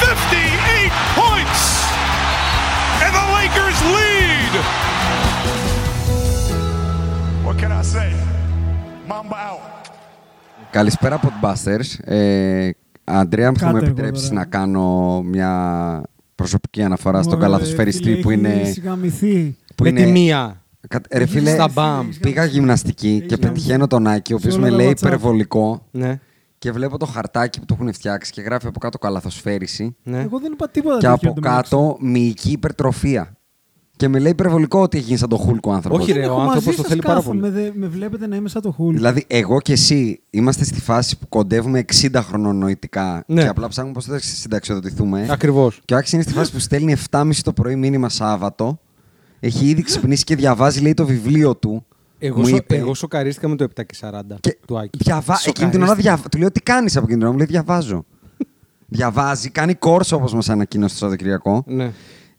58 points! And the Lakers lead! What can I say? Mamba out. Καλησπέρα Podbusters. Ε, Αντρέα, θα μου εγώ επιτρέψεις τώρα. να κάνω μια προσωπική αναφορά στον Μωρέ, καλαθοσφαιριστή ε, φίλε, που έχεις είναι... γαμηθεί. Που Με είναι τη μία. Κα- Ρε φίλε, Στα μπαμ. πήγα γυμναστική και γαμηθεί. πετυχαίνω τον Άκη, ο οποίος Σε με όλα τα λέει WhatsApp. υπερβολικό Ναι, και βλέπω το χαρτάκι που το έχουν φτιάξει και γράφει από κάτω καλαθοσφαίριση ναι. Εγώ δεν είπα τίποτα και τέτοιο από εντωμεταξύ. κάτω μυϊκή υπερτροφία. Και με λέει υπερβολικό ότι έχει γίνει σαν τον Χούλκο άνθρωπος. Όχι, ρε, Δεν ο έχω μαζί άνθρωπος το σας θέλει πάρα κάθομαι, πολύ. δε- με βλέπετε να είμαι σαν το Χούλ. Δηλαδή, εγώ και εσύ είμαστε στη φάση που κοντεύουμε 60 χρονών νοητικά Ναι. και απλά ψάχνουμε πώς θα συνταξιοδοτηθούμε. Ακριβώς. Και ο Άξι είναι στη φάση που στέλνει 7.30 το πρωί μήνυμα Σάββατο. Έχει ήδη ξυπνήσει και διαβάζει, λέει, το βιβλίο του. Εγώ, Μου σο- είπε- εγώ σοκαρίστηκα με το 7 και 40 και του Άκη. διαβα- Εκείνη την ώρα Σοκαρίστηκα. διαβα... του λέω τι κάνεις από εκείνη την ώρα. Μου λέει διαβάζω. διαβάζει, κάνει κόρσο όπως μας ανακοίνωσε το Σαββατοκυριακό. Ναι.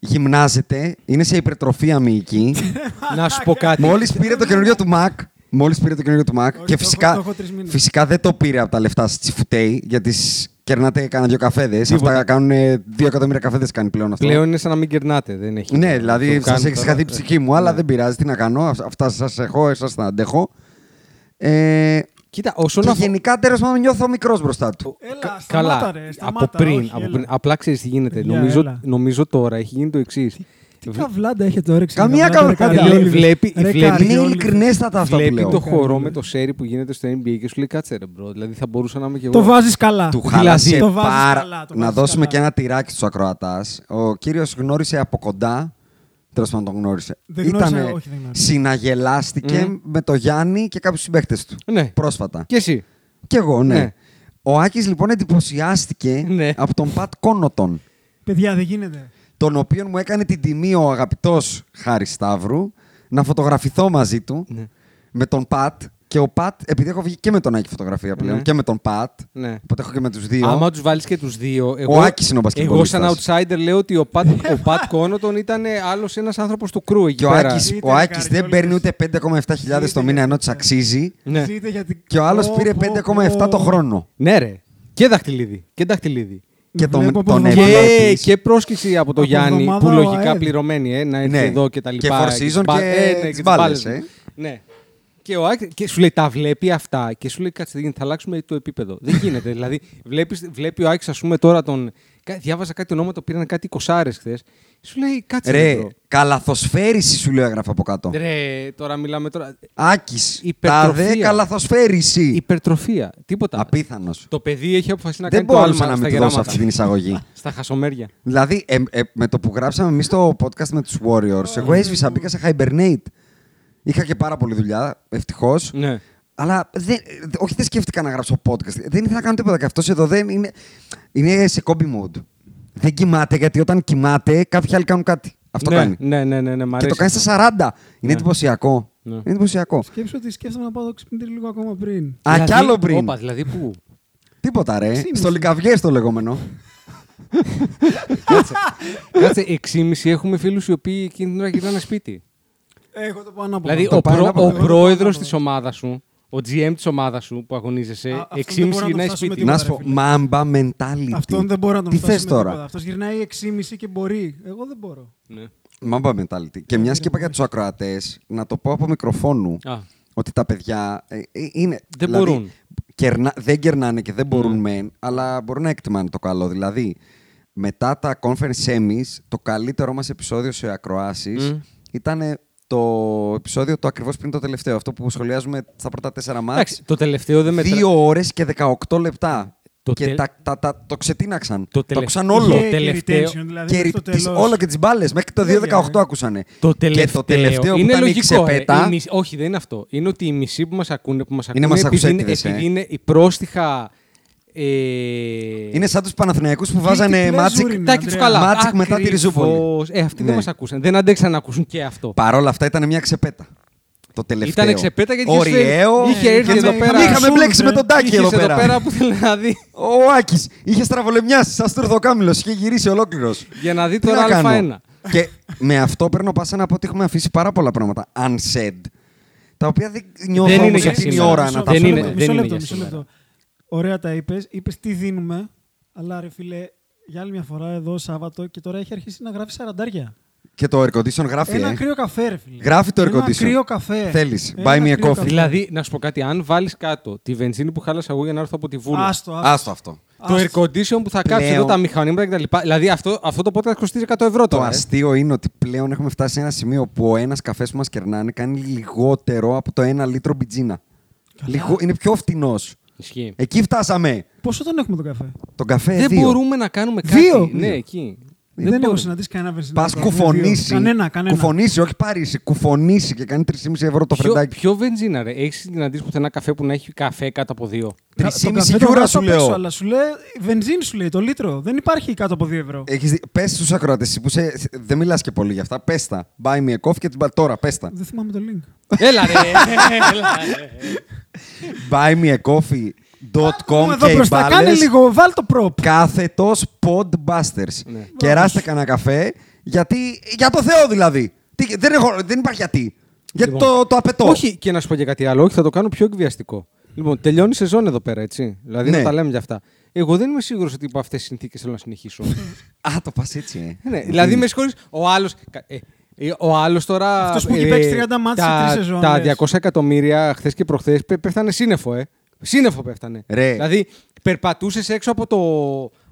Γυμνάζεται, είναι σε υπερτροφία μυϊκή. Να σου πω κάτι. Μόλις πήρε το καινούριο του Mac. Μόλις πήρε το καινούριο του Mac. Όχι, και το φυσικά, έχω- το έχω τρεις μήνες. φυσικά δεν το πήρε από τα λεφτά στη Τσιφουτέι, γιατί σ- κερνάτε κάνα δύο καφέδες. Τίποτα. Αυτά κάνουν ε, δύο εκατομμύρια καφέδες κάνει πλέον αυτό. Πλέον είναι σαν να μην κερνάτε. Δεν έχει. Ναι, δηλαδή Το σας κάνουν έχει τώρα. Ναι. χαθεί η ψυχή μου, αλλά δεν πειράζει, τι να κάνω. αυ- Αυτά σας έχω, εσάς τα αντέχω. Ε, Κοίτα, και όσον αφορά. γενικά τέλος πάντων νιώθω μικρός μπροστά του. Έλα, σταμάτα, Καλά, ρε, σταμάτα, από πριν. όχι, από έλα. πριν. Απλά ξέρεις τι γίνεται. Παιδιά, νομίζω, έλα. νομίζω τώρα έχει γίνει το εξής. Τι καβλάντα έχετε όρεξη. Καμία καβλάντα, καβλάντα. ρε, Καριόλι. Βλέπει- βλέπει- Ρε, βλέπει- Καριόλι. Είναι ειλικρινέστατα αυτά που Βλέπει λέω. Ε, το Κάνει, χορό λέει. με το σερι που γίνεται στο NBA και σου λέει κάτσε ρε μπρο. Δηλαδή θα μπορούσα να είμαι και εγώ. Το βάζεις καλά. Του Δηλαδή, χάλασε το βάζεις πάρα- καλά, το Να βάζεις δώσουμε καλά. και ένα τυράκι στους ακροατάς. Ο κύριος γνώρισε από κοντά. Τέλος πάντων, τον γνώρισε. Δεν γνώρισα, όχι, δεν γνώρισα. συναγελάστηκε Μμμ. με το Γιάννη και κάποιους συμπαίχτε του. Ναι. Πρόσφατα. Και εσύ. Κι εγώ, ναι. Ναι. Ο Άκης λοιπόν εντυπωσιάστηκε Ναι. από τον Πατ Κόνοτον, Παιδιά, δεν γίνεται. τον οποίο μου έκανε την τιμή ο αγαπητός Χάρης Σταύρου να φωτογραφηθώ μαζί του Ναι. με τον Πατ. Και ο Πατ, επειδή έχω βγει και με τον Άκη φωτογραφία πλέον Ναι. και με τον Πατ, Ναι. οπότε έχω και με τους δύο. Άμα τους βάλεις και τους δύο. Εγώ, Άκης είναι ο Εγώ, σαν μπασκετμπολίστας. outsider, λέω ότι ο Πατ, ο Πατ Κόνοτον ήταν άλλος ένας άνθρωπος του κρού εκεί Και ο πέρα. Άκης, Είτε ο Άκης καριόλιδες. δεν παίρνει ούτε 5,7 χιλιάδες το Είτε μήνα ενώ γιατί- της αξίζει Ναι. Ζείτε γιατί- και ο άλλος Πω, πήρε πω, 5,7 το πω. χρόνο. Ναι, ρε. Και δαχτυλίδι. Και δαχτυλίδι. Και τον, Βλέπω από τον εβδομάδα. Και, επιλέγεις. και πρόσκληση από τον Από Γιάννη εβδομάδα που ο λογικά ΑΕΔ. πληρωμένη ε, να έρθει Ναι. εδώ και τα Και λοιπά. for season μπα- και ε, ναι, τις τις μπάλες, μπάλες. ε. Ναι. Και, ο, Άκη- και σου λέει τα βλέπει αυτά και σου λέει κάτσε δεν γίνεται, θα αλλάξουμε το επίπεδο. δεν γίνεται. δηλαδή βλέπεις, βλέπει ο Άκης ας πούμε τώρα τον... κα- Διάβαζα κάτι ονόματα που πήραν κάτι κοσάρες χθες. Σου λέει κάτσε Ρε, λίγο. καλαθοσφαίριση σου λέω έγραφα από κάτω. Ρε, τώρα μιλάμε τώρα. Άκης, Υπερτροφία. τάδε καλαθοσφαίριση. Υπερτροφία. Τίποτα. Απίθανος. Το παιδί έχει αποφασίσει να Δεν κάνει το μπορούσα άλμα να στα μην του δώσω γεράματα. αυτή την εισαγωγή. Στα χασομέρια. δηλαδή, ε, ε, με το που γράψαμε εμείς το podcast με τους Warriors, εγώ έσβησα, μπήκα σε hibernate. Είχα και πάρα πολλή δουλειά, ευτυχώς. Ναι. Αλλά δεν, δε- όχι δεν σκέφτηκα να γράψω podcast. Δεν ήθελα να κάνω τίποτα. Και αυτός εδώ δεν είναι, είναι σε κόμπι mode. Δεν κοιμάται γιατί όταν κοιμάται κάποιοι άλλοι κάνουν κάτι. Αυτό ναι, κάνει. Ναι, ναι, ναι, ναι, μ' και αρέσει. το κάνει στα 40. Είναι Ναι. εντυπωσιακό. Ναι. Είναι εντυπωσιακό. Σκέψω ότι σκέφτομαι να πάω το ξυπνητήρι λίγο ακόμα πριν. Α, κι άλλο πριν. Όπα, δηλαδή πού. Τίποτα ρε. Στο λικαβιέ το λεγόμενο. Κάτσε, 6,5 έχουμε φίλους οι οποίοι εκείνη την ώρα γυρνάνε σπίτι. Έχω Ε, το πάνω από δηλαδή, το ο, πάει προ, να πάει. ο πρόεδρος της ομάδας σου, ο GM της ομάδας σου που Α, αγωνίζεσαι, αυτόν δεν 6,5 μπορώ να γυρνάει το φτάσω με τίποτα. σπίτι. να σου πω, ρε, φίλε. μάμπα mentality. Αυτόν δεν μπορώ να τον Τι φτάσω θες με τίποτα. τώρα. Αυτός γυρνάει 6,5 και μπορεί. Εγώ δεν μπορώ. Μάμπα mentality. Και μιας και είπα για τους ακροατές, να το πω από μικροφόνου Α. ότι τα παιδιά ε, ε, είναι. Δεν μπορούν. Ναι. κερνά- δεν κερνάνε και δεν μπορούν μεν, αλλά μπορούν να εκτιμάνε το καλό. Δηλαδή, μετά τα conference semis, το καλύτερό μας επεισόδιο σε ακροάσεις ήταν το επεισόδιο το ακριβώς πριν το τελευταίο. Αυτό που σχολιάζουμε στα πρώτα τέσσερα μάτς. Εντάξει, το τελευταίο δεν μετράει. Δύο ώρες και 18 λεπτά. Το και τελ- τα, τα, τα- το ξετίναξαν. Το, Το το τελε- άκουσαν όλο. Είχε- τελευταίο- Και retention, δηλαδή, Και μέχρι ρι- το τις, τέλος. όλα και τις μπάλες. Μέχρι το 2-18 Βέβαια. άκουσανε. Το τελευταίο, και το τελευταίο είναι που ήταν η λογικό, ε. ξεπέτα. Η μισ- Όχι, δεν είναι αυτό. Είναι ότι οι μισοί που μας ακούνε, που μας ακούνε Είναι μας επειδή, είναι, ακουσέτιδες, ε. επειδή είναι οι πρόστιχα. Ε... Είναι σαν τους Παναθηναϊκούς που τι βάζανε pleasure μάτσικ. είναι, Κοιτάκι του Ανδρέα. καλά. Μάτσικ μετά τη Ακριβώς. Ριζούπολη. Ε, αυτοί δεν Ναι. μας ακούσαν. Δεν αντέξαν να ακούσουν και αυτό. Παρ' όλα αυτά ήταν μια ξεπέτα. Το τελευταίο. Ήτανε ξεπέτα γιατί είχε- Ωραίο. είχε έρθει Και εδώ το- πέρα. Είχαμε Σου, μπλέξει ε. με τον Τάκη Είχες εδώ πέρα. που θέλει να δει. Ο Άκης είχε στραβολεμιάσει σαν στουρδοκάμιλο. Είχε γυρίσει ολόκληρος. Για να δει Τι τον να κάνω. Α1. Και με αυτό παίρνω πάσα να πω ότι έχουμε αφήσει πάρα πολλά πράγματα unsaid. Τα οποία δεν νιώθω Δεν όμως είναι ότι για είναι η σήμερα. ώρα Μισό να Δεν τα λεπτό, είναι- πούμε. δεν μισό είναι λεπτό, για μισό σήμερα. λεπτό. Ωραία τα είπες. Είπες τι δίνουμε. Αλλά ρε φίλε, για άλλη μια φορά εδώ Σάββατο και τώρα έχει αρχίσει να γράφει σαραντάρια. Και το air condition γράφει, Ένα ε. κρύο καφέ, ρε φίλε. Γράφει το air Ένα condition. κρύο καφέ. Θέλεις. Ένα Buy me a κρύο coffee. καφέ. Δηλαδή, να σου πω κάτι, αν βάλεις κάτω τη βενζίνη που χάλασα εγώ για να έρθω από τη Βούλα. Άστο, άστο. Άστο αυτό. Το air condition που θα κάψει Πλέον. εδώ, τα μηχανήματα κτλ. Δηλαδή, αυτό, αυτό το podcast κοστίζει 100 ευρώ Το τώρα. ε. αστείο είναι ότι πλέον έχουμε φτάσει σε ένα σημείο που ο ένας καφές που μας κερνάνε κάνει λιγότερο από το ένα λίτρο μπιτζίνα. Λιγο... Είναι πιο φτηνός. Ισχύει. Εκεί φτάσαμε. Πόσο τον έχουμε τον καφέ. Τον καφέ Δεν Ε, δύο. μπορούμε να κάνουμε κάτι. Δύο. Ναι, εκεί. Δεν, έχω μπορούμε. συναντήσει κανένα βενζινό. Πα κουφονίσει. Κανένα, κανένα. Κουφονίσει, όχι Παρίσι. Κουφονίσει και κάνει 3,5 ευρώ το Ποιο, φρεντάκι. ποιο βενζίνα, ρε. Έχεις συναντήσει πουθενά καφέ που να έχει καφέ κάτω από δύο. Κα- 3,5 τον καφέ τον ευρώ βάζω σου απ' έξω, λέω. Αλλά σου λέει η βενζίνη σου λέει το λίτρο. Δεν υπάρχει κάτω από 2 ευρώ. Έχεις... Πες στους ακροατές που σε... δεν μιλάς και πολύ γι' αυτά. Πες τα. Buy me a coffee και την πα- τώρα. Πες τα. Δεν θυμάμαι το link. Έλα, ρε. έλα, ρε. Buy me a coffee.com και εδώ οι μπροστά. Κάνε μπάλες. λίγο, βάλ το prop. κάθετος Podbusters. Ναι. Κεράστε κανένα καφέ, γιατί. Για το Θεό δηλαδή. Τι, δεν, έχω, δεν υπάρχει γιατί. Γιατί Λοιπόν. το, το απαιτώ. Όχι, και να σου πω και κάτι άλλο. Όχι, θα το κάνω πιο εκβιαστικό. Λοιπόν, τελειώνει η σεζόν εδώ πέρα, έτσι. Δηλαδή, Ναι. να τα λέμε για αυτά. Εγώ δεν είμαι σίγουρος ότι υπό αυτές τις συνθήκες θέλω να συνεχίσω. Α, το πας έτσι, ε. ναι, δηλαδή, με συγχωρείς, ο άλλος. ε, ο άλλος τώρα. ε, Αυτός που έχει παίξει 30 μάτς σε τα- τρεις σεζόν, Τα λες. 200 εκατομμύρια χθες και προχθές πέφτανε σύννεφο, ε. Σύννεφο πέφτανε. Ρε. Δηλαδή, περπατούσες έξω από, το,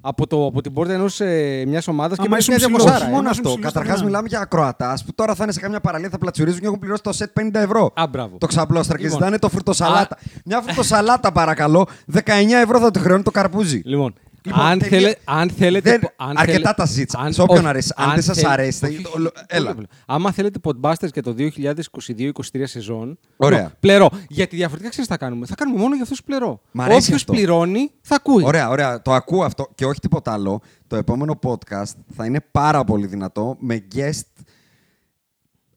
από, το, από την πόρτα ενός ε, μιας ομάδας και Άμα μέσα ήσουν μια Όχι ψηλός, διακοσάρα. ε. μόνο Ένας αυτό. ψηλός Καταρχάς, στον μιλάμε για ακροατάς που τώρα θα είναι σε καμιά παραλία, θα πλατσουρίζουν και έχουν πληρώσει το σετ 50 ευρώ. Α, μπράβο. Το ξαπλώστρα και Λοιπόν. ζητάνε το φρουτοσαλάτα. Α. Μια φρουτοσαλάτα, παρακαλώ. 19 ευρώ θα του χρεώνει το καρπούζι. Λοιπόν, Λοιπόν, αν, τελεία. θέλε, αν θέλετε. Δεν- πο- αν αρκετά θέλε- τα ζήτησα. αν- Σε όποιον όχι, αρέσει. Αν δεν σας θέλε- αρέσει, όχι, το- όχι, όχι, έλα. όχι, όχι. Άμα θέλετε Podbusters για το 2022-2023 σεζόν. Ωραία. νο, Πληρώ. Γιατί διαφορετικά ξέρεις τι θα κάνουμε. Θα κάνουμε μόνο για αυτούς που πληρώ. Μ' αρέσει Όποιος αυτό. πληρώνει θα ακούει. Ωραία, ωραία. Το ακούω αυτό και όχι τίποτα άλλο. Το επόμενο podcast θα είναι πάρα πολύ δυνατό με guest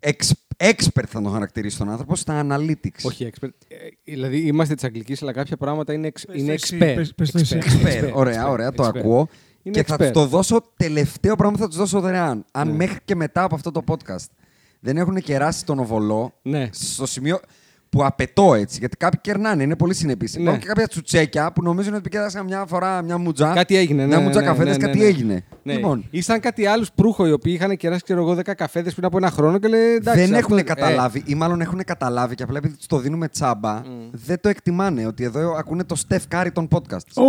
ex- expert θα τον χαρακτηρίσει τον άνθρωπο στα analytics. Όχι, expert. Ε, δηλαδή είμαστε της Αγγλικής, αλλά κάποια πράγματα είναι, εξ, Πες το είναι εσύ, expert. πες- πες το εσύ. Expert. ωραία, expert, ωραία, το expert. ακούω. Είναι και θα του expert. Ναι. το δώσω τελευταίο πράγμα που θα τους δώσω δωρεάν. Αν μέχρι και μετά από αυτό το podcast δεν έχουν κεράσει τον οβολό Ναι. στο σημείο που απαιτώ έτσι. Γιατί κάποιοι κερνάνε, είναι πολύ συνεπείς. Ναι. Υπάρχουν και κάποια τσουτσέκια που νομίζουν ότι κέρασαν μια φορά μια μουτζά. Κάτι έγινε. Μια ναι, μουτζά ναι, καφέδες, ναι, ναι, κάτι ναι. έγινε. Ναι. Λοιπόν, Ή σαν κάτι άλλους προύχο οι οποίοι είχαν κεράσει, ξέρω εγώ, 10 καφέδες πριν από ένα χρόνο και λέει. εντάξει, δεν αυτό- έχουν ε, καταλάβει, ή μάλλον έχουν καταλάβει και απλά επειδή του το δίνουμε τσάμπα, δεν το εκτιμάνε ότι εδώ ακούνε το Στεφ Κάρι των podcast. Ω,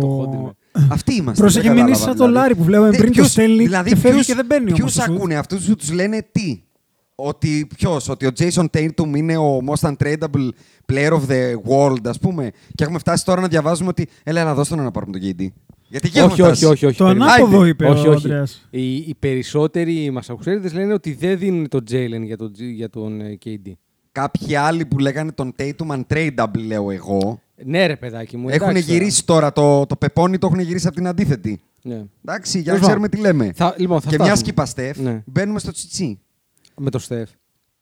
το χόντιμε. Αυτοί είμαστε. Πρόσεχε, δεν μην κατάλαβα, είσαι σαν το Λάρι που βλέπαμε Τι- πριν, το ποιους- δηλαδή, στέλνει και φεύγει ποιους- και δεν μπαίνει ποιους όμως, ακούνε αυτούς που τους λένε τι. Ότι ποιος, ότι ο Jason Tatum είναι ο most untradeable player of the world, ας πούμε. Και έχουμε φτάσει τώρα να διαβάζουμε ότι. Έλα, έλα, δώστε να να πάρουμε τον JD. Γιατί εκεί έχουμε όχι, όχι, φτάσεις. όχι, όχι. Το περίμενε. ανάποδο Άιντε. είπε όχι, ο όχι. Ανδρέας. Οι, οι περισσότεροι μας ακουσέριδες λένε ότι δεν δίνουν τον Τζέιλεν για τον, Τζι- για τον ε, KD. Κάποιοι άλλοι που λέγανε τον Tatum untradeable, λέω εγώ. Ναι, ρε παιδάκι μου. Έχουν εντάξει τώρα. γυρίσει τώρα το, το πεπόνι, το έχουν γυρίσει από την αντίθετη. Ναι. Εντάξει, για να Λοιπόν, ξέρουμε τι λέμε. θα- λοιπόν, θα και μια φτάσουμε. σκυπαστεύ, Ναι. μπαίνουμε στο τσιτσί. Με το Στεφ.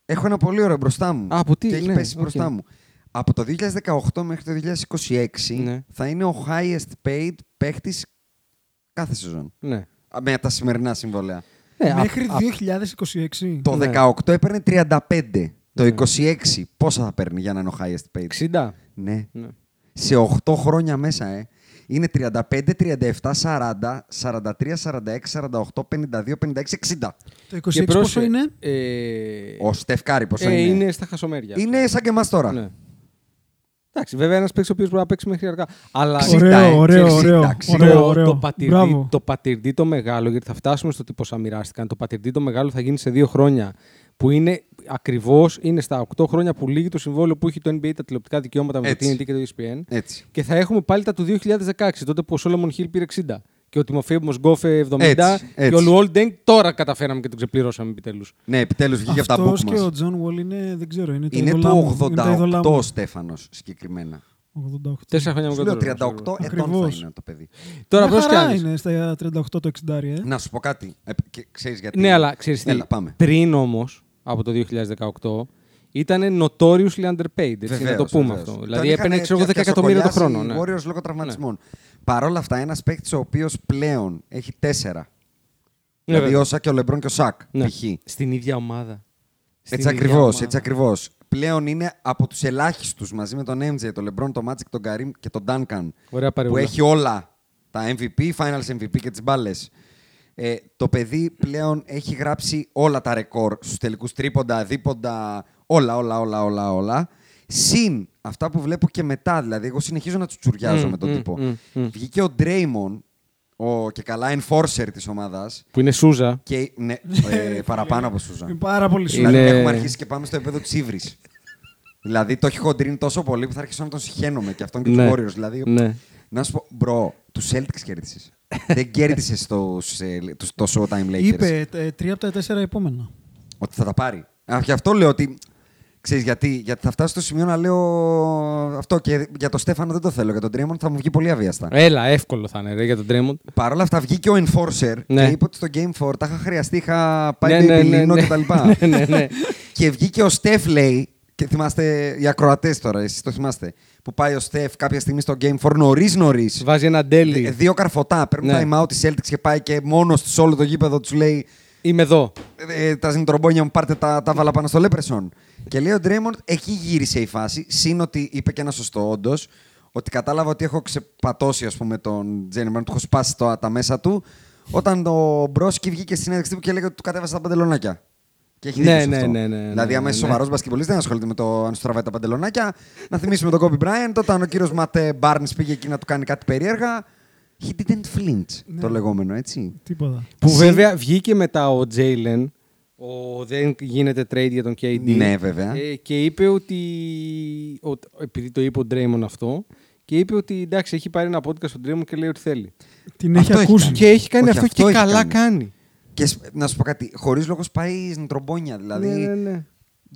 Έχω ένα πολύ ωραίο μπροστά μου. Α, από τι, και έχει ναι, πέσει οκ. μπροστά μου. από το 2018 μέχρι το 2026 Ναι. θα είναι ο highest paid παίχτης κάθε σεζόν. Ναι. Α, Με τα σημερινά συμβόλαια. Ναι, α- Μέχρι α- 2026. Ε, Το Ναι. 18 έπαιρνε 35. Το 26 πόσα θα παίρνει για να είναι ο highest paid. 60. Ναι. Ναι. Σε 8 χρόνια μέσα, ε. Είναι 35, 37, 40, 43, 46, 48, 52, 56, 60. Το 26 πόσο πρόσεχε, είναι. Ε, Ο Στεφκάρη πόσο ε, είναι. είναι στα χασομέρια. Είναι σαν και εμάς τώρα. Ναι. Εντάξει, βέβαια ένας παίξο ο οποίος μπορεί να παίξει μέχρι αργά. Αλλά Ξύτα, ε, Ωραίο, ωραίο, ξύτα, ωραίο. ξύτα. ωραίο, το, ωραίο. Το, πατυρδί, Μπράβο. το πατυρδί το μεγάλο, γιατί θα φτάσουμε στο τι πόσα μοιράστηκαν. Το πατυρδί το μεγάλο θα γίνει σε δύο χρόνια. Που είναι ακριβώς είναι στα 8 χρόνια που λύγει το συμβόλαιο που έχει το NBA τα τηλεοπτικά δικαιώματα με Έτσι. το TNT και το E ESPN. Έτσι. Και θα έχουμε πάλι τα του 2016, τότε που ο Σόλομον Χιλ πήρε 60. Και ο Τιμοφέη Μοσγκόφ 70. Έτσι, Και έτσι. ο Λουόλ Ντέγκ τώρα καταφέραμε και τον ξεπλήρωσαμε επιτέλους. Ναι, επιτέλους βγήκε από τα Αυτός book και ο μας. Τζον Βολ είναι, δεν ξέρω, είναι, Είναι τα του είδωλά 88 μου. ο Στέφανος συγκεκριμένα. Είναι το 88. Τέσσερα χρόνια Σου μου λέω 38 κατ' όλο. ετών θα Ακριβώς. είναι το παιδί. Τώρα Μια πώ χαρά κάνει. είναι στα 38 το 60, ε. Να σου πω κάτι. Ε, και ξέρεις γιατί. Ναι, αλλά ξέρεις τι. Έλα, πάμε. Πριν όμως, από το 2018, ήταν notoriously underpaid. Έτσι, να Βεβαίως, το πούμε βεβαίως. αυτό. Τον Δηλαδή είχαν έπαιρνε ξέρω, εγώ, 10 εκατομμύρια το χρόνο. διασκοκολιάσει Ναι. οι Warriors λόγω τραυματισμών. Παρ' όλα αυτά, ένας παίκτης ο οποίος πλέον έχει τέσσερα. Ναι, δηλαδή βέβαια. όσα και ο Λεμπρόν και ο Σακ. Ναι. Π.χ. Στην ίδια ομάδα. Στην Έτσι ίδια ακριβώς, ομάδα. έτσι ακριβώς. Πλέον είναι από τους ελάχιστους μαζί με τον MJ, τον LeBron, τον Magic, τον Karim και τον Duncan. Ωραία που παρεούλα. έχει όλα τα MVP, Finals MVP και τις μπάλες. Ε, το παιδί πλέον έχει γράψει όλα τα ρεκόρ στους τελικούς τρίποντα, δίποντα, όλα, όλα, όλα, όλα, όλα. Συν αυτά που βλέπω και μετά, δηλαδή, εγώ συνεχίζω να τους τσουριάζω Μμμ, με τον μμμ, τύπο. μμμ, μμμ. Βγήκε ο Draymond, ο και καλά enforcer της ομάδας. Που είναι Σούζα. Και ναι, ε, παραπάνω από Σούζα. Είναι πάρα πολύ σου. Δηλαδή Λοιπόν, Είναι- έχουμε αρχίσει και πάμε στο επίπεδο της ύβρη. δηλαδή το έχει χοντρίνει τόσο πολύ που θα αρχίσω να τον συχαίνομαι και αυτόν και Ναι. του Warriors. Δηλαδή, Ναι. Να σου πω, μπρο, τους Celtics κέρδισες. Δεν ε, κέρδισε στο, το Showtime Lakers. Είπε ε, τρία από τα τέσσερα επόμενα. Ότι θα τα πάρει. Α, γι' αυτό λέω ότι. Ξέρεις γιατί, γιατί θα φτάσω στο σημείο να λέω αυτό και για τον Στέφανο δεν το θέλω. Για τον Τρέμον θα μου βγει πολύ αβίαστα. Έλα, εύκολο θα είναι ρε, για τον Τρέμοντ. Παρ' όλα αυτά βγήκε ο Enforcer Ναι. και είπε ότι στο Game 4 τα είχα χρειαστεί, είχα πάει Ναι, ναι, ναι, ναι, Λίνο ναι. κτλ. Ναι, ναι, ναι. και βγήκε ο Στεφ, λέει, και θυμάστε οι ακροατές τώρα, εσείς το θυμάστε, που πάει ο Στεφ κάποια στιγμή στο Game 4 νωρίς νωρίς. Βάζει ένα τέλει. Δύο καρφωτά, παίρνουν Ναι. time out τη Celtics και πάει και μόνος τους σε όλο το γήπεδο τους λέει Είμαι εδώ. ε, τα ζυντρομπόνια μου, πάρτε τα, τα βάλα πάνω στο Λέπρεσον. και λέει ο Ντρέιμοντ, εκεί γύρισε η φάση. Συν ότι είπε και ένα σωστό, όντως, ότι κατάλαβα ότι έχω ξεπατώσει ας πούμε, τον Τζένιμαν, του έχω σπάσει το, τα μέσα του. Όταν ο Μπρόσκι βγήκε στην συνέντευξη τύπου και λέγε ότι του κατέβασε τα παντελονάκια. Και έχει Ναι, δίκιο σε ναι, αυτό. ναι, ναι, ναι, δηλαδή, ναι, άμα είσαι ναι. σοβαρό μπασκευολista, δεν ασχολείται με το αν σου τραβάει τα παντελονάκια. να θυμίσουμε τον Κόμπι Μπράιντ, όταν ο κύριος Ματέ Μπάρν πήγε εκεί να του κάνει κάτι περίεργα. He didn't flinch, Ναι. το λεγόμενο, έτσι. Τίποτα. Που Συν- βέβαια βγήκε μετά ο Τζέιλεν. Ο, δεν γίνεται trade για τον KD. Ναι, βέβαια. Ε, και είπε ότι. ο- επειδή το είπε ο Ντρέιμον αυτό. Και είπε ότι εντάξει, έχει πάρει ένα podcast στον Ντρέιμον και λέει ότι θέλει. Την Αυτό έχει έχει ακούσει. κάνει. Και έχει κάνει Όχι, αυτό, αυτό και έχει καλά κάνει. κάνει. Και σ- να σου πω κάτι, χωρίς λόγος πάει στην τρομπόνια. Δηλαδή. Ναι, ναι, ναι.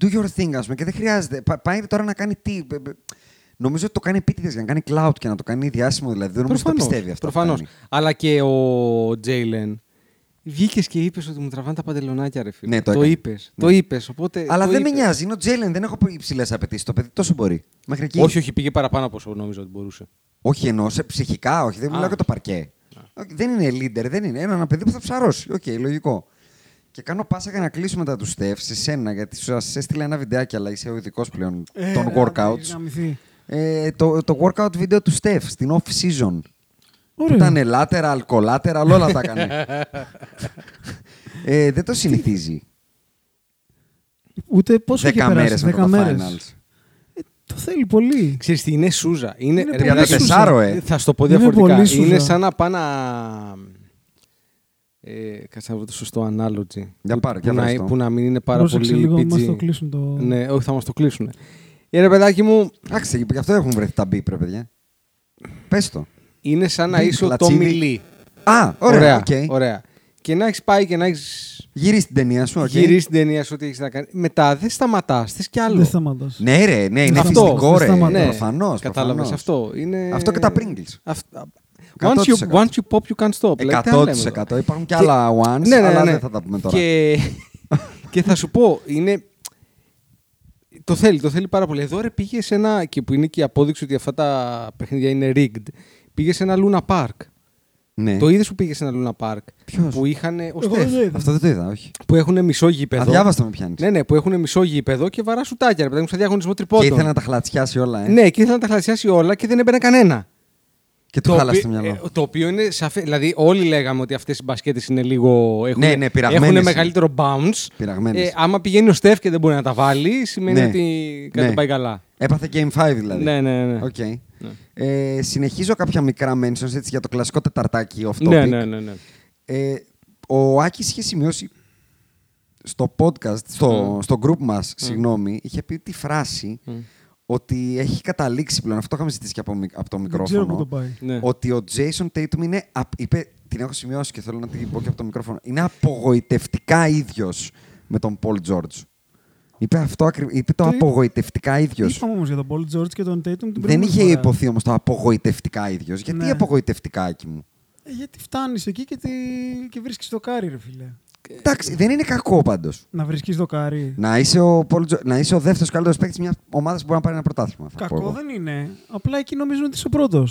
Do your thing, ας πούμε, και δεν χρειάζεται. Πα- πάει τώρα να κάνει τι. Μπ- μπ- Νομίζω ότι το κάνει επίτηδες για να κάνει cloud και να το κάνει διάσημο. Δηλαδή δεν νομίζω ότι το Προφανώς, πιστεύει αυτό. που προφανώς. κάνει. Αλλά και ο Τζέιλεν. Βγήκες και είπες ότι μου τραβάνε τα παντελονάκια, ρε φίλε. Ναι, το το έκανε. είπες. Ναι. Το είπες, Οπότε. Αλλά Ε, το δεν με είπες. νοιάζει. Είναι ο Τζέιλεν. Δεν έχω υψηλές απαιτήσεις. Το παιδί τόσο μπορεί. Μέχρι εκεί. Όχι, όχι, πήγε παραπάνω από όσο νόμιζα ότι μπορούσε. Όχι, εννοώ σε ψυχικά, όχι. Δεν Α. μιλάω για το παρκέ. Όχι, Δεν είναι leader, δεν είναι. Είναι ένα παιδί που θα ψαρώσει. Οκ, λογικό. Και κάνω πάσα για να κλείσουμε τα τους Στεφ σε σένα, γιατί σου σας έστειλα ένα βιντεάκι, αλλά είσαι ο ειδικός πλέον Ε, των ρε, άντε, workouts. γαμηθεί. Ε, το, το workout βίντεο του Στεφ στην off season. Ωραίο. Ήταν lateral, collateral, όλα τα έκανε. ε, δεν το συνηθίζει. Ούτε πόσο έχει Δέκα μέρε περάσει, μετά δέκα τα μέρες. finals. Το θέλει πολύ. Ξέρεις τι, είναι σούζα. Είναι, Είναι ρε πολύ παιδάκι, σούζα. ε. Θα σου το πω Είναι διαφορετικά. Είναι, πολύ σούζα. σαν να πάνα... Ε, κάτσε να βρω το σωστό analogy. Για Που- πάρε, που, για βρες να, το. που να μην είναι πάρα Πρόσεξε πολύ λίγο, PG. μας το κλείσουν το... Ναι, όχι, θα μας το κλείσουν. Ε, ρε παιδάκι μου, Εντάξει, γι' αυτό έχουν βρεθεί τα μπίπρε, παιδιά. Πες το. είναι σαν να Μπιν, είσαι ο κλατσίδι. Τόμι Λί. Α, ωραία. ωραία, οκ. ωραία. Και να έχεις πάει και να έχεις Γυρίσει την ταινία σου, οκ. γυρίσει την ταινία σου, ό,τι έχεις να κάνει. Μετά δεν σταματάς, θες κι άλλο. Δεν σταματάς. Ναι, ρε, ναι, είναι Αυτό, φυσικό, δεν ρε. σταματάς. Ναι. Ναι. Προφανώ. Κατάλαβε αυτό. Είναι... Αυτό και τα Pringles. Αυτ- Once 100%. you, once you pop, you can't stop. Λέει, τι να λέμε εδώ. 100%. Υπάρχουν και άλλα ones, Ναι, αλλά δεν θα τα πούμε τώρα. Και, και θα σου πω, είναι. Το θέλει, το θέλει πάρα πολύ. Εδώ ρε πήγες σε ένα. και που είναι και η απόδειξη ότι αυτά τα παιχνίδια είναι rigged. Πήγες σε ένα Luna Park. Ναι. Το είδες που πήγες σε ένα Luna Park. Ποιος? Που είχαν. Ο Εγώ Στεφ, δεν το είδα. Αυτό δεν το είδα, όχι. που έχουν μισό γήπεδο. Αδιάβαστο με πιάνεις. Ναι, ναι, που έχουν μισό γήπεδο και βαρά σουτάκια. Ρε παιδί μου, σε διαγωνισμό Και τρυπότων. ήθελα να τα χλατσιάσει όλα, ε. Ναι, και ήθελα να τα χαλασιάσει όλα και δεν έμπαινε κανένα. Και του χάλασε το οποίο- μυαλό. ε, το οποίο είναι σαφέ. Δηλαδή, όλοι λέγαμε ότι αυτές οι μπασκέτες είναι λίγο. Έχουν, Ναι, ναι, πειραγμένες έχουν είναι. μεγαλύτερο bounce. Ε, Πειραγμένες. άμα πηγαίνει ο Στεφ και δεν μπορεί να τα βάλει, σημαίνει Ναι. ότι κάτι Ναι. δεν πάει καλά. Έπαθε Game 5 δηλαδή. Ναι, ναι, ναι. Οκ. Ε, συνεχίζω κάποια μικρά mentions έτσι, για το κλασικό τεταρτάκι off topic. Ναι, ναι, ναι, ναι. Ε, ο Άκης είχε σημειώσει στο podcast, στο, Ναι. στο group μας, συγγνώμη, είχε πει τη φράση ότι έχει καταλήξει πλέον, αυτό το είχαμε ζητήσει και από, μικ- από το Δεν ξέρω πού το μικρόφωνο, πάει. Ναι. ότι ο Jason Tatum είναι, απ- είπε, την έχω σημειώσει και θέλω να την πω και από το μικρόφωνο, είναι απογοητευτικά ίδιος με τον Paul George. Είπε, αυτό, ακριβ- είπε το Το είπα- απογοητευτικά ίδιος. Είπαμε όμως για τον Paul George και τον Tatum την Δεν προηγούμενη είχε φορά. υποθεί όμως το απογοητευτικά ίδιος. Γιατί Ναι. απογοητευτικά εκεί μου. Ε, γιατί φτάνεις εκεί και, τη... και βρίσκεις δοκάρι, ρε φίλε. ε. Εντάξει, δεν είναι κακό πάντως. Να βρίσκεις δοκάρι. Να είσαι ο, Paul Gio- να είσαι ο δεύτερος καλύτερος παίκτης μιας ομάδας που μπορεί να πάρει ένα πρωτάθλημα. Θα πω Κακό εγώ. δεν είναι. Απλά εκεί νομίζουν ότι είσαι ο πρώτος.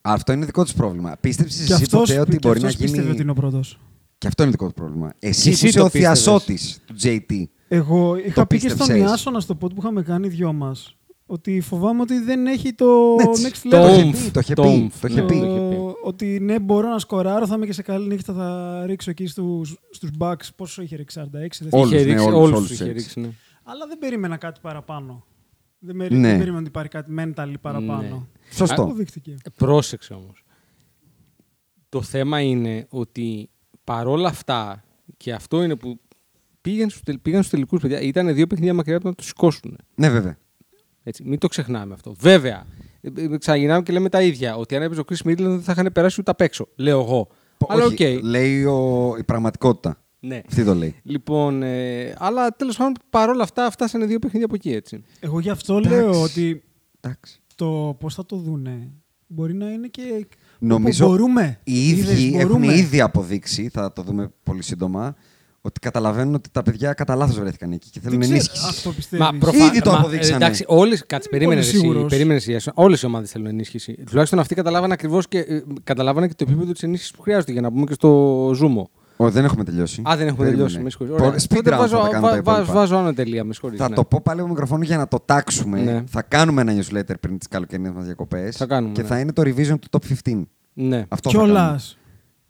Αυτό είναι δικό τους πρόβλημα. Πίστεψες Και εσύ αυτός ποτέ ότι μπορεί να πίστευε γίνει. ότι είναι ο πρώτος. Και αυτό είναι δικό τους πρόβλημα. Εσύ, Εσύ που είσαι το ο πίστευες. θειασότη του JT. Εγώ είχα πει και στον πίστεψες. Ιάσονα στο pod που είχαμε κάνει δυο μας ότι φοβάμαι ότι δεν έχει το Ναι, Έτσι. next Το level. είχε oomph, πει, το είχε το πει, oomph, το είχε ναι. πει. Το- είχε πει. Ότι ναι, μπορώ να σκοράρω, θα είμαι και σε καλή νύχτα, θα ρίξω εκεί στους, στους Bucks. Πόσο είχε ρίξει, 46. δεν θυμάμαι. Όλους, Είχε ναι, ρίξει- όλους, όλους όλους είχε έτσι. ρίξει, ναι. Αλλά δεν περίμενα κάτι παραπάνω. Δεν, με, Ναι. δεν περίμενα ότι υπάρχει κάτι mental παραπάνω. Σωστό. Αποδείχτηκε. Ε, Πρόσεξε όμως. Το θέμα είναι ότι παρόλα αυτά, και αυτό είναι που πήγαν στους πήγαν στους τελικούς παιδιά, ήταν δύο παιχνίδια μακριά από το να το σηκώσουν. Ναι, βέβαια. Έτσι, μην το ξεχνάμε αυτό. Βέβαια, ε, ε, ξαναγυρνάμε και λέμε τα ίδια. Ότι αν έπαιζε ο Chris Middleton δεν θα είχαν περάσει ούτε απ' έξω. Λέω εγώ. Αλλά οκ. Όχι, Λέει ο... η πραγματικότητα. Ε. Ναι. Αυτή το λέει. Λοιπόν, ε, αλλά τέλος πάντων παρόλα αυτά φτάσανε δύο παιχνίδια από εκεί έτσι. Εγώ γι' αυτό Εντάξει. λέω ότι Εντάξει. το πώς θα το δούνε μπορεί να είναι και. Νομίζω Πω, μπορούμε. οι ίδιοι Είδες, έχουν μπορούμε. ήδη αποδείξει, θα το δούμε πολύ σύντομα, ότι καταλαβαίνουν ότι τα παιδιά κατά λάθος βρέθηκαν εκεί και θέλουν Δεν ξέρω, ενίσχυση. Αυτό πιστεύω. προφα- Ήδη το αποδείξανε. Εντάξει, όλες, κάτσε, περίμενε πολύ εσύ, σίγουρος. περίμενε εσύ, Όλες οι ομάδες θέλουν ενίσχυση. Τουλάχιστον αυτοί καταλάβανε ακριβώς και, ε, καταλάβανε και το επίπεδο της ενίσχυσης που χρειάζεται για να πούμε και στο Zoom. Ω, δεν έχουμε τελειώσει. Α, δεν έχουμε Περίμενε. τελειώσει. Με συγχωρείτε. Πο- Ωραία. Speed Τότε round βάζω, θα τα κάνουμε τα βά- βά- υπόλοιπα. βάζω άνω τελεία, με συγχωρείτε. Θα ναι. το πω πάλι από μικροφόνο για να το τάξουμε. Ναι. Θα κάνουμε ένα newsletter πριν τις καλοκαιρινές μας διακοπές. Θα κάνουμε, Και ναι. θα είναι το revision του top 15. Ναι. Αυτό θα κάνουμε. Κιόλα.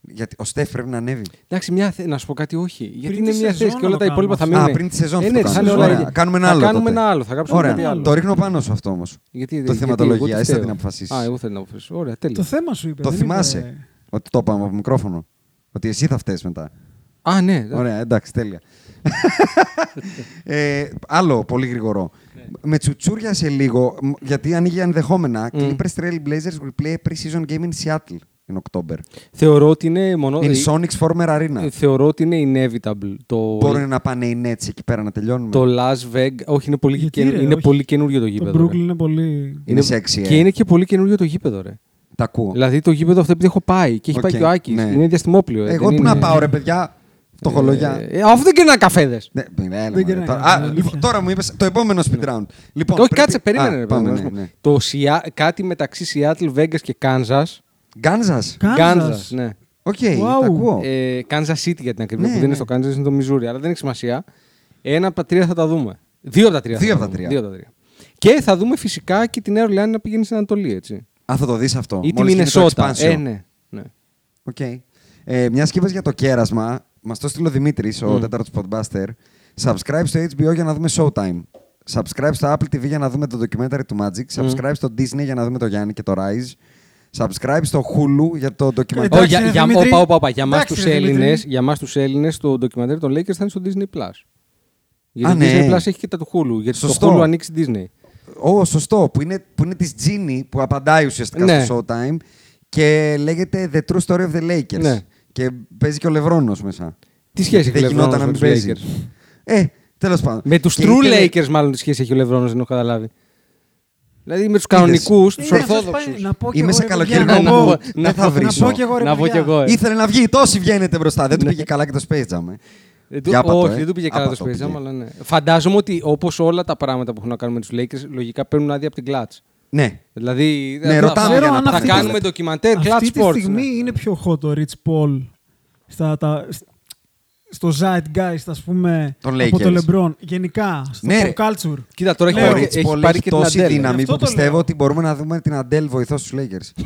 Γιατί ο Στεφ πρέπει να ανέβει. Εντάξει, μια θε... να σου πω κάτι, όχι. Γιατί Πριν είναι τη μια σεζόν θέση και να όλα το τα υπόλοιπα θα κάνουμε. Α, μείνουν. πριν τη σεζόν Ε, θα ναι, το θα κάνουμε. είναι όλα Ωραία. ίδια. Κάνουμε ένα Θα άλλο Κάνουμε τότε. ένα άλλο. Θα γράψουμε κάτι Ωραία. άλλο. Το ρίχνω πάνω σου αυτό όμως. Γιατί, το γιατί θεματολογία, εγώ τι εσύ θα φταίω. την αποφασίσεις. Α, εγώ θέλω να αποφασίσω. Ωραία, Το τέλεια. θέμα σου είπε. Το δεν θυμάσαι. είπε- Ότι το είπαμε από μικρόφωνο. Ότι εσύ θα φταίεις μετά. Α, ναι. Ωραία, εντάξει, τέλεια. ε, άλλο, πολύ γρηγορό. Ναι. Με τσουτσούρια σε λίγο, μ, γιατί ανοίγει ενδεχόμενα. Clippers Trail Blazers will play a pre-season game in Seattle in October. Θεωρώ ότι είναι μονό. In ε, Sonics Former Arena. ε, Θεωρώ ότι είναι inevitable. Το, Μπορούν να πάνε οι Nets εκεί πέρα να τελειώνουμε. το Las Vegas. Όχι, είναι πολύ, Γιατί, καινου- ρε, είναι όχι. πολύ καινούριο το Το γήπεδο. Brooklyn ρε. είναι πολύ. Είναι sexy, ε. Και είναι και πολύ καινούριο το γήπεδο, ρε. Τα ακούω. Δηλαδή το γήπεδο αυτό επειδή έχω πάει και έχει Οκ, πάει και ο Άκης. ναι. Είναι διαστημόπλιο. ε, Εγώ δεν που είναι- να πάω, ρε παιδιά. Φτωχολογιά. Ε, αφού δεν κερνά καφέδες. Ναι, έλα, Δεν μωρέ, κερνάει τώρα. κανένα, Α, αλήθεια. λοιπόν, τώρα μου είπες το επόμενο speed round. Λοιπόν, πρέπει- Όχι, Ναι. κάτσε, περίμενε. Α, ρε, πάμε, να ναι, σου πω. ναι. Το Σιά- κάτι μεταξύ Seattle, Vegas και Kansas. Γκάνζας. Kansas, ναι. Οκ, Wow. τα ακούω. Ε, Kansas City για την ακρίβεια, Ναι, που δεν είναι ναι. στο Kansas, είναι το Missouri, αλλά δεν έχει σημασία. Ένα από τα τρία θα τα δούμε. Δύο από τα τρία. Δύο θα από τα δούμε. τρία. Δύο από τα τρία. Και θα δούμε φυσικά και την Νέα Ορλεάνη να πηγαίνει στην Ανατολή, έτσι. Α, θα το δεις αυτό. Ή τη Μόλις γίνει το Μινεσότα. expansion. Ε, ναι. ναι. Okay. Ε, μιας και είπες για το κέρασμα, μας το στείλει ο Δημήτρης, Mm. ο τέταρτος podbuster. Subscribe στο HBO για να δούμε Showtime. Subscribe στο Apple TV για να δούμε το documentary του Magic. Mm. Subscribe στο Disney για να δούμε το Γιάννη και το Rise. Subscribe στο Hulu για το documentary. Εντάξει, Ω, για, ρε, για, Δημήτρη. όπα, όπα, όπα. Για μας Εντάξει, τους ρε, Δημήτρη. Έλληνες, για μας τους Έλληνες, το ντοκιμαντέρ των Lakers θα είναι στο Disney+. Plus. Γιατί Α, το ναι. Disney Plus έχει και τα του Hulu. Γιατί Σωστό. το Hulu ανοίξει Disney. Ω, σωστό, που είναι, που είναι της Τζίνι που απαντάει ουσιαστικά Ναι. στο Showtime και λέγεται The True Story of the Lakers. Ναι. Και παίζει και ο Λευρόνος μέσα. Τι σχέση έχει ο Δεν γινόταν Λευρώνος να με μην τους παίζει. Lakers. Ε, τέλος πάντων. Με τους Και true ήθελε- Lakers μάλλον τη σχέση έχει ο Λευρώνος, δεν έχω καταλάβει. Δηλαδή με τους κανονικούς, τους Είναι αυτός ορθόδοξους. ναι, πάει- να πω κι Είμαι εγώ, σε ρε, καλοκαιρινό παιδιά, να mood. πω- Δεν θα βρίσω. Να πω κι εγώ, ρε, Να πω κι παιδιά. εγώ. ε. Ήθελε να βγει, τόσοι βγαίνετε μπροστά. Δεν του πήγε καλά και το Space Jam. ε. Δεν του- Για άπατο, όχι, ε. δεν του πήγε καλά το Άπατο Space Jam, πήγε. αλλά ναι. Φαντάζομαι ότι όπως όλα τα πράγματα που έχουν να κάνουν με τους Lakers, λογικά παίρνουν άδεια από την Clutch. Ναι. Δηλαδή. Ναι, θα- ρωτάμε θα, για να θα αυτή τη- κάνουμε ντοκιμαντέρ Clutch Αυτή τη Sports. στιγμή ναι. είναι πιο hot το Rich Paul στα, τα, στο Zeitgeist, ας πούμε, Των από το Lakers. LeBron. Γενικά, στο Ναι, pop ρε. culture. Κοίτα, τώρα Λέω, Ο έχει, Ριτ έχει Πολ πάρει έχει και την Ναι, τόση Αντέλ. δύναμη Αυτό που το πιστεύω λέω. ότι μπορούμε να δούμε την Αντέλ βοηθός στους Lakers.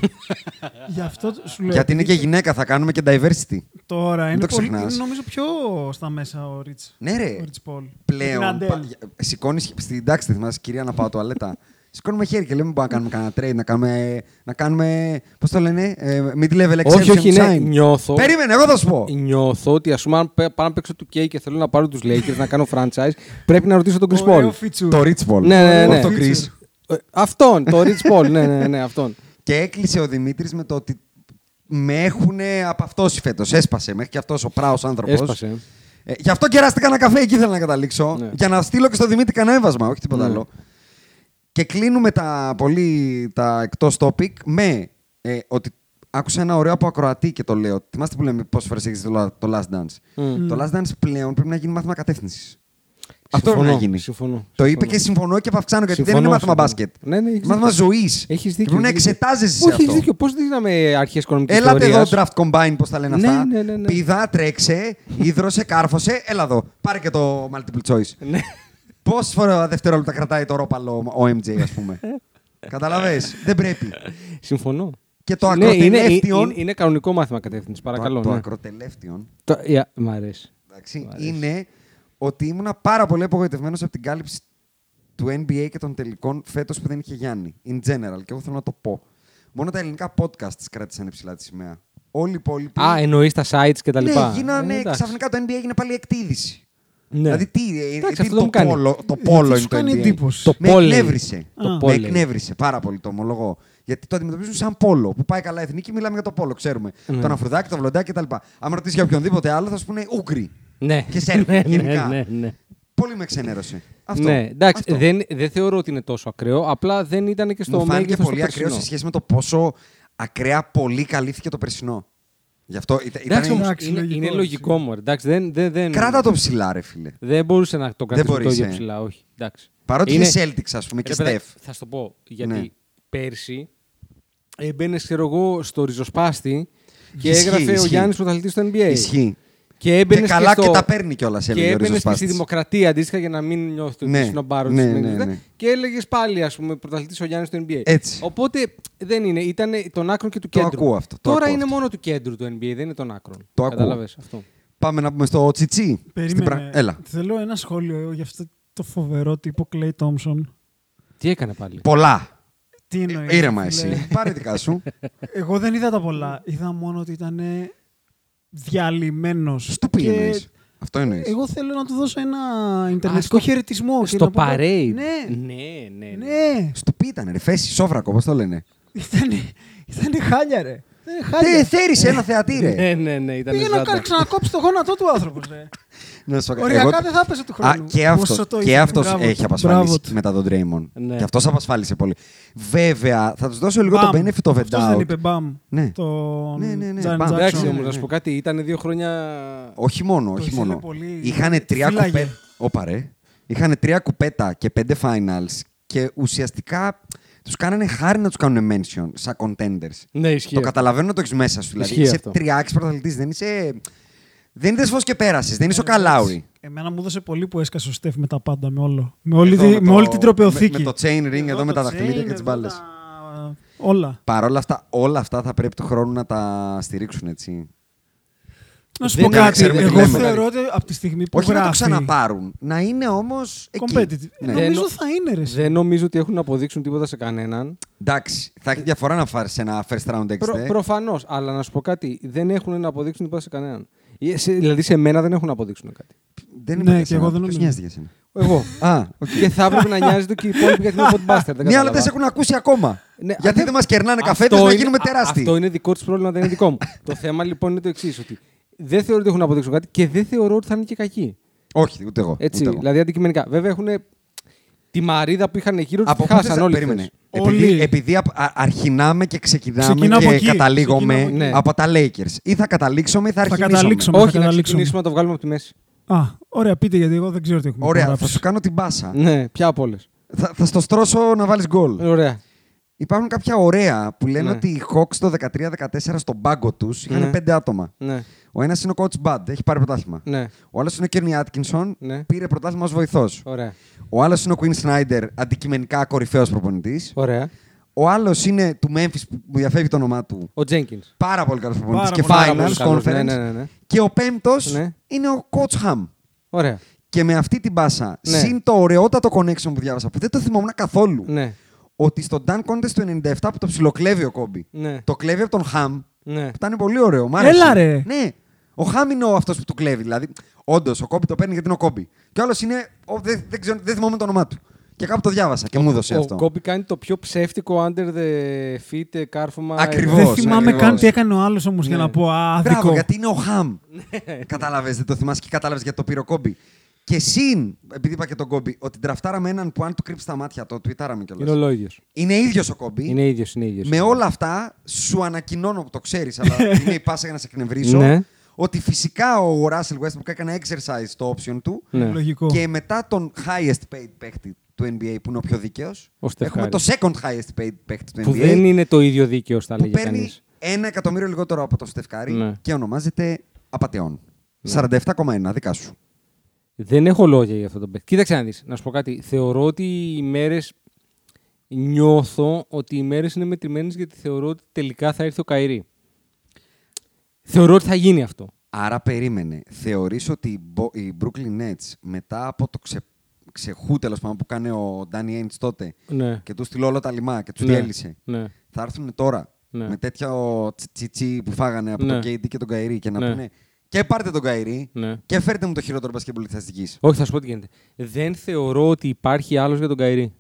Γι' αυτό το- Ναι. σου λέω. Γιατί είναι και γυναίκα, θα κάνουμε και diversity. Τώρα είναι, το πολύ, ξεχνάς. είναι νομίζω πιο στα μέσα ο Rich, Ναι, ρε. ο Rich Paul. Πλέον. Την Adele. πα- Σηκώνεις. Στην τάξη, τη θυμάσαι, κυρία, να πάω τουαλέτα. Σηκώνουμε χέρι και λέμε μπορούμε να κάνουμε κανένα trade, να κάνουμε. Να κάνουμε Πώς το λένε, ε, mid-level exception. Όχι, όχι, ναι, sign. νιώθω. Περίμενε, εγώ θα σου πω. Νιώθω ότι ας πούμε, αν πέ- πάω να παίξω του K και θέλω να πάρω τους Lakers να κάνω franchise, πρέπει να ρωτήσω τον Chris Ωραίο Paul. feature. Το Rich Paul. Ναι, ναι, ναι. Αυτό Chris. Ε, Αυτόν, το Rich Paul. ναι, ναι, ναι, αυτόν. Και έκλεισε ο Δημήτρης με το ότι με έχουν απαυτώσει φέτος. Έσπασε μέχρι και αυτός ο πράος άνθρωπος. Έσπασε. Ε, γι' αυτό κεράστηκα ένα καφέ, εκεί ήθελα να καταλήξω. Ναι. Για να στείλω και στο Δημήτρη κανένα έβασμα, όχι τίποτα Ναι. άλλο. Και κλείνουμε τα πολύ τα εκτός topic με ε, ότι άκουσα ένα ωραίο από ακροατή και το λέω. Θυμάστε που λέμε πόσες φορές έχεις δει το, la- το Last Mm. Dance. Το Last Dance πλέον πρέπει να γίνει μάθημα κατεύθυνσης. Αυτό πρέπει να Συμφωνώ, γίνει. συμφωνώ, το είπε συμφωνώ. και συμφωνώ και επαυξάνω γιατί δεν Συμφωνώ, είναι μάθημα συμφωνώ. μπάσκετ. Ναι, ναι, έχεις Είναι μάθημα δίκιο. ζωής. Έχεις δίκιο. Πρέπει να έχεις δίκιο. εξετάζεσαι σε Όχι, αυτό. έχεις δίκιο. Πώς δίναμε αρχές οικονομικής Έλατε εδώ, θεωρίας. draft combine, πώς τα λένε Ναι, αυτά. ναι, ναι, ναι. Πηδά, τρέξε, ίδρωσε, κάρφωσε. Έλα εδώ. Πάρε και το multiple choice. Ναι. Πόσε φορέ δευτερόλεπτα κρατάει το ρόπαλο ο MJ, ας πούμε. Καταλαβέ. Δεν πρέπει. Συμφωνώ. Και το Ναι, είναι, είναι, ακροτελεύτιον. είναι- είναι κανονικό μάθημα κατεύθυνσης. Παρακαλώ. Το, το ναι. ακροτελεύτιον Το- ε, Μ' αρέσει. εντάξει, Μ' αρέσει. είναι ότι ήμουν πάρα πολύ απογοητευμένος από την κάλυψη του NBA και των τελικών φέτος που δεν είχε Γιάννη. In general, και εγώ θέλω να το πω. Μόνο τα ελληνικά podcasts κράτησαν υψηλά τη σημαία. Όλοι οι υπόλοιποι. Α, εννοείς τα sites και τα λοιπά. Ναι, γίνανε, Ε, εντάξει. ξαφνικά το NBA έγινε πάλι εκτίδηση. Ναι. Δηλαδή τι, ε, Εντάξει, τι αυτό το, μου κάνει. πόλο, το πόλο σου είναι το κάνει NBA. εντύπωση. Το με πόλεϊ. εκνεύρισε. Το με πόλεϊ. εκνεύρισε πάρα πολύ, το ομολογώ. Γιατί το αντιμετωπίζουν σαν πόλο. Που πάει καλά η εθνική, μιλάμε για το πόλο, ξέρουμε. Ναι. Τον Αφρουδάκη, τον Βλοντάκη κτλ. Αν ρωτήσεις για οποιονδήποτε άλλο, θα σου πούνε Ούγγροι. Ναι. Και Σέρβοι, Ναι, ναι, γενικά. ναι, ναι. Πολύ με ξενέρωσε. Αυτό. Ναι, εντάξει, Αυτό. δεν, δεν θεωρώ ότι είναι τόσο ακραίο. Απλά δεν ήταν και στο Μου φάνηκε μέγεθος. πολύ ακραίο σε σχέση με το πόσο ακραία πολύ καλύφθηκε το περσινό. Γι' αυτό ήταν. Εντάξει, ήταν- όμως, Εντάξει, είναι, λογικό, είναι έτσι. λογικό μου. ρε. Εντάξει, δεν, δεν, δεν, Κράτα το ψηλά, ρε φίλε. δεν μπορούσε να το κρατήσει το μπορείς, ίδιο ε. ψηλά. Όχι. Εντάξει. Παρότι Είναι- είναι Celtics, ας πούμε, και Ρε παιδάκι, Steph. Θα σου το πω. Γιατί Ναι. πέρσι ε, μπαίνες, ξέρω εγώ, στο ριζοσπάστη και Ισχύει, έγραφε ο ισχύει. Γιάννης πρωταθλητής στο NBA. Ισχύει. Και, έμπαινες Και καλά στο... και τα παίρνει κιόλας, έλεγε Και ο έμπαινες και στη Ριζοσπάστης. Δημοκρατία αντίστοιχα για να μην νιώθεις ότι Ναι, είσαι ο μπάρο ναι, της ναι, συνέχεια. ναι. Και έλεγες πάλι, ας πούμε, πρωταθλητής ο Γιάννης στο NBA. Έτσι. Οπότε δεν είναι. Ήταν των άκρων και του Το κέντρου. ακούω αυτό, το Τώρα ακούω είναι αυτό. μόνο του κέντρου το NBA, δεν είναι των άκρων. Το ακούω. Καταλαβες αυτό. Πάμε να πούμε στο Τσιτσί. Στην Περίμενε. πρα- Έλα. Θέλω ένα σχόλιο για αυτό το φοβερό τύπο Clay Thompson. Τι έκανε πάλι. Πολλά. Τι εννοείς. Ε, Ήρεμα ρε φίλε. εσύ. Πάρε δικά σου. Εγώ δεν είδα τα πολλά. Mm. Είδα μόνο ότι ήταν διαλυμένος. Στο εννοείς. Αυτό εννοείς. Εγώ θέλω να του δώσω ένα ιντερνετικό Α, στο- χαιρετισμό. και Στο να πω- parade. Ναι, ναι, ναι. ναι. ναι. Στο πει ήταν, ρε. Φέση, σόφρακο, πώς το λένε. Ήτανε, ήτανε χάλια, ρε. Ήτανε χάλια. Τε, θέρισε ένα θεατή, ρε. Ναι, ναι, ναι, ήταν Πήγε να ζάντα. κάνει ξανακόψει το γόνατό του άνθρωπος, ρε. Να σου πω- Οριακά εγώ- δεν θα έπεσε του χρόνου. Α, και Πόσο αυτό το και ήθελε. αυτός Μπράβο έχει του. απασχολήσει Μπράβο του. μετά τον Draymond. Ναι. Και αυτός απασχόλησε πολύ. Βέβαια, θα τους δώσω λίγο το Μπαμ. benefit of the Αυτός δεν doubt. είπε μπαμ. Ναι. Τον Ναι, ναι, ναι, Janet μπαμ. Jackson. Εντάξει Ναι, όμως, ναι, να σου ναι. πω κάτι, ήταν δύο χρόνια. Όχι μόνο, Το όχι ήθελε μόνο. πολύ. Είχαν τρία Φύλαγε. κουπέτα. Όπα ρε. Είχαν τρία κουπέτα και πέντε finals και ουσιαστικά τους κάνανε χάρη να τους κάνουν mention σαν contenders. Ναι, ισχύει. Το καταλαβαίνω να το έχεις μέσα σου. Δηλαδή Ισχύει είσαι αυτό. τριάξι πρωταθλητής, δεν είσαι. Δεν είδες φως και πέρασες, δεν είσαι Ε, ο Καλάουρη. Εμένα μου έδωσε πολύ που έσκασε ο Στεφ με τα πάντα, με όλο. Με όλη, Εδώ τη- με με το- όλη την τροπεοθήκη. Με, με το chain ring εδώ, το με τα chain, δαχτυλίδια και τις εδώ μπάλες. τα- Όλα. Παρ' όλα αυτά, όλα αυτά θα πρέπει του χρόνου να τα στηρίξουν έτσι. Να σου Δεν πω πρέπει να κάτι. ξέρουμε τι Εγώ λέμε. θεωρώ ότι από τη στιγμή που Όχι να το γράφει... ξαναπάρουν. Να είναι όμως. Competitive. Ναι. Δεν νο- Νομίζω θα είναι, ρε. Δεν νομίζω ότι έχουν να αποδείξουν τίποτα σε κανέναν. Εντάξει, θα έχει διαφορά να φάρεις ένα first round exit. Προ, Προφανώς. Αλλά να σου πω κάτι, δεν έχουν να αποδείξουν τίποτα σε κανέναν. Ε, σε- δηλαδή σε μένα δεν έχουν να αποδείξουν κάτι. Δεν Ναι, είμαι και εγώ δεν Ποιος νομίζω. νοιάζεται για σένα. Εγώ. Α, οκ. και θα έπρεπε να νοιάζεται και οι υπόλοιποι γιατί είναι podbuster. Μία αλλά δεν σε έχουν ακούσει ακόμα. Ναι, Γιατί α, δεν μας κερνάνε αυτό καφέδε να είναι- γίνουμε α- τεράστιοι. Αυτό είναι δικό τους πρόβλημα, δεν είναι δικό μου. το θέμα λοιπόν είναι το εξής. Ότι δεν θεωρώ ότι έχουν να αποδείξουν κάτι και δεν θεωρώ ότι θα είναι και κακοί. Όχι, ούτε εγώ. Έτσι, ούτε εγώ. δηλαδή αντικειμενικά. Βέβαια έχουν τη μαρίδα που είχαν γύρω τους. Από τη πότε χάσαν θα όλοι. περίμενε. χθες. Επειδή, Όλοι. επειδή απ- α- αρχινάμε και ξεκινάμε Ξεκινάω και από εκεί. καταλήγουμε Ξεκινάω από εκεί. από τα Lakers. Ή θα καταλήξουμε ή θα αρχίσουμε. καταλήξουμε. Όχι, θα να καταλήξουμε. ξεκινήσουμε να το βγάλουμε από τη μέση. Α, ωραία, πείτε γιατί εγώ δεν ξέρω τι έχουμε Ωραία, θα υπογράψει. σου κάνω την μπάσα. Ναι, πια από όλες. Θα, θα στο στρώσω να βάλεις γκολ. Ωραία. Υπάρχουν κάποια ωραία που λένε Ε. Ναι. ότι οι Hawks το 13-14 στον πάγκο τους είχαν Ναι. πέντε άτομα. Ναι, Ο ένας είναι ο Coach Bud, έχει πάρει πρωτάθλημα. ναι, Ο άλλος είναι ο Κέρνι Άτκινσον, Ναι. πήρε πρωτάθλημα ως βοηθός. ωραία. Ο άλλος είναι ο Quinn Snyder, αντικειμενικά κορυφαίος προπονητής. Ωραία. Ο άλλος είναι του Memphis που μου διαφεύγει το όνομά του. Ο Jenkins. Πάρα πολύ καλός προπονητής Πάρα και πολύ, πάρα finals πολύ καλός. conference. Ναι, ναι, ναι, ναι. Και ο πέμπτος Ναι. είναι ο Coach Ham. Ωραία. Και με αυτή την πάσα, Ναι. συν το ωραιότατο connection που διάβασα, που δεν το θυμόμουν καθόλου, Ναι, ότι στο Dan Contest του 97 που το ψιλοκλέβει ο Κόμπι, Ναι. το κλέβει από τον Χαμ, ναι. που ήταν πολύ ωραίο. Μ' άρεσε. Έλα, ρε. Ναι. Ο Χαμ είναι αυτός που του κλέβει. Δηλαδή, όντως, ο Κόμπι το παίρνει γιατί είναι ο Κόμπι. Και ο άλλος είναι. ο- δεν, δεν, ξέρω, δεν θυμόμαι το όνομά του. Και κάπου το διάβασα και μου έδωσε Ο αυτό. Κόμπι κάνει το πιο ψεύτικο under the feet κάρφωμα. ε, Ακριβώς. Δεν Ακριβώς. θυμάμαι καν τι έκανε ο άλλος όμως Ναι. για να πω α, άδικο. Μπράβο, γιατί είναι ο Χαμ. Κατάλαβες, δεν το θυμάσαι και κατάλαβες γιατί το πήρε ο Κόμπι. Και συν, επειδή είπα και τον Κόμπι, ότι τραφτάραμε έναν που αν του κρύψει τα μάτια το τουιτάραμε κιόλας. Είναι ολόγιος. Είναι ίδιος ο Κόμπι. Είναι ίδιος, είναι ίδιος. ε. Με όλα αυτά, σου ανακοινώνω που το ξέρεις, αλλά είναι η πάσα για να σε εκνευρίσω. Ναι. Ότι φυσικά ο Ράσελ Westbrook έκανε exercise το option του. Ναι. Λογικό. Και μετά τον highest paid παίχτη του NBA που είναι ο πιο δίκαιος. Ο Steph Έχουμε Curry. το second highest paid παίχτη του Που NBA. δεν είναι το ίδιο δίκαιο, θα που λέγει παίρνει κανείς. ένα εκατομμύριο λιγότερο από τον Στεφκάρη Ναι. και ονομάζεται Απαταιών. 47,1, δικά σου. Δεν έχω λόγια για αυτό το παίκτη. Κοίταξε να δεις, να σου πω κάτι. Θεωρώ ότι οι μέρες. Νιώθω ότι οι μέρες είναι μετρημένες γιατί θεωρώ ότι τελικά θα έρθει ο Καϊρή. Θεωρώ ότι θα γίνει αυτό. Άρα περίμενε. Θεωρείς ότι οι Bo- οι Brooklyn Nets μετά από το ξε... ξεχού τέλος πάντων που κάνει ο Danny Ainge τότε Ναι. και του στείλω όλα τα λιμά και τους Ναι. διέλυσε. Ναι. Θα έρθουν τώρα Ναι. με τέτοιο τσιτσί που φάγανε από τον Ναι. KD και τον Καϊρή και να Ναι. πούνε και πάρτε τον Καϊρή Ναι. και φέρτε μου το χειρότερο μπασκεμπολίτη της Αττικής». Όχι, θα σου πω τι γίνεται. Δεν θεωρώ ότι υπάρχει άλλος για τον Καϊρή.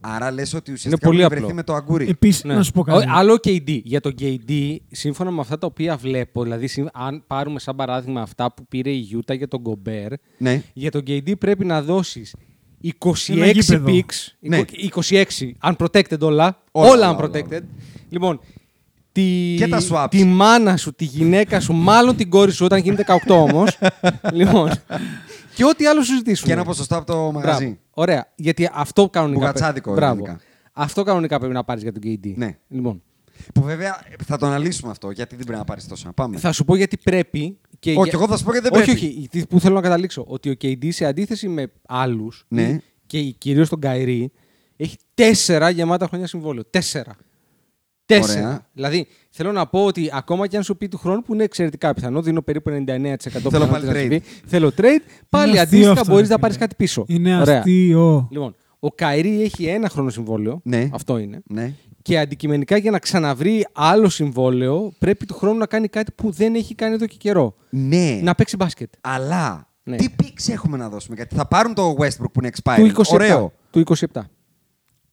Άρα λες ότι Είναι ουσιαστικά πολύ έχουν απλό. βρεθεί με το αγκούρι. Επίση, να σου πω κάτι. Ο- Ναι. Άλλο KD. Για το KD, σύμφωνα με αυτά τα οποία βλέπω, δηλαδή σύμ- αν πάρουμε σαν παράδειγμα αυτά που πήρε η Utah για τον Gobert, Ναι. για τον KD πρέπει να δώσεις 26 Ένα γήπεδο. picks, Ναι. 26 unprotected όλα, Όλα, όλα, όλα, unprotected. όλα. Λοιπόν, τη, Και τα swaps. τη μάνα σου, τη γυναίκα σου, μάλλον την κόρη σου όταν γίνει 18 όμως. λοιπόν, και ό,τι άλλο συζητήσουμε. Και ένα ποσοστό από το Μπράβο. μαγαζί. Ωραία. Γιατί αυτό κανονικά. Μπουγατσάδικο, Μπράβο. ελληνικά. Αυτό κανονικά πρέπει να πάρεις για τον KD. Ναι. Λοιπόν, Που βέβαια θα το αναλύσουμε αυτό γιατί δεν πρέπει να πάρεις τόσα. Πάμε. θα σου πω γιατί πρέπει. Και Ναι. Όχι, εγώ θα σου πω γιατί δεν όχι, πρέπει. Όχι, όχι. Πού θέλω να καταλήξω. Ότι ο KD σε αντίθεση με άλλους Ναι. και κυρίως τον Καϊρή έχει τέσσερα γεμάτα χρόνια συμβόλαιο. Τέσσερα. Τέσσερα. Ωραία. Δηλαδή θέλω να πω ότι ακόμα και αν σου πει του χρόνου που είναι εξαιρετικά πιθανό, δίνω περίπου 99% πιθανότητα πάλι να trade. συμβεί, Θέλω trade, πάλι αστείο αντίστοιχα αυτό, μπορείς ρε να φίλε. πάρεις κάτι πίσω. Είναι Ωραία. αστείο. Λοιπόν, ο Καϊρή έχει ένα χρόνο συμβόλαιο. Ναι. Αυτό είναι. Ναι. Και αντικειμενικά για να ξαναβρει άλλο συμβόλαιο, πρέπει του χρόνου να κάνει κάτι που δεν έχει κάνει εδώ και καιρό. Ναι. Να παίξει μπάσκετ. Αλλά Ναι. τι πίξ έχουμε να δώσουμε. Γιατί θα πάρουν το Westbrook που είναι expired. Του 27. Ωραίο. Του 27.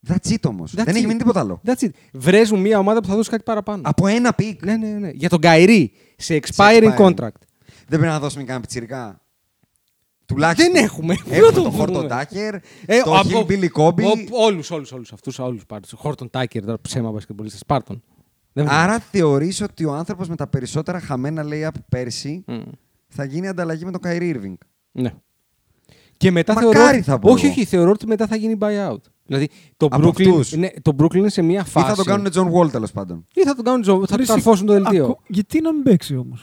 That's it όμως. That's Δεν έχει it. μείνει τίποτα άλλο. That's it. Βρέζουν μια ομάδα που θα δώσει κάτι παραπάνω. Από ένα πικ. Ναι, ναι, ναι. Για τον Καϊρή. Σε expiring. expiring contract. Δεν πρέπει να δώσουμε κανένα πιτσιρικά. Τουλάχιστον. Δεν έχουμε. Ε, Πού Έχουμε να τον το Χόρτον βρούμε. Τάκερ, τον Hillbilly Κόμπι. Όλους, όλους, όλους αυτούς. Όλους πάρτε. Χόρτον Τάκερ, τώρα ψέμα μπασκετμπολίστα. Πάρτον. Δεν βρούμε. Άρα θεωρείς ότι ο άνθρωπος με τα περισσότερα χαμένα λέει από πέρσι Μμ. θα γίνει ανταλλαγή με τον Καϊρή Irving. Ναι. Και μετά Μακάρι θεωρώ. ότι- θα πω όχι, εγώ. όχι, θεωρώ ότι μετά θα γίνει buyout. Δηλαδή το Από Brooklyn, αυτούς. ναι, το Brooklyn είναι σε μια Ή φάση. θα τον κάνουν John Wall τέλος πάντων. Ή θα τον κάνουν ζω- θα του Χρήση- καρφώσουν το δελτίο Ακού- Γιατί να μην παίξει όμως.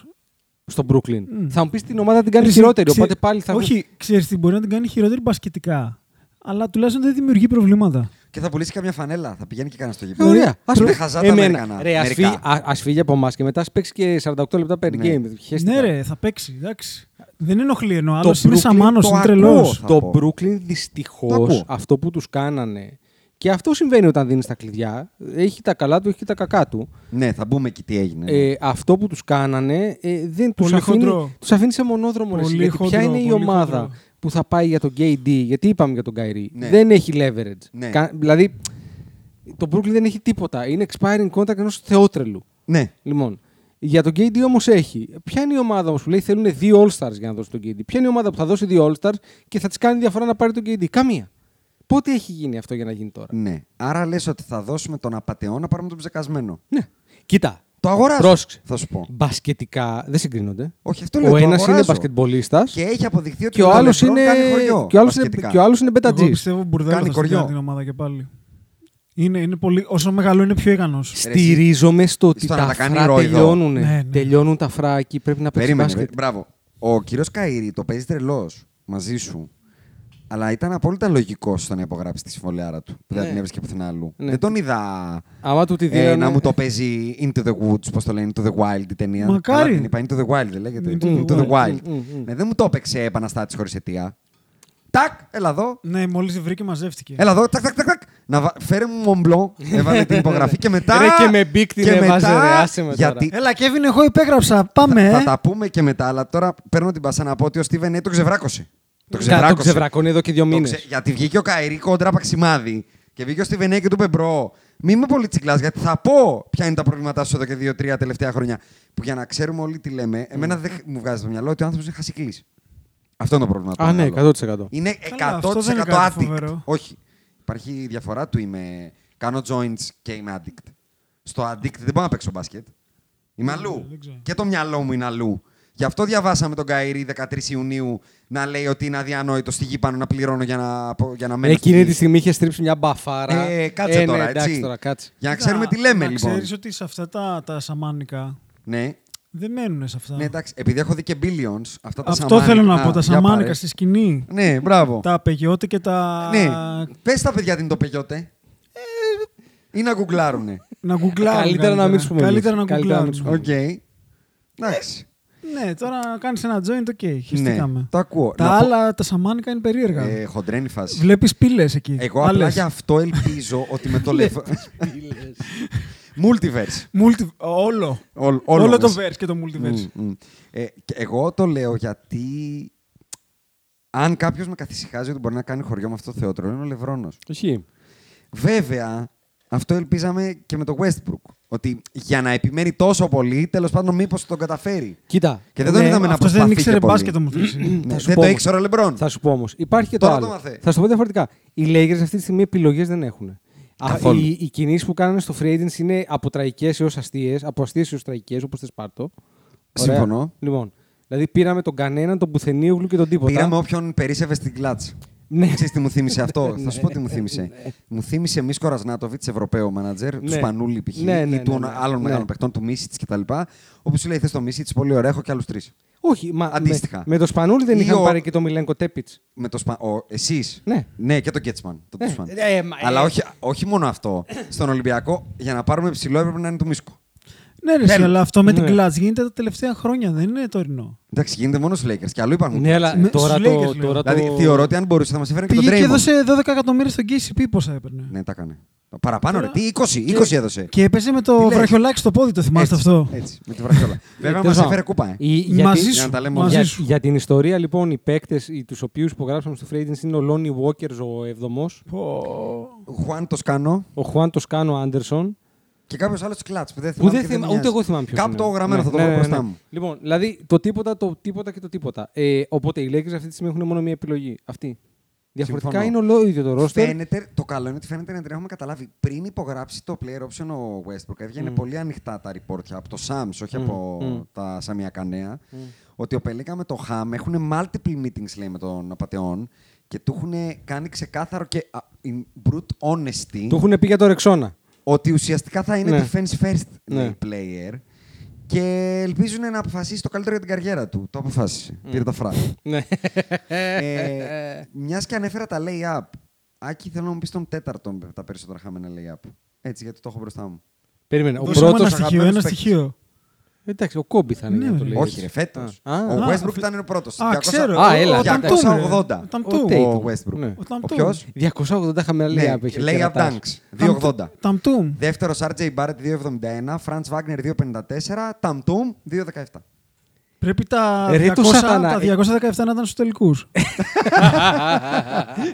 στο Brooklyn. Θα μου πεις την ομάδα την κάνει χειρότερη. Οπότε πάλι θα βγουν- Όχι, ξέρεις τι μπορεί να την κάνει χειρότερη μπασκετικά. Αλλά τουλάχιστον δεν δημιουργεί προβλήματα. Και θα πουλήσει καμιά φανέλα. Θα πηγαίνει και κανένα στο Ε, γήπεδο. Ωραία. Ας πούμε χαζά τα Αμερικανά. Ρε, ας, φύγει, Μερικά. α- ας φύγει από εμάς και μετά ας παίξει και 48 λεπτά per Ναι. game. Χαίστηκα. Ναι, ρε, θα παίξει. Εντάξει. Δεν ενοχλεί ενώ. Άλλο είναι Brooklyn σαμάνο, το είναι ακούω. τρελός. θα πω. Το Brooklyn Το δυστυχώ ακούω. αυτό που τους κάνανε. Και αυτό συμβαίνει όταν δίνεις τα κλειδιά. Έχει τα καλά του, έχει και τα κακά του. Ναι, θα μπούμε εκεί τι έγινε. ε, αυτό που τους κάνανε ε, δεν τους Ναι. Πολύ αφήνει, χοντρό. τους αφήνει σε μονόδρομο. ρε, Πολύ γιατί ποια χοντρό, είναι η πολύ ομάδα χοντρό. που θα πάει για τον KD, γιατί είπαμε για τον Καϊρή. Ναι. Δεν έχει leverage. Ναι. Κα- δηλαδή, το Brooklyn δεν έχει τίποτα. Είναι expiring contract ενός θεότρελου. Ναι. Λοιπόν, για τον KD όμως έχει. Ποια είναι η ομάδα όμως που λέει θέλουν δύο All-Stars για να δώσει τον KD. Ποια είναι η ομάδα που θα δώσει δύο All-Stars και θα της κάνει διαφορά να πάρει τον KD. Καμία. Πότε έχει γίνει αυτό για να γίνει τώρα. Ναι. Άρα λες ότι θα δώσουμε τον απαταιώνα, πάρουμε τον ψεκασμένο. Ναι. Κοίτα, Το αγοράζω. Πρόσεξε. Θα σου πω. Μπασκετικά δεν συγκρίνονται. Λοιπόν. Όχι, αυτό λέω. Ο το ένας αγοράζω. είναι μπασκετμπολίστας Και έχει αποδειχθεί ότι και ο ο άλλο Λεμπρόν είναι. κάνει χωριό. Και ο άλλος είναι, μπασκετικά. και ο άλλος είναι Εγώ μπετατζής. πιστεύω μπουρδέλο Κάνει θα στην χωριό. την ομάδα και πάλι. Είναι, είναι πολύ, όσο μεγαλό είναι πιο ικανός. Στηρίζομαι στο ότι Στο να τα τα κάνει φρά ρόιδο. τελειώνουν. Ναι, ναι. Τελειώνουν τα φρά εκεί, πρέπει να παίξει Περίμενε. μπάσκετ. Μπράβο. Ο κύριος Καΐρη το παίζει τρελός μαζί σου. Αλλά ήταν απόλυτα λογικό στο να υπογράψει τη συμβολιάρα του. που Δεν την έβρισκε πουθενά αλλού. Ναι. Δεν τον είδα Άμα του τη ε, δίνανε- να μου το παίζει Into the Woods, πώς το λένε, Into the Wild η ταινία. Μακάρι. Καλά την είπα, Into the Wild δεν λέγεται. Into the Into the Wild. Wild. Mm, Ναι, δεν μου το έπαιξε επαναστάτης χωρίς αιτία. Τάκ, έλα εδώ. Ναι, μόλις τη βρήκε μαζεύτηκε. Έλα εδώ, τάκ, τάκ, τάκ, τάκ. Να βα... Φέρε μου Μομπλό, έβαλε την υπογραφή και μετά. Ναι, Ρε, και με Μπικ την και έβαζε, μετά- ρε, άσε με τώρα. Γιατί Έλα, Κέβιν, εγώ υπέγραψα. Πάμε. θα ε. τα πούμε και μετά, αλλά τώρα παίρνω την πάσα να πω ότι ο Στίβεν Νέι το ξεβράκωσε. Το Κα- Το ξεβράκωσε. ξεβρακώνει εδώ και δύο Το μήνε. ξε- Γιατί βγήκε ο Καηρή κόντρα παξιμάδι και βγήκε ο Στίβεν Νέι και του είπε μπρο. Μη με πολύ τσιγκλάς, γιατί θα πω ποια είναι τα προβλήματά σου εδώ και δύο-τρία τελευταία χρόνια. Που για να ξέρουμε όλοι τι λέμε, εμένα δεν χ- μου βγάζει το μυαλό ότι ο άνθρωπος είναι χασικλής. Αυτό είναι το πρόβλημα. του Α, ναι, μεγάλο. 100%. Είναι 100% Καλά, αυτό δεν είναι κάτι addict. φοβερό. Όχι. Υπάρχει η διαφορά του είμαι. Κάνω joints και είμαι addict. Στο addict δεν μπορώ να παίξω μπάσκετ. Είμαι αλλού. Ναι, δεν ξέρω. Και το μυαλό μου είναι αλλού. Γι' αυτό διαβάσαμε τον Καηρή 13 Ιουνίου να λέει ότι είναι αδιανόητο στη γη πάνω να πληρώνω για να, για να μένω. στη Εκείνη γη. Ε, τη στιγμή είχε στρίψει μια μπαφάρα. Ε, κάτσε ναι, τώρα, εντάξει, έτσι. τώρα, κάτσε. Για να ξέρουμε τι λέμε να λοιπόν. Ξέρεις ότι σε αυτά τα, τα σαμάνικα Ναι. δεν μένουν σε αυτά. ναι, εντάξει. Επειδή έχω δει και Billions, αυτά τα Αυτό σαμάνικα- θέλω να πω. Α, Τα για πάρε. σαμάνικα στη σκηνή. Ναι, μπράβο. Τα απεγιώτε και τα. Ναι. Πες τα παιδιά τι είναι το πεγιώτε. Ε, Ή να γκουγκλάρουνε. Να γκουγκλάρουν. Καλύτερα να μην σου πούμε Καλύτερα να εμείς. Καλύτερα να μην σου γκουγκλάρουν. πούμε. Οκ. Εντάξει. Ναι, τώρα κάνεις ένα joint, οκ. χεστήκαμε. Ναι, το ακούω. Τα Να πω- άλλα, τα σαμάνικα είναι περίεργα. Ε, χοντρένη φάση. Βλέπεις πύλες εκεί. Εγώ απλά για αυτό ελπίζω ότι με το λεφό. Multiverse. Multi... Όλο. Όλο, Όλο, όλο το μας. verse και το multiverse. Μμ, μμ. Ε, και εγώ το λέω γιατί αν κάποιος με καθησυχάζει ότι μπορεί να κάνει χωριό με αυτό το θεότρο, είναι ο Λευρόνος. Ισχύει. Βέβαια, αυτό ελπίζαμε και με το Westbrook. Ότι για να επιμένει τόσο πολύ, τέλος πάντων, μήπως τον καταφέρει. Κοίτα, Και δεν τον Ναι, είδαμε να αυτός προσπαθεί. δεν και ήξερε πολύ. μπάσκετ μου θύμισε. Ναι, Θα σου δεν πω το όμως. ήξερε ο Λεμπρόν. Θα σου πω όμως. Υπάρχει και το Τώρα άλλο. το μάθε. θα σου πω διαφορετικά. Οι Lakers αυτή τη στιγμή επιλογές δεν έχουν. Α, Καθόλου. Οι, οι κινήσεις που κάνανε στο free agents είναι από τραγικέ έως αστείες, από αστείες έως τραγικέ, όπως θες πάρτο. Ωραία. Συμφωνώ. Λοιπόν, δηλαδή πήραμε τον κανέναν, τον πουθενίουγλου και τον τίποτα. Πήραμε όποιον περίσευε στην κλατ. Ναι. Ξέρεις τι μου θύμισε αυτό. Θα σου πω τι μου θύμισε. μου θύμισε Μίσκο Ρασνάτοβιτ, Ευρωπαίο μάνατζερ, του Ναι. Σπανούλη π.χ. Ναι, ναι, ή του ναι, ναι. άλλων Ναι. μεγάλων παιχτών, του Μίσιτ κτλ. Όπου σου λέει θες το Μίσιτ, πολύ ωραίο, έχω και άλλους τρεις. Όχι, μα, Αντίστοιχα. Με, με το Σπανούλη δεν Ή είχαν ο- πάρει και το Μιλένκο Τέπιτ. Με το σπα... ο... Εσείς. Ναι. και τον Κέτσμαν. Το Ναι. Κέτσμαν. Ε, μα, ε. Αλλά όχι, όχι μόνο αυτό. Στον Ολυμπιακό, για να πάρουμε ψηλό, έπρεπε να είναι του Μίσκο. ναι, ρε, εσύ, Τέλος. αλλά αυτό με την Ναι. κλατ γίνεται τα τελευταία χρόνια, δεν είναι τωρινό. Εντάξει, γίνεται μόνο στους Lakers και αλλού υπάρχουν. Ναι, αλλά Με- τώρα στους Lakers, το. λέω. Τώρα Δηλαδή, το... θεωρώ ότι αν μπορούσε θα μας έφερε και τον Πήγε και Draymond. έδωσε 12 εκατομμύρια στον KCP πόσα έπαιρνε. Ναι, τα έκανε. Παραπάνω, ρε. Τι, 20, 20 έδωσε. Και έπαιζε με Τι το λες? βραχιολάκι στο πόδι, το θυμάστε έτσι, αυτό. Έτσι, με τη βραχιόλα. Βέβαια, Τέλος μα πάντων. έφερε κούπα. Ε. Η- γιατί- Μαζί Για σου. να τα λέμε μαζί για, σου. για την ιστορία, λοιπόν, οι παίκτες, τους οποίους υπογράψαμε στο Free Agents είναι ο Lonnie Walker ο 7ο, Χουάν Τοσκάνο ο Χουάν Τοσκάνο Άντερσον. και κάποιος άλλος κλατ που δεν Που θυμάμαι. δεν και θυμά, μοιάζει. ούτε εγώ θυμάμαι Ναι, ποιος. Κάπου το γραμμένο θα το βρω μπροστά μου. Λοιπόν, δηλαδή το τίποτα, το τίποτα και το τίποτα. Ε, οπότε οι Lakers αυτή τη στιγμή έχουν μόνο μία επιλογή. Αυτή. Διαφορετικά Συμφωνώ. είναι ολόιδιο το ρόστερ. Φαίνεται, το καλό είναι ότι φαίνεται να την έχουμε καταλάβει. Πριν υπογράψει το player option ο Westbrook, Mm. έβγαινε πολύ ανοιχτά τα ρηπόρτια από το Sams, όχι από τα Σαμιακά Mm. Νέα, ότι ο Πελίκα με το Ham έχουν multiple meetings λέει, με τον Απατεών και του έχουν κάνει ξεκάθαρο και α, in brute honesty. Του έχουν πει για το Ρεξόνα. ότι ουσιαστικά θα είναι Ναι. defense first Ναι. λέει, player και ελπίζουν να αποφασίσει το καλύτερο για την καριέρα του. Το αποφάσισε. Mm. Πήρε τα φράγκα. Ναι. ε, Μιας και ανέφερα τα lay-up. Άκη, θέλω να μου πεις τον τέταρτον τα περισσότερα χαμένα lay-up. Έτσι, γιατί το έχω μπροστά μου. Περίμενε. Ο Δώσε μου πρώτο. ένα στοιχείο, ένα αγαπημένος στοιχείο. Εντάξει, ο Κόμπι θα είναι. Ναι, για να το ρε. λέει Όχι, έτσι. ρε, φέτος. Α, α, Ο α, Westbrook φε- ήταν ο πρώτος. Α, ξέρω. Α, έλα, ο εντάξει. Ταμτούμ, ρε. 280. Ο Ταμτούμ. Ο Τέιτουμ. Ο Westbrook. Ναι. Ο Ταμτούμ. Ο ποιο. 280 χαμένα Ναι, λέει απ' έχει ο Lay-up κερατάς. dunks. 280. Ταμτούμ. Δεύτερο RJ Barrett 2,71. Franz Wagner 2,54. Tamtum 2,17. Πρέπει τα, Ε, ρε, το 200, σατανά. τα 217 να ήταν στους τελικούς.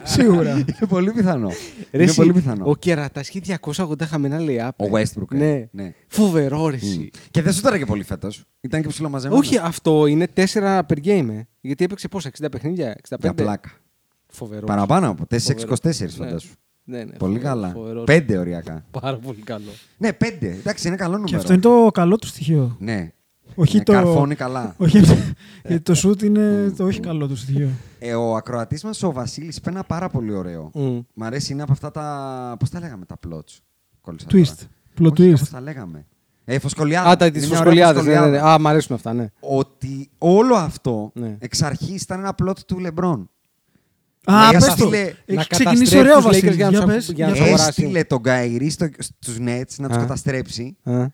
Σίγουρα. Είναι πολύ πιθανό. Ρε, Είναι εσύ, πολύ πιθανό. Ο κερατάς έχει 280 χαμένα λέει απ'. Ο Westbrook, ε. Ναι. Ναι. Φοβερό ρε, εσύ. Και δεν σου και πολύ φέτος. Ήταν και ψηλό μαζεμένο. Όχι, αυτό είναι 4 per game. ε. Γιατί έπαιξε πόσα, 60 παιχνίδια, 65. Για πλάκα. Φοβερό. Παραπάνω από 4-6-24 Φοβερό. Ναι. φαντάσου. Ναι, ναι, Πολύ φοβερό, καλά. φοβερό. Πέντε οριακά. Πάρα πολύ καλό. Ναι, πέντε. Εντάξει, είναι καλό νούμερο. Και αυτό είναι το καλό του στοιχείο. Ναι. Όχι Ναι, το... Καρφώνει καλά. Όχι, γιατί το σουτ είναι το όχι καλό του στοιχείο. Ε, ο ακροατής μας, ο Βασίλης, είπε ένα πάρα πολύ ωραίο. Μμ. Μ' αρέσει, είναι από αυτά τα. Πώς τα λέγαμε, τα plots. Κόλλησα Twist. τώρα. Plot Όχι, twist. κάπως τα λέγαμε. Ε, φωσκολιάδες. Α, τα τη Είναι μια ωραία φωσκολιάδες. Ναι, ναι, ναι. φωσκολιάδα. Α, μ' αρέσουν αυτά, ναι. Ότι όλο αυτό Ναι. εξ αρχής ήταν ένα plot του Λεμπρόν. Α, Να πες έστειλε- το. να Έχει ξεκινήσει καταστρέψει ωραίο, τους Lakers Βασίλη. για Για, να τους πες, απο- για να πες. τους αγοράσει. Έστειλε τον Καϊρή στο, στους Nets να τους Α. καταστρέψει. Α,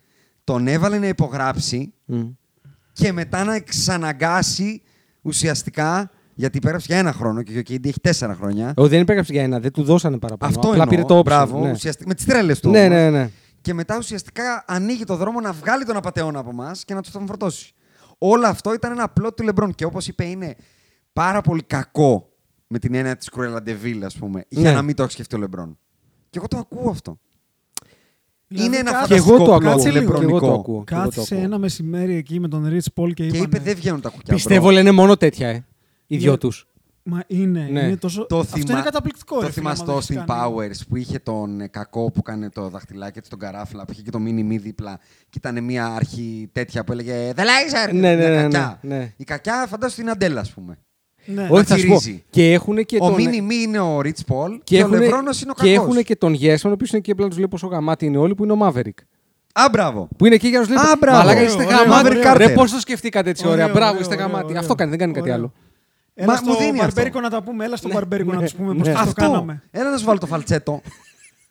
Τον έβαλε να υπογράψει μ. και μετά να εξαναγκάσει ουσιαστικά. Γιατί υπέγραψε για ένα χρόνο και ο KD έχει τέσσερα χρόνια. Ο, δεν υπέγραψε για ένα, δεν του δώσανε παραπάνω. Αυτό Απλά εννοώ. πήρε το option, Μπράβο, ναι. ουσιαστικά, με τις τρέλες του. Ναι, όμως. ναι, ναι. Και μετά ουσιαστικά ανοίγει το δρόμο να βγάλει τον απαταιώνα από εμάς και να τους τον φορτώσει. Όλο αυτό ήταν ένα απλό του Λεμπρόν. Και όπως είπε, είναι πάρα πολύ κακό με την έννοια της Κρουελαντεβίλ, ας πούμε, για Ναι. να μην το έχει σκεφτεί ο Λεμπρόν. Και εγώ το ακούω αυτό. Δηλαδή, είναι ένα κάτσε- Και φανταστικό εγώ το πλότο ακούω. κάτσε Και λίγο. εγώ το λεμπρονικό. ακούω. και εγώ το Κάθισε ακούω. ένα μεσημέρι εκεί με τον Ριτ Πολ και, Και είπανε, είπε, δεν βγαίνουν τα κουκιά. Πιστεύω bro. λένε μόνο τέτοια, ε. Οι δυο Ναι. τους. Μα είναι, Ναι. είναι τόσο. Το Αυτό θυμα- είναι καταπληκτικό. Το ρε φίλε, άμα θυμάστε το έχεις Austin κάνει. Powers που είχε τον ε, κακό που έκανε το δαχτυλάκι του, τον καράφλα, που είχε και το μίνι μη δίπλα. Και ήταν μια αρχή τέτοια που έλεγε The Laser! Ναι, ναι, Μια ναι, κακιά. ναι, ναι. Η κακιά φαντάζομαι είναι αντέλα, ας πούμε. Ναι. Όχι, θα σου πω. τσιρίζει. Και έχουν και ο τον. μίνι μη είναι ο Rich Paul και, ο έχουνε- Λευρόνο είναι ο κακό. και έχουν και τον Γέσμαν, ο οποίος είναι εκεί απλά τους λέει πόσο γαμάτι είναι όλοι, που είναι ο Μaverick. Α, μπράβο. Που είναι εκεί για να τους λέει. Α, μπράβο. Μαλάκα Ωραίο, είστε ωραίο, γαμάτι. ωραίο. Ρε, πώς το σκεφτήκατε έτσι, ωραία. Ωραίο, Μπράβο, ωραίο, είστε ωραίο, γαμάτι. ωραίο. Αυτό κάνει, δεν κάνει κάτι Ωραίο. άλλο. Μα Έλα μου στο δίνει αυτό. Μπαρμπέρικο να τα πούμε, έλα στο Μπαρμπέρικο να ναι, του πούμε ναι. πώ το Αυτό. κάναμε. Έλα να σου βάλω το φαλτσέτο.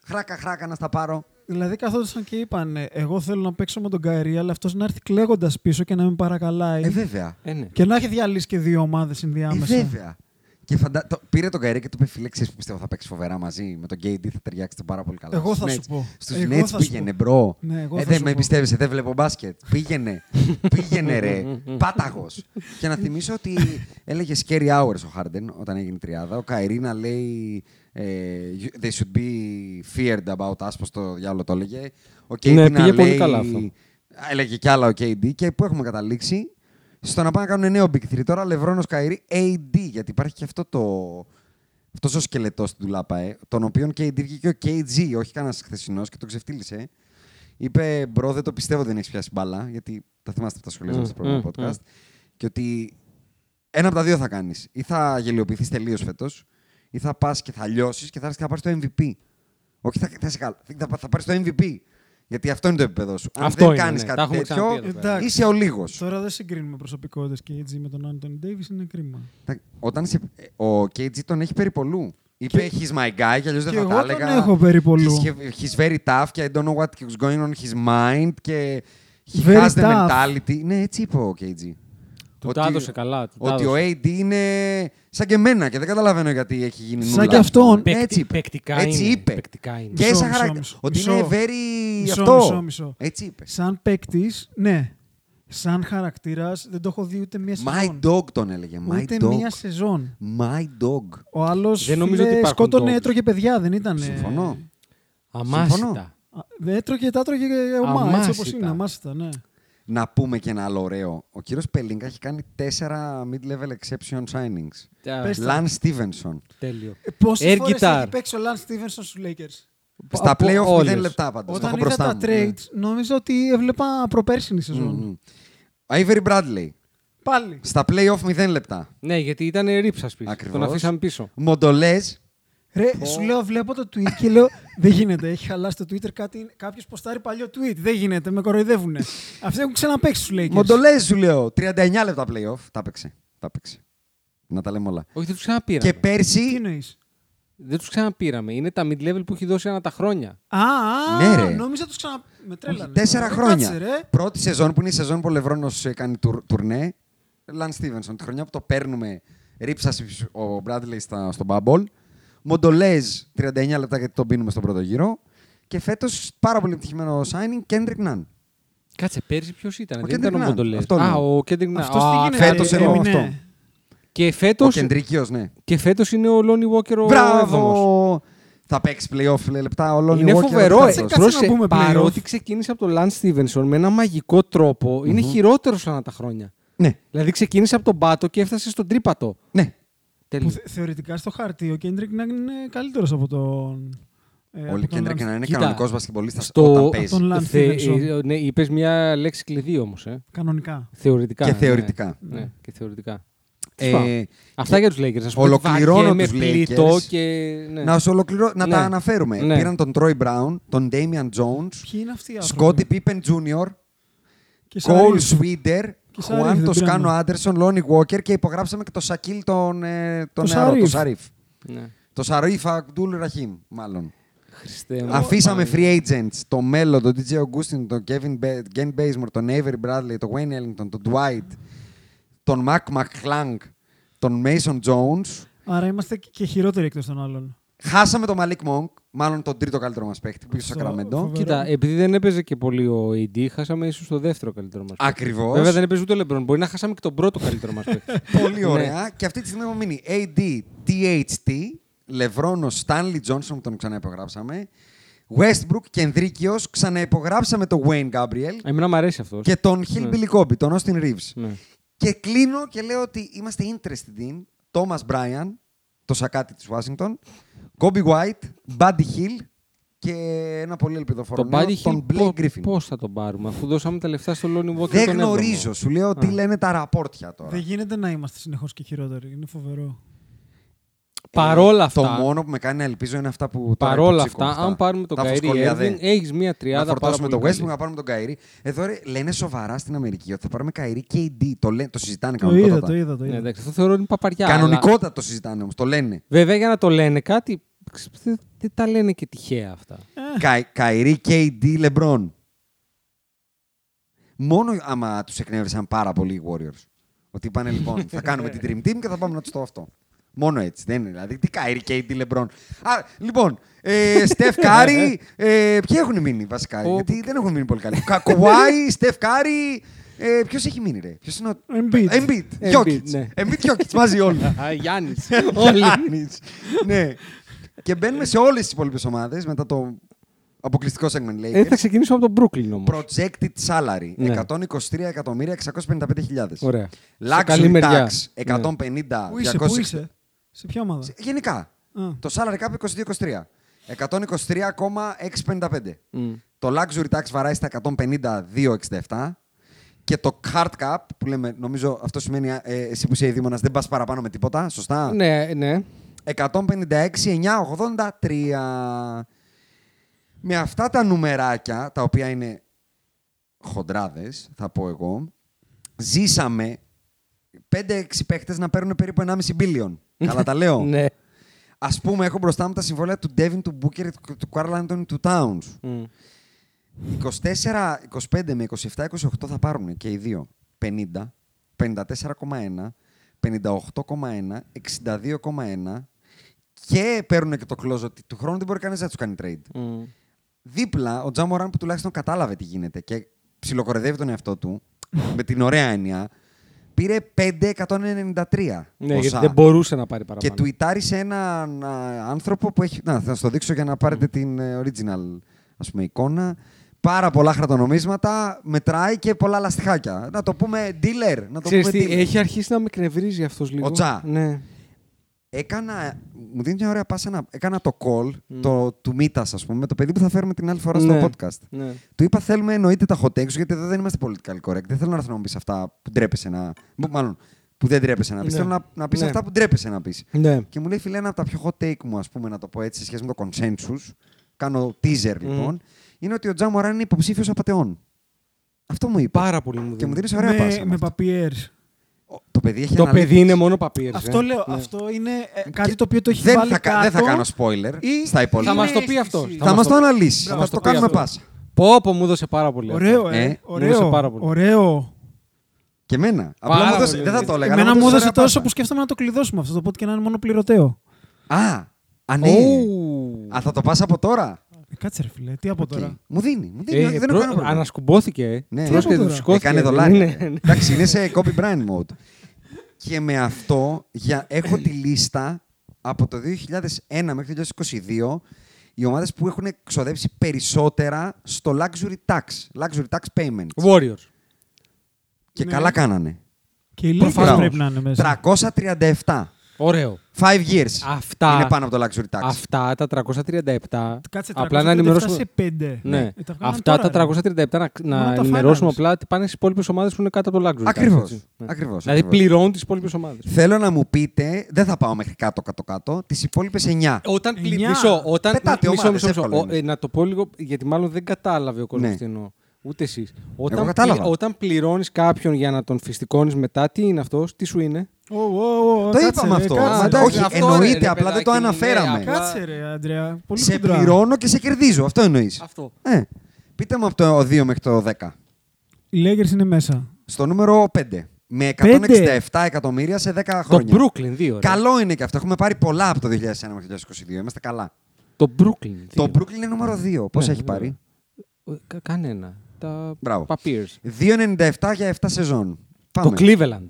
χράκα, χράκα να στα πάρω. Δηλαδή καθόντουσαν και είπαν, Εγώ θέλω να παίξω με τον Καερή, αλλά αυτός να έρθει κλαίγοντας πίσω και να με παρακαλάει. Ε, βέβαια. Ε, ναι. Και να έχει διαλύσει και δύο ομάδες Ε, ενδιάμεσα. βέβαια. Και φαντα... το... πήρε τον Καερέ και του είπε: Φίλε, ξέρεις που πιστεύω θα παίξει φοβερά μαζί με τον Γκέιντι, θα ταιριάξετε πάρα πολύ καλά. Εγώ στους θα σου Nets». πω. Στους Εγώ Nets θα σου πήγαινε, πω. μπρο. Ναι, εγώ ε, θα δεν σου με πω. πιστεύεις, δεν βλέπω μπάσκετ. πήγαινε. πήγαινε, ρε. Πάταγος. και να θυμίσω ότι έλεγε scary hours ο Χάρντεν όταν έγινε η τριάδα. Ο Καερή να λέει. Ε, they should be feared about us, πώ το διάλογο το έλεγε. Ο KD να Ναι, πήγε πολύ λέει- καλά αυτό. Έλεγε κι άλλα ο KD και πού έχουμε καταλήξει. Στο να πάνε να κάνουν νέο Big 3 τώρα, Λευρόνο Καϊρή AD. Γιατί υπάρχει και αυτό το. Αυτός ο σκελετός στην τουλάπα, ε, τον οποίον KD βγήκε ο KG, όχι κανένας χθεσινός και τον ξεφτύλισε. Είπε, μπρο, δεν το πιστεύω δεν έχεις πιάσει μπάλα, γιατί τα θυμάστε από τα σχολεία μα Μμμ, στο πρώτο μμμ, podcast. mm. Και ότι ένα από τα δύο θα κάνεις. Ή θα γελιοποιηθείς τελείως φέτος, ή θα πας και θα λιώσεις και θα έρθεις και θα πάρεις το MVP. Όχι, θα, θα, σε καλά, θα, θα πάρεις το MVP. Γιατί αυτό είναι το επίπεδο σου. Αν Αυτό δεν είναι, κάνεις ναι. Τα κάτι έχουμε ξαναπεί τέτοιο, εδώ πέρα. Εντάξει. είσαι ο λίγος. Τώρα δεν συγκρίνουμε προσωπικότητες και έτσι με τον Άντων Ντέιβι, είναι κρίμα. Όταν σε, ο KG τον έχει περί πολλού. Είπε he's my guy και αλλιώς δεν θα και εγώ τα τον έλεγα. έχω περί πολλού. He's, he's very tough και I don't know what is going on in his mind και he Very has the tough. mentality. Ναι, έτσι είπε ο KG. Του τα έδωσε καλά, του τα ότι ο AD είναι σαν και εμένα και δεν καταλαβαίνω γιατί έχει γίνει Σαν νουλά. και αυτόν. Ναι, έτσι είπε. Παικτικά έτσι είναι, είπε. παικτικά είναι. Και Μισό, σαν μισό, χαρακτήρα. μισό. Ότι είναι Μισό. very Μισό, αυτό. μισό, μισό. Έτσι είπε. Σαν παίκτης, ναι. Σαν χαρακτήρας δεν το έχω δει ούτε μία My σεζόν. dog τον έλεγε. My ούτε dog. μία σεζόν. My dog. Ο άλλος Δεν νομίζω ότι υπάρχουν σκότωνε, dogs. έτρωγε παιδιά, δεν ήταν. ε, Συμφωνώ. Αμάσιτα. Συμφωνώ. Α, Δεν έτρωγε, τα έτρωγε ε, ομά, έτσι όπως Αμάσιτα. είναι. Αμάσιτα, ναι. Να πούμε και ένα άλλο ωραίο. Ο κύριος Πελίνκα έχει κάνει τέσσερα mid-level exception signings. Α, Πες- Λαν Στίβενσον. Τέλειο. Πόσες Air φορές guitar. έχει παίξει ο Λαν Στίβενσον στους Lakers. Στα Από playoff 0 όλες. λεπτά πάντως. Όταν έχω είδα μπροστά τα μου. ναι. trades, νόμιζα ότι έβλεπα προπέρσινη σεζόν. Ο Avery Bradley. Πάλι. Στα playoff 0 λεπτά. Ναι, γιατί ήταν ρίψα πίσω. Ακριβώς. Τον αφήσαμε πίσω. Μοντολές. Ρε, σου λέω, βλέπω το tweet και λέω Δεν γίνεται. Έχει χαλάσει το Twitter κάτι. Κάποιος ποστάρει παλιό tweet. Δεν γίνεται. Με κοροϊδεύουνε. Αυτοί έχουν ξαναπέξει του Lakers. Μοντολές σου λέω. 39 λεπτά playoff. Τα έπαιξε. Τα έπαιξε. Να τα λέμε όλα. Όχι, δεν τους Και ξαναπήραμε. Τι πέρσι. εννοείς. Δεν τους ξαναπήραμε. Είναι τα mid-level που έχει δώσει ανά τα χρόνια. Α, α, Ναι, ρε. νόμιζα τους ξανα. Με τρέλανε. Τέσσερα Ρε, Ε, χρόνια. Κάτσε, ρε. Πρώτη σεζόν που είναι η σεζόν που ο Λευρόνο κάνει τουρ, τουρνέ. Λαν Στίβενσον. Τη χρονιά που το παίρνουμε, ρίψα ο Μπράντλεϊ στα, στο Bubble. Μοντολέζ 39 λεπτά γιατί τον πίνουμε στον πρώτο γύρο. Και φέτος πάρα πολύ επιτυχημένο signing Kendrick Nunn. Κάτσε, πέρσι ποιος ήταν. Ο δεν Kendrick ήταν ο Nunn. Μοντολέ. Αυτό Α, λέω. ο Κέντρικ Ναν. Αυτός τι γίνεται. φέτος ρε, εννοώ έμεινε. αυτό. Και Ο φέτο κεντρικείο, ναι. και φέτος είναι ο Λόνι Walker ο έβδομος. Μπράβο! Θα παίξει playoff λέει, λεπτά όλων Είναι φοβερό. Κάτσε, ε, κάτσε να πρόσεξε, πούμε playoff. παρότι ξεκίνησε από τον Λαν Στίβενσον με ένα μαγικό τρόπο, είναι χειρότερος ανά τα χρόνια. Ναι, Δηλαδή ξεκίνησε από τον πάτο και έφτασε στον τρίπατο. ναι. Που Τέλειο. θε- θεωρητικά στο χάρτη ο Κέντρικ να είναι καλύτερος από τον. ε, Όλοι από τον κέντρα και να Λαν- είναι Κοίτα, κανονικός βασιμπολίστα Στο... όταν παίζει. τον Λαν- Θε... Λανθινό. ε, Ναι, είπες μια λέξη κλειδί όμως, ε. Κανονικά. Θεωρητικά. Και ναι. θεωρητικά. Ναι, και θεωρητικά. Ε, Αυτά για τους Lakers. Ας πούμε, ολοκληρώνω βαριέμαι, τους Lakers. πλήττω και... Ναι. Να, σου ολοκληρώ, να Ναι. τα αναφέρουμε. Ναι. Πήραν τον Troy Brown, τον Damian Jones, Ποιοι είναι αυτοί οι Scotty άνθρωποι. Pippen Jr., Και Cole Σαρίβ. Swider, Και Σαρίφ Juan δεν Toscano πήραμε. Anderson, Lonnie Walker και υπογράψαμε και το Σακίλ τον, ε, τον Το νεαρό, Σαρίφ. τον Σαρίφ. ναι. Το Σαρίφ Αγκτούλ Ραχίμ, μάλλον. Χριστέ μου. Αφήσαμε ναι. free agents, το Μέλλο, τον DJ Augustin, τον Kevin Be- Ken Bazemore, τον Avery Bradley, τον Wayne Ellington, τον Dwight, τον Mac McClung, τον Mason Jones. Άρα είμαστε και χειρότεροι εκτός των άλλων. Χάσαμε τον Malik Monk, μάλλον τον τρίτο καλύτερο μας παίκτη που πήγε στο Στο- Σακραμεντό. φοβερό. Κοίτα, επειδή δεν έπαιζε και πολύ ο AD, χάσαμε ίσως το δεύτερο καλύτερο μας. παίκτη. Ακριβώς. Βέβαια δεν έπαιζε ούτε ο LeBron. Μπορεί να χάσαμε και τον πρώτο καλύτερο μας παίκτη. Ναι, Πολύ ωραία. Και αυτή τη στιγμή έχουμε μείνει AD, THT, Λευρόνο, Stanley Johnson που τον ξαναυπογράψαμε, Westbrook, Κενδρίκιος, ξαναυπογράψαμε τον Wayne Gabriel Εμένα μου αρέσει αυτός. και τον Hillbilly Kobe, τον Austin Reeves. Ναι. Και κλείνω και λέω ότι είμαστε interested in Thomas Bryan, το σακάτι της Washington, Kobe White, Buddy Hill και ένα πολύ ελπιδοφόρο Το νέο, Buddy τον Blake Hill Griffin. πώς θα τον πάρουμε, αφού δώσαμε τα λεφτά στο Lonnie Walker. Δεν τον έβδομο. γνωρίζω. ε, Σου λέω τι λένε τα ραπόρτια τώρα. Δεν γίνεται να είμαστε συνεχώς και χειρότεροι. Είναι φοβερό. Παρόλα αυτά, Το μόνο που με κάνει να ελπίζω είναι αυτά που. τώρα παρόλα υποψήκω αυτά, αν πάρουμε τον Τα Καϊρή φωσκολιαδέ. Irving, έχεις μία τριάδα Να πάρα φορτώσουμε πολύ τον Westbrook, καλή. να πάρουμε τον Καϊρή. Εδώ ρε, λένε σοβαρά στην Αμερική ότι θα πάρουμε Καϊρή και AD. Το, λέ, το συζητάνε Το είδα, κανονικότατα. το είδα. Το Ναι, είδα. εντάξει, αυτό θεωρώ είναι παπαριά. αλλά- Κανονικότατα το συζητάνε όμως. Το λένε. Βέβαια για να το λένε κάτι, ξ- δεν- δεν τα λένε και τυχαία αυτά. Κα, Καϊρή και AD Λεμπρόν. Μόνο άμα τους εκνεύρισαν πάρα πολύ οι Warriors. Ότι είπανε λοιπόν, θα κάνουμε την Dream Team και θα πάμε να τους το αυτό. Μόνο έτσι, δεν είναι. Δηλαδή, τι Καϊρή και AD Λεμπρόν. Α, λοιπόν, ε, Στεφ Κάρι. Ε, ποιοι έχουν μείνει βασικά, Ο- γιατί δεν έχουν μείνει πολύ καλοί. Κα- Καουάι, Στεφ Κάρι. Ε, Ποιος έχει μείνει, ρε. Ποιος είναι ο. Embiid. Embiid. Embiid, Jokic. ναι. Embiid, Jokic, μαζί όλοι. Γιάννη. Γιάννης. ναι. Και μπαίνουμε σε όλες τις υπόλοιπες ομάδες μετά το αποκλειστικό segment Lakers. Ε, Θα ξεκινήσω από τον Brooklyn όμως. Projected salary Ναι. 123.655.000. Ωραία. Σε καλή Luxury μεριά. Ναι. tax 150. Πού είσαι, πού είσαι. Σε ποια ομάδα. Γενικά. Α. Το salary cap 22-23. 123,655. Το luxury tax βαράει στα 152,67. Και το card cap που λέμε, νομίζω αυτό σημαίνει ε, εσύ που είσαι δήμονα, δεν πας παραπάνω με τίποτα. Σωστά. Ναι, ναι. 156-983. Με αυτά τα νουμεράκια, τα οποία είναι χοντράδες, θα πω εγώ, ζήσαμε 5-6 παίχτες να παίρνουν περίπου 1,5 billion. Καλά τα λέω. Ναι. Ας πούμε, έχω μπροστά μου τα συμβόλαια του Devin, του Booker, του- του Carl Anthony, του Towns. 24, 25 με 27, 28 θα πάρουν και οι δύο. 50, 54,1, 58,1, 62,1 και παίρνουν και το κλόζ ότι του χρόνου δεν μπορεί κανείς να τους κάνει trade. Μμ. Δίπλα, ο Τζαμοράν που τουλάχιστον κατάλαβε τι γίνεται και ψιλοκορεδεύει τον εαυτό του με την ωραία έννοια, πήρε 5,193. Ναι, ποσά. γιατί δεν μπορούσε να πάρει Και παραπάνω. τουιτάρει σε έναν α, άνθρωπο που έχει. Να, θα σας το δείξω για να πάρετε την ε, original ας πούμε, εικόνα. Πάρα πολλά χαρτονομίσματα, μετράει και πολλά λαστιχάκια. Να το πούμε dealer. Να το Ξέρεις πούμε τι, dealer. έχει αρχίσει να με κνευρίζει αυτός λίγο. Ο Τσα. Ναι. Έκανα. Μου δίνει μια ωραία πάσα να. Έκανα το call το, του Μίτα, ας πούμε, το παιδί που θα φέρουμε την άλλη φορά στο Ναι. podcast. Ναι. Του είπα: Θέλουμε εννοείται τα hot takes, γιατί εδώ δεν είμαστε political correct. Δεν θέλω να έρθω να μου πεις αυτά που ντρέπεσαι να. που- Μάλλον που δεν ντρέπεσαι να πεις. Ναι. Θέλω να, να πεις Ναι. αυτά που ντρέπεσαι να πεις. Ναι. Και μου λέει, φίλε, ένα από τα πιο hot take μου, ας πούμε, να το πω έτσι, σε σχέση με το consensus, κάνω teaser λοιπόν, είναι ότι ο Τζα Μωράν είναι υποψήφιος απαταιών. Αυτό μου είπε. Πάρα πολύ μου Και μου δίνει. δίνεις ωραία πάσα. με με με αυτό. παπιέρ. Ο- Το παιδί έχει Το αναλύσει. παιδί είναι μόνο παπίρες. Αυτό ε. λέω. Ναι. Αυτό είναι ε, κάτι το οποίο το έχει δεν βάλει θα, κα- κάτω. δεν θα κάνω spoiler ή- στα Θα υπόλοιπα. μας το πει αυτός. Θα μας το αναλύσει. θα Θα μας μας το το πει κάνουμε αυτός. πάσα. Πω, πω, μου έδωσε πάρα πολύ. Ωραίο, αυτό. ε. Ε, μου Ναι, άρεσε ωραίο. πάρα πολύ. ωραίο. Και εμένα. Απλά Πάρα μου έδωσε- πολύ Δεν θα ωραία. το έλεγα. αλλά Εμένα μου έδωσε έδωσε ωραία τόσο που πάσα. σκέφτομαι να το κλειδώσουμε αυτό το podcast και να είναι μόνο πληρωτέο. Α, α, ναι. Ου. Α, θα το πας από τώρα. Ε, Κάτσε ρε φίλε, τι από Οκ. τώρα. Μου δίνει. Μου Ε, δίνει. Δεν έχω προ- κανένα πρόβλημα. Ανασκουμπόθηκε. ε. Ναι, Πρόσεχε, τώρα. του σηκώθηκε. Έκανε Ναι, δολάρια. ναι. Εντάξει, είναι σε Kobe Bryant mode. και με αυτό για, έχω τη λίστα από το 2001 μέχρι το 2022 οι ομάδες που έχουν ξοδέψει περισσότερα στο luxury tax, luxury tax payments. Warriors. και καλά κάνανε. Και οι Lakers ναι. Προφανώς. πρέπει να είναι Μπράβο. μέσα. 337. Ωραίο. Five years. Αυτά. Είναι πάνω από το luxury tax. Αυτά τα 337. Κάτσε 337 απλά να ενημερώσουμε. σε 5. Ναι. Ε, τα βγάλαμε Αυτά τώρα, τα ρε. 337 να, να Μα τα ενημερώσουμε finals. απλά ότι πάνε στις υπόλοιπες ομάδες που είναι κάτω από το luxury. tax, Ακριβώς. έτσι. Ναι. Ακριβώς, Δηλαδή ακριβώς. πληρώνουν τις υπόλοιπες ομάδες. Θέλω να μου πείτε, δεν θα πάω μέχρι κάτω κάτω-κάτω, τις υπόλοιπες 9. Όταν Εννιά. πλη- μισό, όταν. Πετάτε ομάδες, εύκολα Ο- είναι. ε, να το πω λίγο, γιατί μάλλον δεν κατάλαβε ο κόσμος Ναι. τι εννοώ. Ούτε εσείς. Όταν, κατάλαβα. όταν πληρώνεις κάποιον για να τον φυστικώνεις μετά, τι είναι αυτός, τι σου είναι. Ω, ω, ω, Το κάτσε, είπαμε ρε, αυτό. κάτσε, Μα ρε. εντάξει, αυτό, εννοείται, ρε, απλά παιδάκι δεν το μου, ναι, αναφέραμε. απλά- Κάτσε ρε, Αντρέα. Πολύ σε χοντρά. πληρώνω και σε κερδίζω. Αυτό εννοείς. Αυτό. Ε, πείτε μου από το 2 μέχρι το 10. Οι Lakers είναι μέσα. Στο νούμερο 5. Με Πέντε. 167 εκατομμύρια σε 10 Το χρόνια. Brooklyn 2. ρε. Καλό είναι και αυτό. Έχουμε πάρει πολλά από το 2001 μέχρι το 2022. Είμαστε καλά. Το Brooklyn 2. Το Brooklyn είναι νούμερο 2. Πόσα Ναι, έχει βέβαια. πάρει. Κα- Κανένα. Τα Μπράβο. Papiers. 2,97 για 7 σεζόν. Πάμε. Το Cleveland.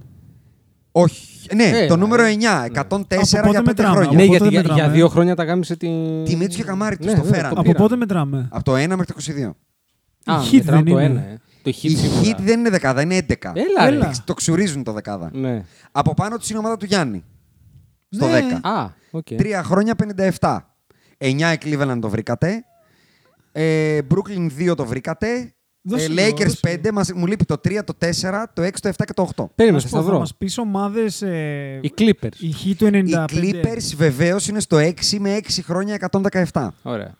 Όχι. Ναι, Ε, το ναι. νούμερο 9. 104 Από για 5 πότε μετράμε, χρόνια. ναι, πότε γιατί δεν για, μετράμε, για ε? δύο χρόνια τα γάμισε την. Τη Μίτσου και Καμάρι τους, Ναι, το βέβαια, φέραν. Από πήραν. πότε μετράμε. Από το 1 μέχρι το 22. Α, Η Heat μετράμε δεν το είναι. ένα. ε. Το Heat Η σίγουρα. Heat δεν είναι δεκάδα, είναι 11. Έλα, ρε. Έλα. Το ξουρίζουν το δεκάδα. Ναι. Από πάνω τους είναι η ομάδα του Γιάννη. Στο Ναι. 10. Α, οκ. Τρία χρόνια 57. 9 η Cleveland το βρήκατε. Ε, Brooklyn 2 το βρήκατε. Δώσε ε, λίγο, Lakers δώσε 5. Μας, μου λείπει το 3, το 4, το 6, το 7 και το 8. Περίμενε, Ας θα πω, βρω. μας πεις ομάδες... ε, Οι Clippers. Η Χ του 95. Οι Clippers βεβαίως είναι στο 6 με 6 χρόνια 117. Ωραία.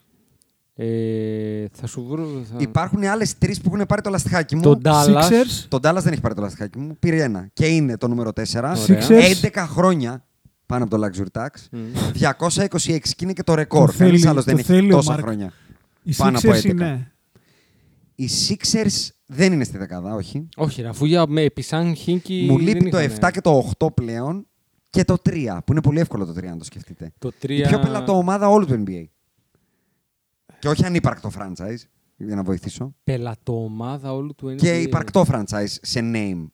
Ε, θα σου βρω. Θα... Υπάρχουν οι άλλες τρεις που έχουν πάρει το λαστιχάκι μου. Το Dallas. Sixers. Το Dallas δεν έχει πάρει το λαστιχάκι μου. Πήρε ένα. Και είναι το νούμερο 4. Ωραία. Mm. Sixers. 11 χρόνια πάνω από το Luxury Tax. 226 και είναι και το Το ρεκόρ. θέλει- Κανείς άλλος το δεν έχει θέλει ο τόσα Mark. χρόνια. Οι Πάνω από Sixers 11. είναι. Οι Sixers δεν είναι στη δεκάδα, όχι. Όχι, ρε, αφού για με επισάν χίνκι. Μου λείπει δεν το είχανε. 7 και το 8 πλέον και το 3, που είναι πολύ εύκολο το 3 να το σκεφτείτε. Το 3. Η πιο πελατό ομάδα όλου του NBA. Και όχι ανύπαρκτο franchise, για να βοηθήσω. Πελατοομάδα όλου του NBA. Και υπαρκτό franchise σε name.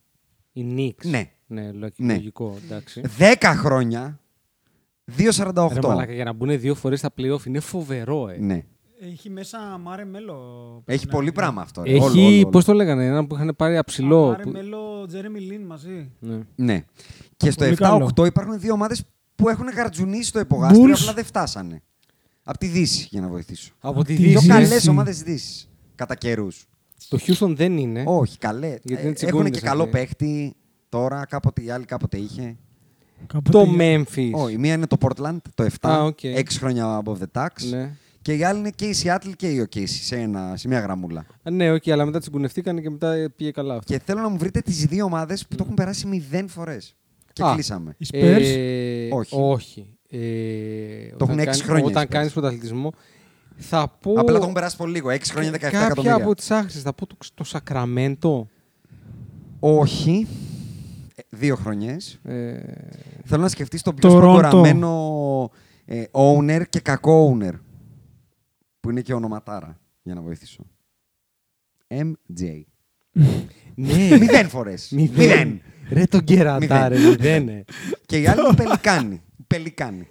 Η Knicks. Ναι. Ναι, λο- Ναι. λογικό. Εντάξει. 10 χρόνια, Ρε 2,48. μαλάκα, για να μπουν δύο φορές στα playoff είναι φοβερό, ε. Ναι. Έχει μέσα Μάρε Μέλο. Έχει Ναι. πολύ πράγμα αυτό. ρε. Όλο, όλο, Έχει, όλο. πώς το λέγανε, έναν που είχαν πάρει αψηλό. Μάρε που- Μέλο, Τζέρεμι Λίν μαζί. Ναι. Ναι. Και στο Πολύ 7-8 υπάρχουν δύο ομάδες που έχουν γαρτζουνίσει το υπογάστριο, Bulls. απλά δεν φτάσανε. Απ' τη Δύση, για να βοηθήσω. Από τη τη Δύση. Δύο Δύση. καλές ομάδες Δύσης. Κατά καιρούς. Το Houston δεν είναι. Όχι, καλέ. δεν Ε, Έχουν τσιγκούνιδες και καλό αυτοί. παίχτη. Τώρα κάποτε η άλλη κάποτε είχε. Κάποτε Το για- Memphis. Όχι, η μία είναι το Portland, το 7. Α, οκ. 6 χρόνια above the tax. Ναι. Και η άλλη είναι και η Seattle και η OKC σε, ένα, σε μια γραμμούλα. Α, Ναι, όχι, αλλά μετά τσιγκουνευτήκανε και μετά ε, πήγε καλά αυτό. Και θέλω να μου βρείτε τις δύο ομάδες που το έχουν περάσει 0 φορές. Και Ναι. Α. κλείσαμε. Οι Spurs. Ε, Όχι. όχι. Ε, Το έχουν όταν έξι κάνεις- χρόνια οι Όταν Spurs. κάνεις πρωταθλητισμό, θα πω. Απλά το έχουν περάσει πολύ λίγο. 6 χρόνια 17 Ε, Κάποια εκατομμύρια. από τις άχρηστε. Θα πω το, το Σακραμέντο. Όχι. Ε, Δύο χρονιές. Ε, Θέλω να σκεφτείς τον πιο Toronto. προκοραμένο ε, owner και κακό owner. Που είναι και ονοματάρα, για να βοηθήσω. MJ. ναι. Μηδέν φορές. Μηδέν. Ρε τον κερατά, ρε. Μηδέν. ε. και η άλλη είναι πελικάνη. Πελικάνη.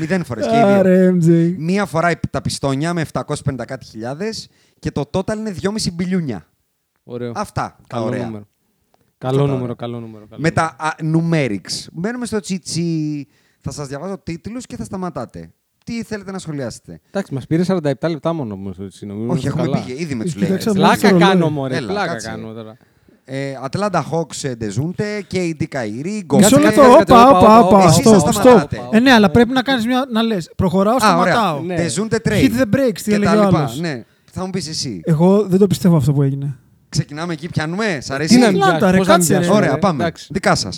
Μηδέν φορές. και οι δύο. Άρε, MJ. Μία φορά η- τα πιστόνια με 750 κάτι χιλιάδες και το total είναι 2,5 μπιλιούνια. Ωραίο. Αυτά τα Καλό ωραία. νούμερο. τα Καλό ωραία. νούμερο, καλό νούμερο. καλό Με τα α, numerics. Μπαίνουμε στο τσιτσί. Θα σας διαβάζω τίτλους και θα σταματάτε. Τι θέλετε να σχολιάσετε. Εντάξει, μας πήρε 47 λεπτά μόνο όμως. Όχι, έχουμε πήγε ήδη με τους Κοίταξα, Lakers. μου Ε, Πλάκα Έλα, κάνω, μωρέ. έλα, Πλάκα κάτσε. κάνω τώρα. Ε, Atlanta Hawks Ντεζούντε και η Ντικαϊρή. Μισό λεπτό, όπα, όπα, όπα. Εσείς θα Stop, stop. σταματάτε. Ε, ναι, αλλά πρέπει να κάνεις μια. να λες, Προχωράω, Α, ωραία. σταματάω. Ναι. Ντεζούντε Hit trade. the brakes, τι Και έλεγε τα ο λοιπά. άλλος. Ε, Ναι. Θα μου πεις εσύ. Εγώ δεν το πιστεύω αυτό που έγινε. Ξεκινάμε εκεί, πιάνουμε. Ε, Σ' αρέσει. Τι να Ατλάντα, μοιάζει, ρε, πώς να κάτσε, ρε. μοιάζει, Ωραία, ρε. πάμε. Εντάξει. Δικά σας.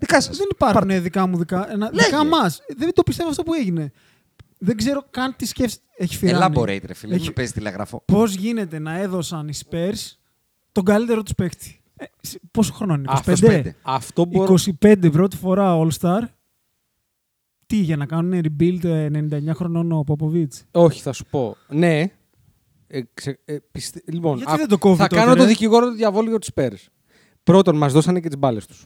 Δικά σας. Δεν υπάρχουν δικά μου, δικά, ένα, δικά μας. Δεν το πιστεύω αυτό που έγινε. Δεν ξέρω καν τι σκέψη. Έχει φυράνει. Elaborate, ρε φίλε. Μην Έχει... παίζεις τηλεγραφό. Πώς γίνεται να έδωσαν οι Spurs τον καλύτερο τους παίκτη. Ε, σε- πόσο χρόνο είναι, 25. Αυτός πέντε. Αυτό μπορώ. 25 πρώτη φορά All Star. Τι για να κάνουν rebuild ε, 99 χρονών ο Popovic. Όχι, θα σου πω. Ναι. Ε, ξε- ε, πιστε- Λοιπόν, Γιατί δεν το κόβει θα τότε, κάνω ρε? το δικηγόρο του διαβόλου για τους Πέρε. Πρώτον, μας δώσανε και τις μπάλες τους.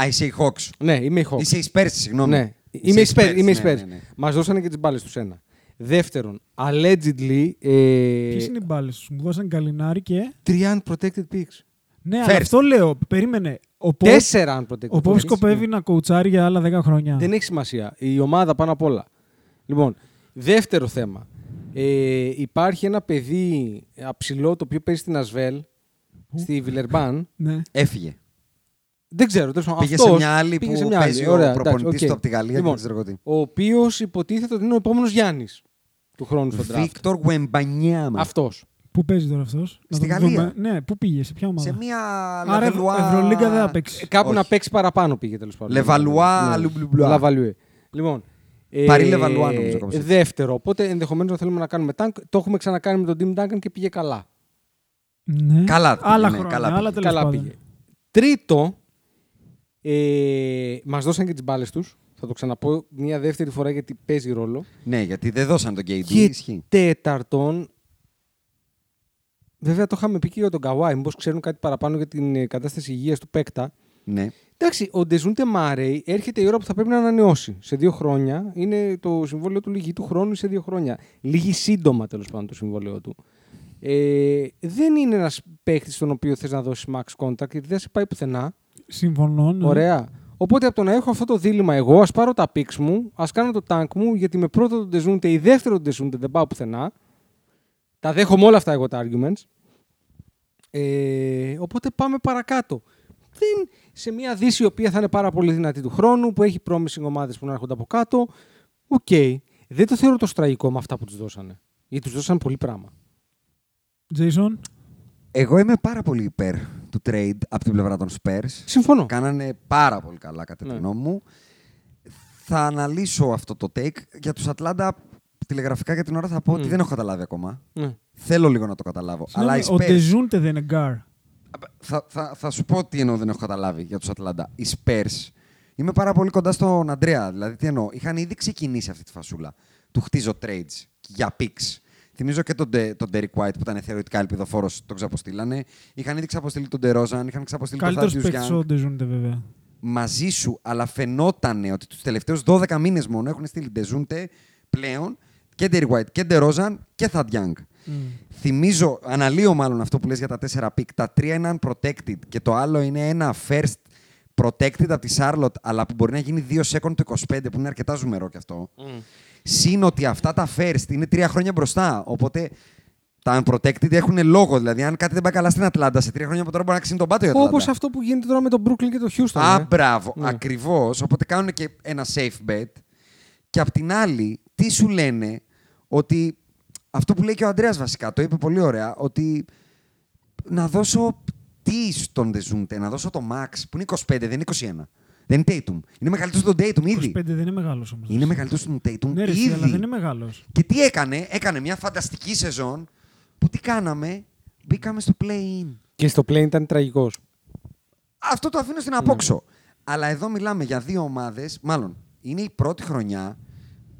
Α, είσαι η Hawks. Ναι, είμαι η Hawks. Είσαι η Spurs, συγγνώμη. Ναι. Είμαι η Είσαι Spurs. Είμαι η ναι, Spurs. ναι, ναι. Μας δώσανε και τις μπάλες τους ένα. Δεύτερον, allegedly. Ε, Ποιες είναι οι μπάλες τους, μου δώσαν καλινάρι και. Τριάν protected picks. Ναι, αλλά First. αυτό λέω. Περίμενε. Ο Ποπ- Τέσσερα, αν προτείνει. Ο Ποπ σκοπεύει να κοουτσάρει για άλλα 10 χρόνια. Δεν έχει σημασία. Η ομάδα πάνω απ' όλα. Λοιπόν, δεύτερο θέμα. Ε, υπάρχει ένα παιδί αψηλό το οποίο παίζει στην Ασβέλ, στη Βιλερμπάν. Ναι. Έφυγε. Δεν ξέρω. τέλος πάντων, Πήγε αυτός σε μια άλλη πήγε που σε μια άλλη. παίζει ο Ωραία, προπονητής εντάξει, του οκ. από τη Γαλλία και Λοιπόν, δεν ξέρω εγώ τι. Ο οποίος υποτίθεται ότι είναι ο επόμενος Γιάννης του χρόνου στον draft. Βίκτορ Γουεμπανιάμα. Αυτός. Πού παίζει τώρα αυτός. Στη Γαλλία. Ναι, πού πήγε, σε ποια ομάδα. Σε μια Άρα Ευ- Ευρωλίγκα δεν θα παίξει. Ε, Κάπου Όχι. να παίξει παραπάνω πήγε τέλος πάντων. Λεβαλουά, Ναι. Λουμπλουμπλουά. Λαβαλουέ. Λοιπόν. ε, Παρί Λεβαλουά, νομίζω, κάπως έτσι. Δεύτερο. Οπότε ενδεχομένως να θέλουμε να κάνουμε tank. Το έχουμε ξανακάνει με τον Tim Duncan και πήγε καλά. Ναι. Καλά πήγε, άλλα ναι, χρόνια, καλά άλλα πήγε. τέλος Καλά πάντων. πήγε. Τρίτο, ε, μας δώσαν και τις μπάλες τους. Θα το ξαναπώ μια δεύτερη φορά γιατί παίζει ρόλο. Ναι, γιατί δεν δώσαν τον KD. Και Ισχύει. τέταρτον, βέβαια το είχαμε πει και για τον Καουάι. Μήπως ξέρουν κάτι παραπάνω για την ε, κατάσταση υγείας του παίκτα. Ναι. Εντάξει, ο Ντεζούντε Μάρεϊ έρχεται η ώρα που θα πρέπει να ανανεώσει. Σε δύο χρόνια. Είναι το συμβόλαιο του λυγεί του χρόνου σε δύο χρόνια. Λίγη σύντομα τέλος πάντων το συμβόλαιο του. Ε, δεν είναι ένας παίκτης στον οποίο θες να δώσεις max contract γιατί δεν σε πάει πουθενά. Συμφωνώ. ναι. Ωραία. Οπότε από το να έχω αυτό το δίλημα εγώ, ας πάρω τα πίξ μου, ας κάνω το τάγκ μου, γιατί με πρώτο τον τεζούνται ή δεύτερο τον τεζούνται δεν πάω πουθενά. Τα δέχομαι όλα αυτά εγώ τα arguments. Ε, οπότε πάμε παρακάτω. Δεν, σε μια Δύση η οποία θα είναι πάρα πολύ δυνατή του χρόνου, που έχει promising ομάδες που να έρχονται από κάτω. Οκ. Δεν το θεωρώ τόσο τραγικό με αυτά που τους δώσανε. Γιατί τους δώσανε πολύ πράγμα. Jason. Εγώ είμαι πάρα πολύ υπέρ του trade από την πλευρά των Spurs. Συμφωνώ. Κάνανε πάρα πολύ καλά κατά Ναι. τη γνώμη μου. Θα αναλύσω αυτό το take. Για τους Ατλάντα, τηλεγραφικά για την ώρα θα πω ότι δεν έχω καταλάβει ακόμα. Ναι. Θέλω λίγο να το καταλάβω. Αλλά οι Συγγνώμη, Ναι, ο Spurs- Ντεζούντε δεν είναι γκάρ. θα, θα, θα σου πω τι εννοώ δεν έχω καταλάβει για τους Ατλάντα. Οι Spurs. Είμαι πάρα πολύ κοντά στον Αντρέα. Δηλαδή, τι εννοώ. Είχαν ήδη ξεκινήσει αυτή τη φασούλα. Του χτίζω trades για picks. Θυμίζω και τον, Ντε- τον Derek White που ήταν θεωρητικά ελπιδοφόρος, τον ξαποστήλανε. Είχαν ήδη ξαποστείλει τον DeRozan, είχαν ξαποστείλει τον Καλύτερο Thaddeus παίκτης Young. ο Ντεζούντε βέβαια. Μαζί σου, αλλά φαινότανε ότι τους τελευταίους 12 μήνες μόνο έχουν στείλει Ντεζούντε πλέον και Derek White και DeRozan και Thad Young. Θυμίζω, αναλύω μάλλον αυτό που λες για τα τέσσερα πικ. Τα τρία είναι unprotected και το άλλο είναι ένα first protected από τη Charlotte, αλλά που μπορεί να γίνει δύο second του 25, που είναι αρκετά ζουμερό κι αυτό. Συν ότι αυτά τα first είναι τρία χρόνια μπροστά. Οπότε τα unprotected έχουν λόγο. Δηλαδή, αν κάτι δεν πάει καλά στην Ατλάντα, σε τρία χρόνια από τώρα μπορεί να ξύνει τον πάτο η Ατλάντα. Όπως αυτό που γίνεται τώρα με τον Brooklyn και τον Houston. Α, ε. μπράβο, Ναι. ακριβώς. Οπότε κάνουν και ένα safe bet. Και απ' την άλλη, τι σου λένε ότι. Αυτό που λέει και ο Αντρέας βασικά, το είπε πολύ ωραία, ότι να δώσω τι στον Δεζούντε, να δώσω το Max που είναι 25, δεν είναι 21. Δεν είναι Tatum. Είναι μεγαλύτερος στον Tatum 25 ήδη. δεν είναι μεγάλος όμως. Είναι μεγαλύτερο στον Tatum Ναι, ρε, εσύ, ήδη. αλλά δεν είναι μεγάλος. Και τι έκανε, έκανε μια φανταστική σεζόν που τι κάναμε, μπήκαμε στο play-in. Και στο plane ήταν τραγικός. Αυτό το αφήνω στην απόξω. Αλλά εδώ μιλάμε για δύο ομάδες. Μάλλον είναι η πρώτη χρονιά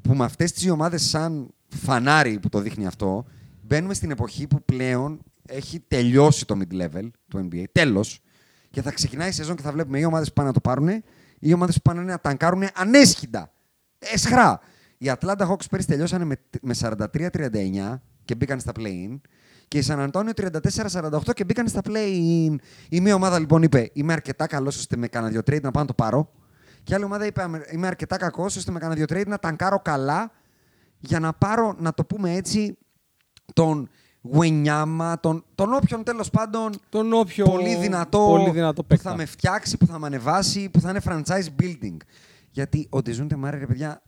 που με αυτές τις δύο ομάδες, σαν φανάρι που το δείχνει αυτό, μπαίνουμε στην εποχή που πλέον έχει τελειώσει το mid-level του NBA. Τέλος. Και θα ξεκινάει η σεζόν και θα βλέπουμε οι ομάδες που πάνε να το πάρουν, οι ομάδες που πάνε να ταγκάρουν ανέσχυντα. Εσχρά. Οι Atlanta Hawks πέρυσι τελειώσανε με, με 43-39 και μπήκαν στα play-in. Και η Σαν Αντώνιο 34-48 και μπήκαν στα play-in. Η μία ομάδα λοιπόν είπε: Είμαι αρκετά καλός ώστε με κανένα δύο trade να πάω να το πάρω. Και η άλλη ομάδα είπε: «Είμαι- Είμαι αρκετά κακός ώστε με κανένα δύο trade να ταγκάρω καλά για να πάρω, να το πούμε έτσι, τον Γουενιάμα, τον, τον όποιον τέλος πάντων Τον όποιο. πολύ δυνατό, πολύ δυνατό που παίκτα. θα με φτιάξει, που θα με ανεβάσει, που θα είναι franchise building. Γιατί ο Ντεζούντε Μάρε, ρε παιδιά,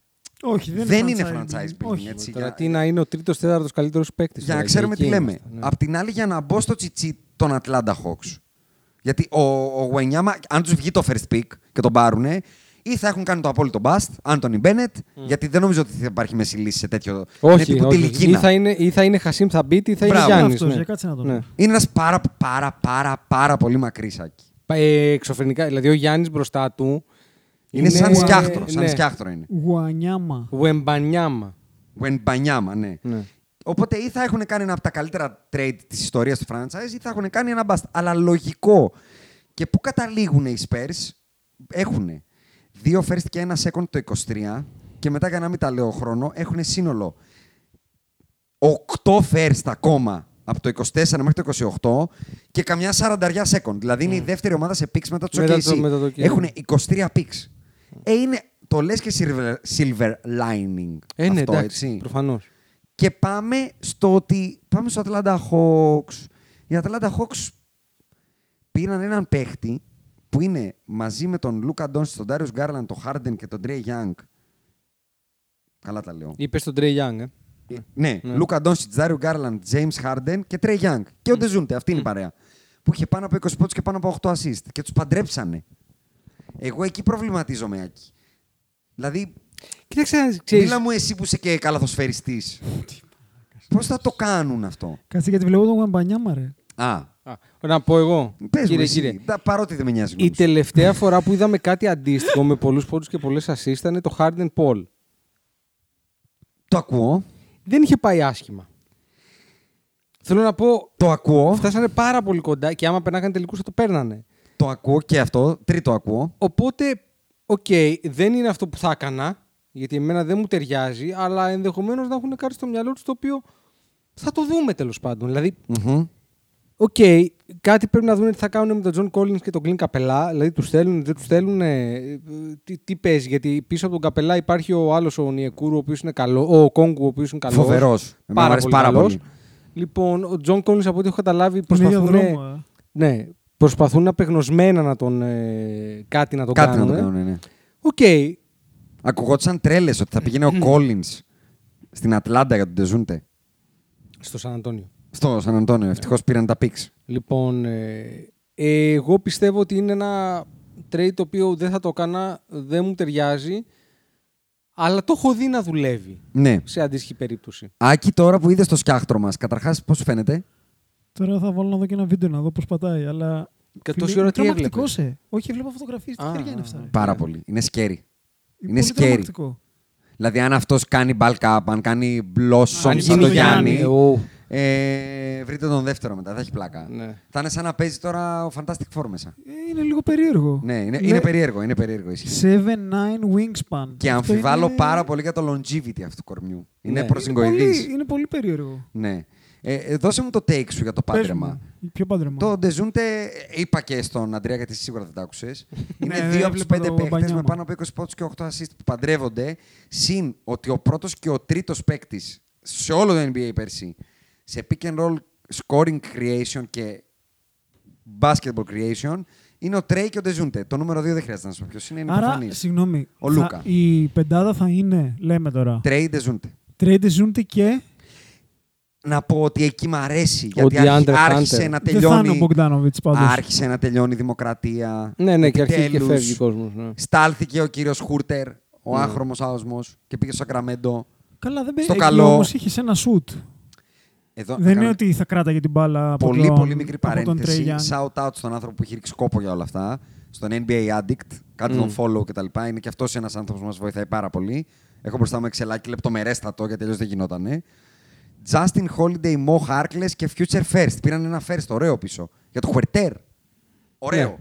Όχι, δεν, δεν είναι franchise franchise building. Όχι. έτσι, Τώρα για- τι να είναι ο τρίτος, τέταρτος καλύτερος παίκτης. για να ξέρουμε τι λέμε. ναι. Απ' την άλλη, για να μπω στο τσιτσί των Atlanta Hawks. Γιατί ο, ο Γουενιάμα, αν τους βγει το first pick και τον πάρουνε, ή θα έχουν κάνει το απόλυτο bust, Anthony Bennett, γιατί δεν νομίζω ότι θα υπάρχει μέση λύση σε τέτοιο. είναι Όχι, τύπου όχι. Ή τηλικίνα. θα είναι, ή θα είναι Χασίμ Θαμπίτη ή θα είναι ναι. Μπράβο. Γιάννης. Αυτός, για κάτσε να το δω. Είναι ένας πάρα, πάρα, πάρα, πάρα πολύ μακρύς σάκι. Ε, εξωφρενικά, δηλαδή ο Γιάννης μπροστά του. Είναι, σαν σκιάχτρο. ε, Σαν ναι. σκιάχτρο είναι. Γουανιάμα. Γουεμπανιάμα. Γουενμπανιάμα, ναι. Ναι. Οπότε ή θα έχουν κάνει ένα από τα καλύτερα trade της ιστορίας του franchise ή θα έχουν κάνει ένα bust. Αλλά λογικό. Και πού καταλήγουν οι Spurs, έχουν δύο first και ένα second το 23 και μετά για να μην τα λέω χρόνο, έχουν σύνολο 8 first ακόμα από το 24 μέχρι το 28 και καμιά σαρανταριά second. Δηλαδή είναι η δεύτερη ομάδα σε picks μετά τους Ναι. Μετά OKC. το- μετά το OKC. Έχουν 23 picks. Ε, είναι, το λες και silver, silver lining Ε, ναι, αυτό, εντάξει, έτσι. προφανώς. Και πάμε στο ότι. Πάμε στο Atlanta Hawks. Οι Atlanta Hawks πήραν έναν παίχτη που είναι μαζί με τον Λούκα Ντόνσι, τον Darius Garland, τον Harden και τον Trey Young. Καλά τα λέω. Είπες στον Τρέι Young, ε. Ναι, Λούκα Ντόνσι, Darius Garland, James Harden και Trey Young. Και ο Ντεζούντε, αυτή είναι η παρέα. Που είχε πάνω από 20 πόντους και πάνω από 8 assist. Και τους παντρέψανε. Εγώ εκεί προβληματίζομαι, Άκη. Δηλαδή, Κοίταξε, ξέρεις. μίλα μου εσύ που είσαι και καλαθοσφαιριστής. Πώς θα το κάνουν αυτό. Κάτσε γιατί βλέπω τον Γουαμπανιάμα, ρε. Α, Να πω εγώ. Πες μου κύριε, εσύ, κύριε. τα- παρότι δεν με νοιάζει. Η γνώμη σου. τελευταία φορά που είδαμε κάτι αντίστοιχο με πολλούς πόντους και πολλές assist ήταν το Harden Paul. Το ακούω. Δεν είχε πάει άσχημα. Θέλω να πω, Το ακούω. φτάσανε πάρα πολύ κοντά και άμα περνάγανε τελικούς θα το παίρνανε. Το ακούω και αυτό. Τρίτο ακούω. Οπότε, οκ, δεν είναι αυτό που θα έκανα, γιατί εμένα δεν μου ταιριάζει, αλλά ενδεχομένως να έχουν κάτι στο μυαλό τους το οποίο θα το δούμε τέλος πάντων. Δηλαδή, Μμμ. οκ, κάτι πρέπει να δουν τι θα κάνουν με τον Τζον Κόλλιν και τον Κλίν Καπελά. Δηλαδή, τους θέλουν, δεν τους θέλουν. ε, ε, τι, τι παίζει, γιατί πίσω από τον Καπελά υπάρχει ο άλλος ο Νιεκούρου, ο οποίος είναι καλό, ο Κόγκου, ο οποίος είναι καλός. Φοβερός. Εμένα μου Πάρα, αρέσει πολύ, πάρα καλός. πολύ. Λοιπόν, ο Τζον Κόλλιν από ό,τι έχω καταλάβει Τον ίδιο προσπαθούν. δρόμο, ε. Ναι, προσπαθούν απεγνωσμένα να τον. ε, κάτι να τον Κάτι κάνουν. να το κάνουν, ναι. Οκ. Ακουγόντουσαν τρέλες ότι θα πήγαινε ο Collins στην Ατλάντα για τον Τεζούντε. Στο Σαν Αντώνιο. Στο Σαν Αντώνιο. Ευτυχώς πήραν τα πίξ. Λοιπόν, ε, ε, εγώ πιστεύω ότι είναι ένα trade το οποίο δεν θα το έκανα, δεν μου ταιριάζει, αλλά το έχω δει να δουλεύει Ναι. σε αντίστοιχη περίπτωση. Άκη, τώρα που είδες το σκιάχτρο μας, καταρχάς πώς σου φαίνεται. Τώρα θα βάλω να δω και ένα βίντεο να δω πώς πατάει. Αλλά. Και Φίλε, τόση ώρα είναι τι έβλεπες? τρομακτικός, ε. Όχι, βλέπω φωτογραφίες. Τι Α, χέρια είναι α, αυτά. ρε. Πάρα πολύ. Είναι scary. Είναι πολύ scary. τρομακτικό. Δηλαδή, αν αυτός κάνει bulk up, αν κάνει blossom Αν σαν γίνει το ο Γιάννη, Γιάννη. ου. Ε, βρείτε τον δεύτερο μετά, θα έχει πλάκα. Ναι. Θα είναι σαν να παίζει τώρα ο Fantastic Four μέσα. Ε, είναι λίγο περίεργο. Ναι, είναι, Λέ- είναι περίεργο, είναι περίεργο. Ισχύει. 7-9 wingspan. Και Αυτό αμφιβάλλω είναι- πάρα πολύ για το longevity αυτού του κορμιού. Είναι Ναι. Είναι πολύ, προσυγκοειδή. είναι πολύ περίεργο. Ναι. Ε, ε, δώσε μου το take σου για το πάντρεμα. Πες μου, Ποιο πάντρεμα. Το Ντεζούντε, ε, είπα και στον Αντρέα, γιατί σίγουρα δεν τα άκουσες. Ναι, Είναι δεν δύο από του έβλεπα πέντε το παίχτε Μπανιάμα. με πάνω από 20 πόντους και 8 assist που παντρεύονται. Συν ότι ο πρώτος και ο τρίτος παίκτης σε όλο το NBA πέρσι σε pick and roll scoring creation και basketball creation είναι ο Τρέι και ο Ντεζούντε. Το νούμερο 2 δεν χρειάζεται να σου πω ποιος είναι. Είναι Άρα, προφανής. συγγνώμη. Ο θα- Λούκα. Η πεντάδα θα είναι, λέμε τώρα. Τρέι Ντεζούντε. Τρέιντε Ζούντε και. να πω ότι εκεί μ' αρέσει. γιατί DeAndre άρχι- Hunter. άρχισε να Δεν θα είναι ο τελειώνει. Μπογκδάνοβιτ πάντως. Άρχισε να τελειώνει η δημοκρατία. Ναι, ναι, και αρχίζει και Επιτέλους. φεύγει ο κόσμος. Ναι. Στάλθηκε ο κύριος Χούρτερ, ο άγχρωμος άγχρωμο και πήγε στο Σακραμέντο. Καλά, δεν Στο Εκεί καλό. όμως είχε ένα σουτ. Εδώ, να Δεν είναι κάνω ότι θα κράταγε την μπάλα από Πολύ, τον, πολύ μικρή από τον Trey παρένθεση. Young. Shout out στον άνθρωπο που έχει ρίξει κόπο για όλα αυτά. Στον NBA Addict. Κάντε Mm. τον follow κτλ. Είναι και αυτός ένας άνθρωπος που μας βοηθάει πάρα πολύ. Έχω μπροστά μου εξελάκι λεπτομερέστατο γιατί αλλιώς δεν γινότανε. Justin Holiday, Mo Harkless και Future First. Πήραν ένα first ωραίο πίσω. Για το Χουερτέρ. Ωραίο. Ναι.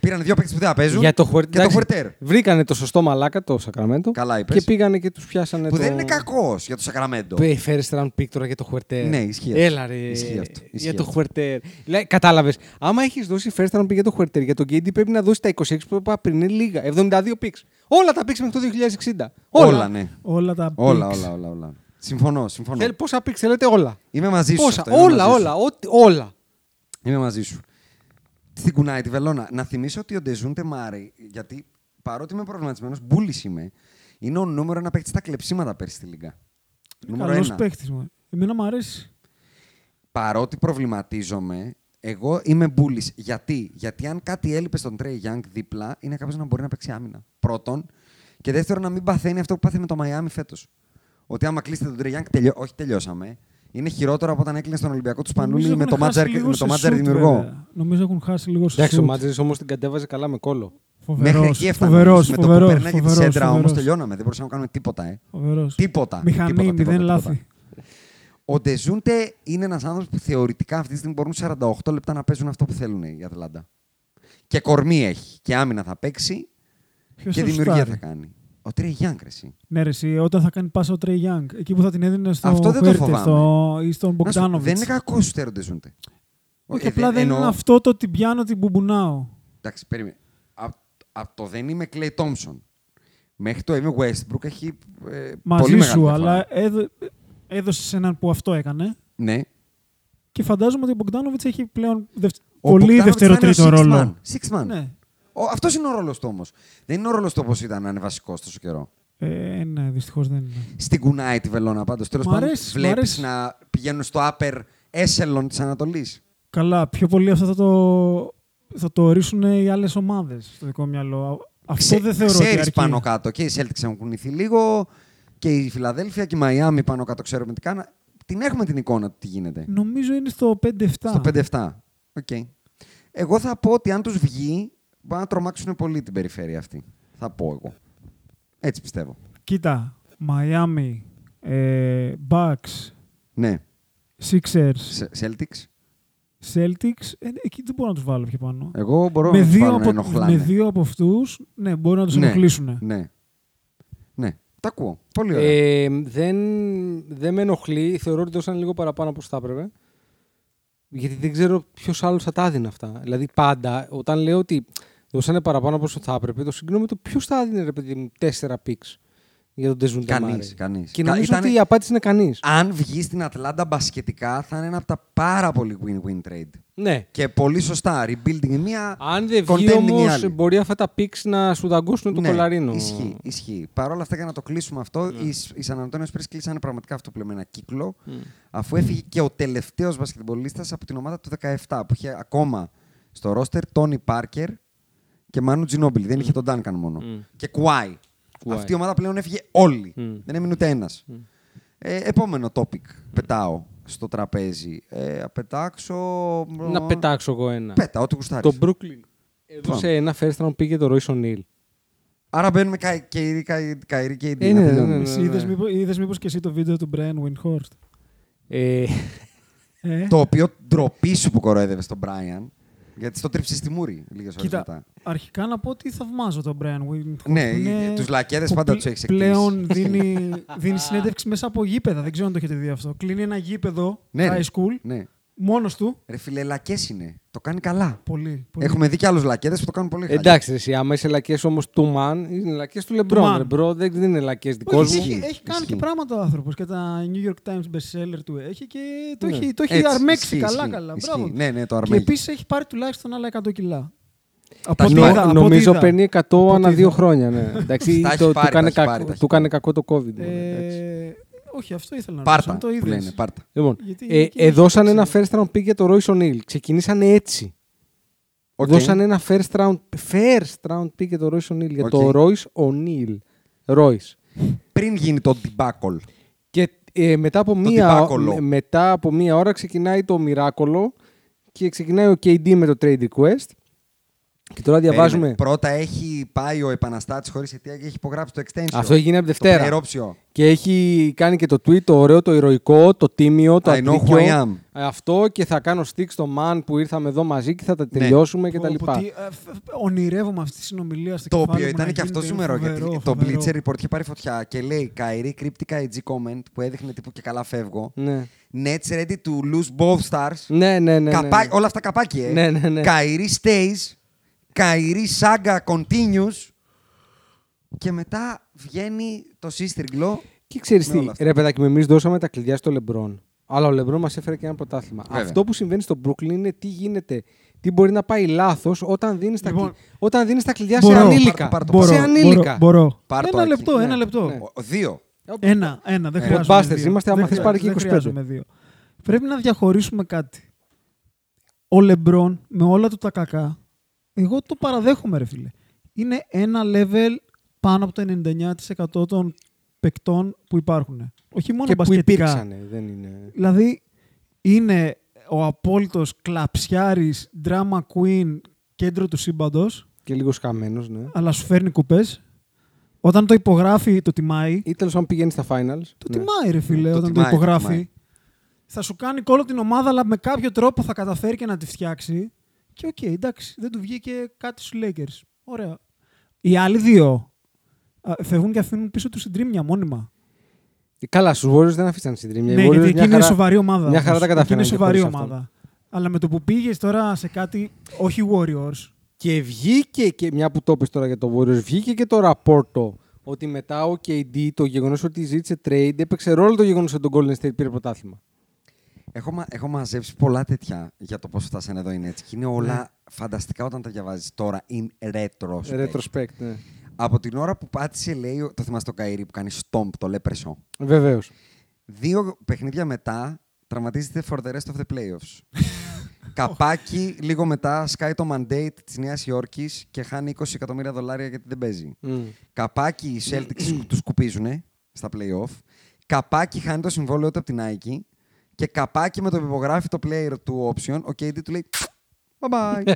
Πήραν δύο παίκτες που δεν θα παίζουν. Για το Χουερ- Ε, Και το εντάξει, Χουερτέρ. Βρήκανε το σωστό μαλάκα το Σακραμέντο. Καλά είπες. Και πήγανε και τους πιάσανε. Που το... Ε, δεν είναι κακός για το Σακραμέντο. Πε, First round pick τώρα για το Χουερτέρ. Ναι, ισχύει αυτό. Έλα ρε. Ισχύει αυτό. Ισχύει Για το αυτό. Χουερτέρ. Κατάλαβες. Άμα έχεις δώσει first round pick για το Χουερτέρ, για τον KD πρέπει να δώσεις τα 26 που είπα πριν. Είναι λίγα. 72 picks. Όλα τα picks μέχρι το 2060. Όλα. Όλα, ναι. Όλα τα Όλα, picks. όλα, όλα, όλα. Συμφωνώ, συμφωνώ. Θέλει πόσα picks θέλετε όλα. Είμαι μαζί σου. σε Πόσα. αυτό, είμαι Όλα, μαζί σου. όλα, ό,τι- όλα. Είμαι μαζί σου. Στην κουνάει τη βελόνα. Να θυμίσω ότι ο Ντεζούντε Μάρι, γιατί παρότι είμαι προβληματισμένος, μπουλή είμαι, είναι ο νούμερο ένα παίκτης στα κλεψίματα πέρσι στη Λίγκα. Νούμερο Καλός ένα. παίχτης μου. Εμένα μου αρέσει. Παρότι προβληματίζομαι, εγώ είμαι μπουλή. Γιατί? Γιατί αν κάτι έλειπε στον Τρέι Γιάνγκ δίπλα, είναι κάποιος να μπορεί να παίξει άμυνα. Πρώτον. Και δεύτερον, να μην παθαίνει αυτό που πάθαινε το Μαϊάμι φέτος. Ότι άμα κλείσετε τον Τρέι Γιάνγκ, τελειώ... όχι τελειώσαμε. Είναι χειρότερο από όταν έκλεινε στον Ολυμπιακό τους Πανούλη Νομίζω με έχουν το χάσει μάτζαρ, λίγο με σε το μάτζαρ shoot, δημιουργό. βέβαια. Νομίζω έχουν χάσει λίγο σε Εντάξει, ο shoot. Μάτζερη όμως την κατέβαζε καλά με κόλλο. Μέχρι Φοβερός, εκεί έφτανε. φοβερός, με φοβερός, το που περνάγε τη φοβερός, σέντρα όμως φοβερός. τελειώναμε. Δεν μπορούσαμε να κάνουμε τίποτα. Ε. Φοβερός. Τίποτα. Μηχανή, τίποτα, τίποτα, μηδέν τίποτα. λάθη. Ο Ντεζούντε είναι ένας άνθρωπος που θεωρητικά αυτή τη στιγμή μπορούν 48 λεπτά να παίζουν αυτό που θέλουν οι Ατλάντα. Και κορμί έχει. Και άμυνα θα παίξει Ποιος και θα δημιουργία σουτάρει? θα κάνει. Ο Τρέι Γιάνγκ, ρε, εσύ. Ναι, ρε, εσύ, όταν θα κάνει πάσα ο Τρέι Γιάνγκ. Εκεί που θα την έδινε στο Αυτό δεν το Χουέρτε, φοβάμαι. στο... ή στον Να σου πω, Μπογκδάνοβιτ. Δεν είναι κακό Ε, σου τέροντε ζούνται. Όχι, απλά δεν είναι αυτό το την πιάνω, την μπουμπουνάω. Εντάξει, περίμενε. Από το δεν είμαι Κλέι Τόμψον μέχρι το είμαι Westbrook έχει ε, πολύ Μαζί μεγάλη σου, διαφορά. αλλά έδω... έδωσες έναν που αυτό έκανε. Ναι. Και φαντάζομαι ότι ο Μπογκδάνοβιτ έχει πλέον δευ... Ο πολύ Μπογκδάνοβιτς θα είναι δευτεροτρίτο ο six ρόλο. man. Six man. Ναι. Ο- αυτός είναι ο ρόλος του όμως. Δεν είναι ο ρόλος του όπως ήταν να είναι βασικός τόσο καιρό. Ε, ναι, δυστυχώς δεν είναι. Στην κουνάει τη βελόνα πάντως. Τέλος Μ' πάντων αρέσει, μ' βλέπεις αρέσει. να πηγαίνουν στο upper echelon της Ανατολής. Καλά, πιο πολύ αυτό θα το, θα το ορίσουν οι άλλες ομάδες στο δικό μου μυαλό. Α- Αυτό Ξε- δεν θεωρώ ότι Ξέρεις αρκεί. πάνω κάτω. Και οι Celtics έχουν κουνηθεί λίγο και η Φιλαδέλφια και η Μαϊάμι πάνω κάτω ξέρουμε τι κάνουν. Την έχουμε την εικόνα του τι γίνεται. Νομίζω είναι στο 5-7. Στο 5-7. Οκ. Εγώ θα πω ότι αν τους βγει, μπορεί να τρομάξουν πολύ την περιφέρεια αυτή. Θα πω εγώ. Έτσι πιστεύω. Κοίτα, Miami, ε, Bucks, Ναι. Sixers, Σε- Celtics. Celtics, ε, εκεί δεν μπορώ να τους βάλω πιο πάνω. Εγώ μπορώ με, να τους δύο βάλω να από, ενοχλάνε. με δύο από αυτούς, ναι, μπορεί να τους ναι. ενοχλήσουν. Ναι. Ναι. Τα ακούω. Πολύ ωραία. Ε, δεν, δεν με ενοχλεί. Θεωρώ ότι δώσαν λίγο παραπάνω από όσο θα έπρεπε. Γιατί δεν ξέρω ποιος άλλος θα τα έδινε αυτά. Δηλαδή, πάντα όταν λέω ότι δώσανε παραπάνω από όσο θα έπρεπε, το συγκρίνω με το ποιος θα έδινε ρε παιδί μου τέσσερα πίξ για τον Τεζούντα Κανείς, Μάρε. κανείς. Και Κα- νομίζω ήτανε- ότι η απάντηση είναι κανείς. Αν βγει στην Ατλάντα μπασκετικά, θα είναι ένα από τα πάρα πολύ win-win trade. Ναι. Και πολύ σωστά. Rebuilding η μία, Αν δεν βγει contending η όμως, άλλη. μπορεί αυτά τα πίξ να σου δαγκώσουν το ναι, κολαρίνο. Ναι. Ισχύει, ισχύει. Παρ' όλα αυτά, για να το κλείσουμε αυτό, οι, Σ- οι Σαν Αντώνιος Σπρι κλείσανε πραγματικά αυτό που λέμε ένα κύκλο, Ναι. αφού έφυγε και ο τελευταίος μπασκετμπολίστας από την ομάδα του 17, που είχε ακόμα στο ρόστερ Τόνι Πάρκερ και Μάνου Τζινόμπιλ. Δεν είχε τον Ντάνκαν μόνο. Και Κουάι. Ναι. Κουάι. Ναι. Αυτή η ομάδα πλέον έφυγε όλοι. Μμ. Δεν έμεινε ούτε ένας. Ε, επόμενο topic Ναι. πετάω στο τραπέζι. Ε, α, πετάξω. Να πετάξω εγώ ένα. Πέτα, ό,τι γουστάρεις. Το Brooklyn. Έδωσε ένα first round πήγε το Royce O'Neal. Άρα μπαίνουμε Καϊ- Καϊρή Καϊ- Καϊρή και Ε, Ιντίνα. ναι, ναι, τελειώνουμε. ναι, ναι. Εσύ είδες, μήπως, είδες μήπως και εσύ το βίντεο του Brian Windhorst. Ε, Ε, Το οποίο ντροπή σου που κοροέδευε τον Brian. Γιατί στο τρίψε στη μούρη λίγες ώρες Κοίτα, μετά. αρχικά να πω ότι θαυμάζω τον Brian Windhorst. Ναι, που είναι- τους λακέδες που πάντα πλε- τους έχεις εκτίσει. Πλέον δίνει, δίνει συνέντευξη μέσα από γήπεδα. Δεν ξέρω αν το έχετε δει αυτό. Κλείνει ένα γήπεδο Ναι, high ρε. school Ναι. μόνος του. Ρε φίλε, λακές είναι. Το κάνει καλά. Πολύ. πολύ. Έχουμε δει και άλλους λακέδε που το κάνουν πολύ καλά. εντάξει, ρε, εσύ, άμα είσαι λακές όμως του man, είναι λακές του man. Λεμπρόν. ρε, μπρο, δεν δεν είναι λακές Όχι, δικός μου. έχει, Ισχύει, έχει κάνει ισχύει. και πράγματα ο άνθρωπος. Και τα New York Times bestseller του έχει και το Ναι. έχει, το έχει Έτσι, αρμέξει ισχύει, καλά. ισχύει, καλά. ισχύει. Μπράβο. Ναι, ναι, το και αρμέγει. επίσης έχει πάρει τουλάχιστον άλλα 100 κιλά. Τα Από ό,τι έχει Νο- είδα- από ό,τι νομίζω είδα. παίρνει 100 ανά είδα. δύο χρόνια. Ναι. Εντάξει, Τα έχει το, πάρει, του, κάνε τα έχει πάρει, τα κακό, έχει του κάνε κακό το COVID. μόνο, εντάξει. Ε, όχι, αυτό ήθελα να ρωτήσω. Πάρτα. αν Το που λένε, είδε. πάρτα. Λοιπόν, γιατί ε, εκεί ε, δώσανε δεν ένα ξέρω. first round pick για το Royce O'Neal. Ξεκινήσανε έτσι. Οκ. Δώσανε ένα first round, first round pick για το Royce O'Neal. Για Οκ. το Royce O'Neal. Royce. Πριν γίνει το debacle. Και ε, μετά, από μία, τυπάκολο. με- μετά από μία ώρα ξεκινάει το μοιράκολο και ξεκινάει ο KD με το trade request. Και τώρα διαβάζουμε. Περίμενε. Πρώτα έχει πάει ο επαναστάτης χωρίς αιτία και έχει υπογράψει το extension. Αυτό έχει γίνει από Δευτέρα. Το player option. Και έχει κάνει και το tweet το ωραίο, το ηρωικό, το τίμιο, το I know who αντίκιο. I am. Ε, Αυτό και θα κάνω stick στο man που ήρθαμε εδώ μαζί και θα τα Ναι. τελειώσουμε και τα Πω, πω, λοιπά. τι, ε, φ- φ- Ονειρεύομαι αυτή τη συνομιλία στο Το κεφάλι οποίο μου να ήταν και αυτό γίνεται. ζουμερό. Γιατί Φοβερό, το φοβερό. Bleacher Report είχε πάρει φωτιά και λέει Καϊρή, κρύπτηκα IG comment που έδειχνε τύπου και καλά φεύγω. Ναι. Nets ready to lose both stars. Ναι, ναι, ναι. Καπά... ναι. Όλα αυτά καπάκι, ε. Ναι, ναι, ναι. Καϊρή stays. Καϊρή saga continues. Και μετά βγαίνει το σύστριγγλο. Και ξέρεις Με τι, όλα αυτά. ρε παιδάκι, εμείς δώσαμε τα κλειδιά στο Λεμπρόν. Αλλά ο Λεμπρόν μας έφερε και ένα πρωτάθλημα. Βέβαια. Αυτό που συμβαίνει στο Brooklyn είναι τι γίνεται, τι μπορεί να πάει λάθος όταν δίνεις τα, Λοιπόν, κλει... όταν δίνεις τα κλειδιά μπορώ, σε ανήλικα. πάρ' το, πάρ' το, Μπορώ, σε ανήλικα. Μπορώ. Πάρ' το, Ένα Άκη. λεπτό, ένα Ναι, λεπτό. ναι. Ο- Δύο. Ένα, ένα, δεν Ε, χρειάζομαι. podcasters δύο. είμαστε, άμα Δεν θες πάρε και χρειάζομαι, 25. Δεν χρειάζομαι δύο. Πρέπει να διαχωρίσουμε κάτι. Ο Λεμπρόν με όλα του τα κακά, εγώ το παραδέχομαι, ρε φίλε. Είναι ένα level πάνω από το 99% των παικτών που υπάρχουν. Όχι μόνο Και που μπασκετικά. υπήρξαν. Δεν είναι. Δηλαδή, είναι ο απόλυτος κλαψιάρης, drama queen, κέντρο του σύμπαντος, Και λίγος σκαμμένο, ναι. αλλά σου φέρνει κουπές. Όταν το υπογράφει, το τιμάει. Ή τέλος πάντων πηγαίνει στα finals. Το ναι. τιμάει, ρε φίλε, Το όταν τιμάει, το το υπογράφει. τιμάει. θα σου κάνει κόλλο την ομάδα, αλλά με κάποιο τρόπο θα καταφέρει και να τη φτιάξει. Και οκ, εντάξει, δεν του βγήκε κάτι στους Lakers. Ωραία. Οι άλλοι δύο α, φεύγουν και αφήνουν πίσω τους συντρίμια μόνιμα. Καλά, στους Warriors δεν αφήσαν συντρίμια. Ναι, Οι Warriors γιατί μια εκείνη είναι χαρά- σοβαρή ομάδα. μια χαρά τα όμως. καταφέρανε Εκείνη Είναι και σοβαρή χωρίς αυτόν. ομάδα. Αλλά με το που πήγες τώρα σε κάτι, όχι Warriors. Και βγήκε, και μια που το είπες τώρα για το Warriors, βγήκε και το ραπόρτο ότι μετά ο KD, το γεγονός ότι ζήτησε trade, έπαιξε ρόλο το γεγονός ότι το Golden State πήρε πρωτάθλημα. Έχω, μα- έχω μαζέψει πολλά τέτοια για το πώς φτάσανε εδώ είναι έτσι. Και είναι όλα Ναι. φανταστικά όταν τα διαβάζεις τώρα in retrospect. Retrospect, ναι. Από την ώρα που πάτησε, λέει, το θυμάστε το Καϊρή που κάνει stomp, το λέπρεσο. Βεβαίως. Δύο παιχνίδια μετά τραυματίζεται for the rest of the playoffs. Καπάκι, λίγο μετά, σκάει το mandate της Νέας Υόρκης και χάνει 20 εκατομμύρια δολάρια γιατί δεν παίζει. Μμ. Καπάκι, οι Celtics τους σκουπίζουν στα playoff. Καπάκι, χάνει το συμβόλαιο του από την Nike. Και καπάκι με το που υπογράφει το player του option, ο KD του λέει bye bye.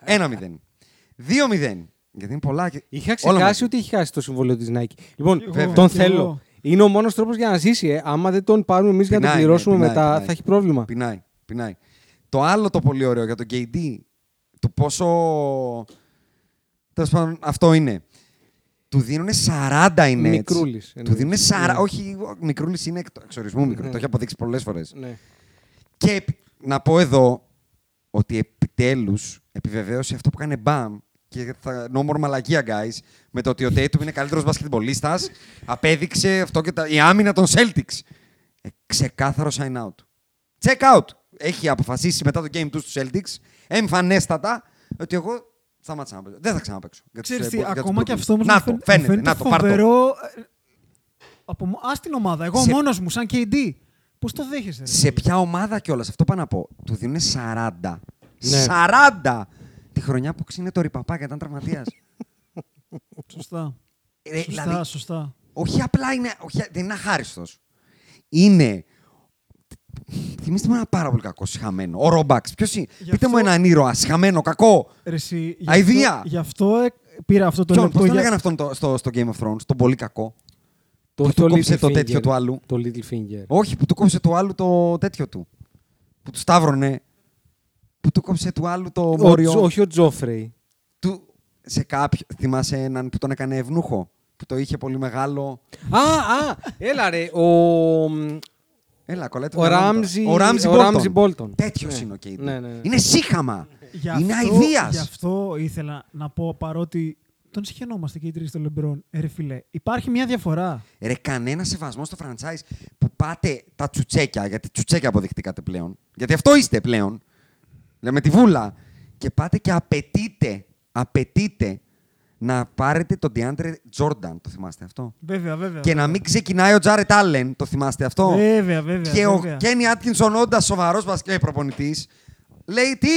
Ένα μηδέν. Δύο μηδέν. Γιατί είναι πολλά. και- Είχα όλα ξεχάσει μαζί. ότι είχε χάσει το συμβόλαιο της Nike. Λοιπόν, Βέβαια. τον και θέλω. εγώ. Είναι ο μόνος τρόπος για να ζήσει. Ε. Άμα δεν τον πάρουμε εμείς για να τον Πεινάει, πληρώσουμε ναι, μετά, πεινάει, πεινάει. θα έχει πρόβλημα. Πεινάει, πεινάει. Το άλλο το πολύ ωραίο για τον KD, το πόσο. Τέλος πάντων, αυτό είναι. Του δίνουν 40 είναι Μικρούλης, έτσι. Του εννοείς. δίνουν 40. Ναι. Όχι, μικρούλης είναι εκ εκ ορισμού μικρό. Το έχει αποδείξει πολλές φορές. Ναι. Και επ- να πω εδώ ότι επιτέλους επιβεβαίωσε αυτό που κάνει μπαμ και θα, no more μαλακία, guys, με το ότι ο Tatum είναι καλύτερος μπασκετμπολίστας, απέδειξε αυτό και τα, η άμυνα των Celtics. Ε, ξεκάθαρο sign out. Check out. Έχει αποφασίσει μετά το game τους στους Celtics, εμφανέστατα, ότι εγώ σταμάτησα να παίζω. Δεν θα ξαναπαίξω. για τους, Ξέρεις ε, τι, για τους ακόμα και Bulls. αυτός όμως Να μου το, φαίν- φαίνεται. μου φαίνεται να το, πάρ' το. φοβερό... ε, Από... μο- Ας την ομάδα, εγώ Σε- μόνος μου, σαν KD. Πώς το δέχεσαι. ρε. Σε ποια ομάδα κιόλας, αυτό πάω να πω. Του δίνουν 40. Ναι. 40! Τη χρονιά που ξύνε το ρηπαπάκι, ήταν τραυματίας. Σωστά. Ε, σωστά, δηλαδή- σωστά. όχι απλά είναι. Όχι, δεν είναι αχάριστος. Είναι. Θυμήστε μου ένα πάρα πολύ κακό σχαμένο. Ο Ρομπάξ. Ποιος είναι. Γι' Πείτε μου αυτό- έναν ήρωα σχαμένο, κακό. Ρε, εσύ, γι' Αηδία! αυτό- Γι' αυτό ε, πήρα αυτό το Ποιον, λεπτό. πώς τον για- λέγανε αυτόν το- στο, στο Game of Thrones, τον πολύ κακό. Που του το κόψε το Littlefinger. τέτοιο του άλλου. Το Little Finger. Όχι, που του κόψε του άλλου το τέτοιο του. Που του σταύρωνε. Που του κόψε του άλλου το μόριο. Τζο- όχι ο Τζόφρεϊ. του, σε κάποιο, θυμάσαι έναν που τον έκανε ευνούχο, που το είχε πολύ μεγάλο. α, α, έλα ρε. Ο, Έλα, κολλάει το Ο μυαλό μου τώρα. Ράμζι- ο Ράμζι ο Μπόλτον. Ράμζι Μπόλτον. Τέτοιο Ναι. είναι ο Κέιντ. Ναι, ναι, ναι. Είναι σύγχαμα. Γι' είναι αυτό- αηδίας. Γι' αυτό ήθελα να πω παρότι τον συχαινόμαστε και οι τρεις των Λεμπρόν. Ε, ρε φίλε, υπάρχει μια διαφορά. Ρε, κανένα σεβασμό στο franchise που πάτε τα τσουτσέκια, γιατί τσουτσέκια αποδειχτήκατε πλέον. Γιατί αυτό είστε πλέον. Λέμε τη βούλα. Και πάτε και απαιτείτε, απαιτείτε να πάρετε τον DeAndre Jordan, το θυμάστε αυτό. Βέβαια, βέβαια. Και να μην ξεκινάει ο Τζάρετ Άλεν, το θυμάστε αυτό. Βέβαια, βέβαια. Και ο βέβαια. Κένι Άτκινσον, όντας σοβαρός βασικά προπονητή, ε, λέει τι,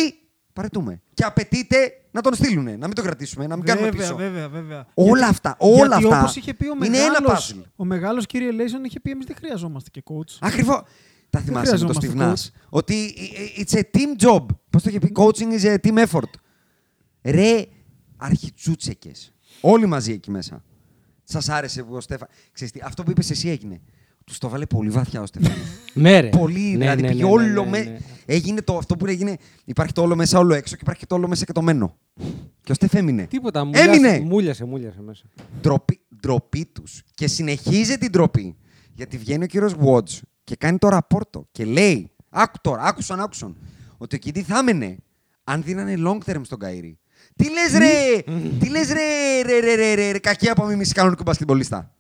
παρετούμε. Και απαιτείται να τον στείλουν, να μην τον κρατήσουμε, να μην Βέβαια, κάνουμε πίσω. Βέβαια, βέβαια. Όλα Γιατί- αυτά, όλα γιατί αυτά Όπως είχε πει ο είναι ένα μεγάλος, puzzle. ο μεγάλος κύριε Λέισον είχε πει εμείς δεν χρειαζόμαστε και coach. Ακριβώς. Τα θυμάσαι με τον χρειαζόμαστε Steve coach. Nash. Ότι it's a team job. Πώς το είχε πει, coaching is a team effort. Ρε, αρχιτσούτσεκες. Όλοι μαζί εκεί μέσα. Σας άρεσε που ο Στέφαν. Ξέρεις τι, αυτό που είπες εσύ έγινε. Τους το βάλε πολύ βαθιά ο Στέφαν. Ναι, ρε. Πολύ, Ναι, δηλαδή ναι, πήγε ναι, ναι, όλο ναι, με. ναι. Έγινε το, αυτό που έγινε. Υπάρχει το όλο μέσα, όλο έξω και υπάρχει και το όλο μέσα και το μένο. Και ο Στεφ έμεινε. Τίποτα. Μούλιασε, Έμεινε! Μούλιασε, μούλιασε μέσα. Ντροπή, ντροπή τους. Και συνεχίζει την ντροπή. Γιατί βγαίνει ο κύριος Watts και κάνει το ραπόρτο και λέει: Άκου τώρα, άκουσαν, άκουσαν. Ότι ο Κιντι θα έμενε αν δίνανε long term στον Καΐρη. Τι λες, ρε! Τι λες, ρε, ρε, ρε, ρε, ρε, ρε, κακή απομίμηση κανονικού μπασκετμπολίστα.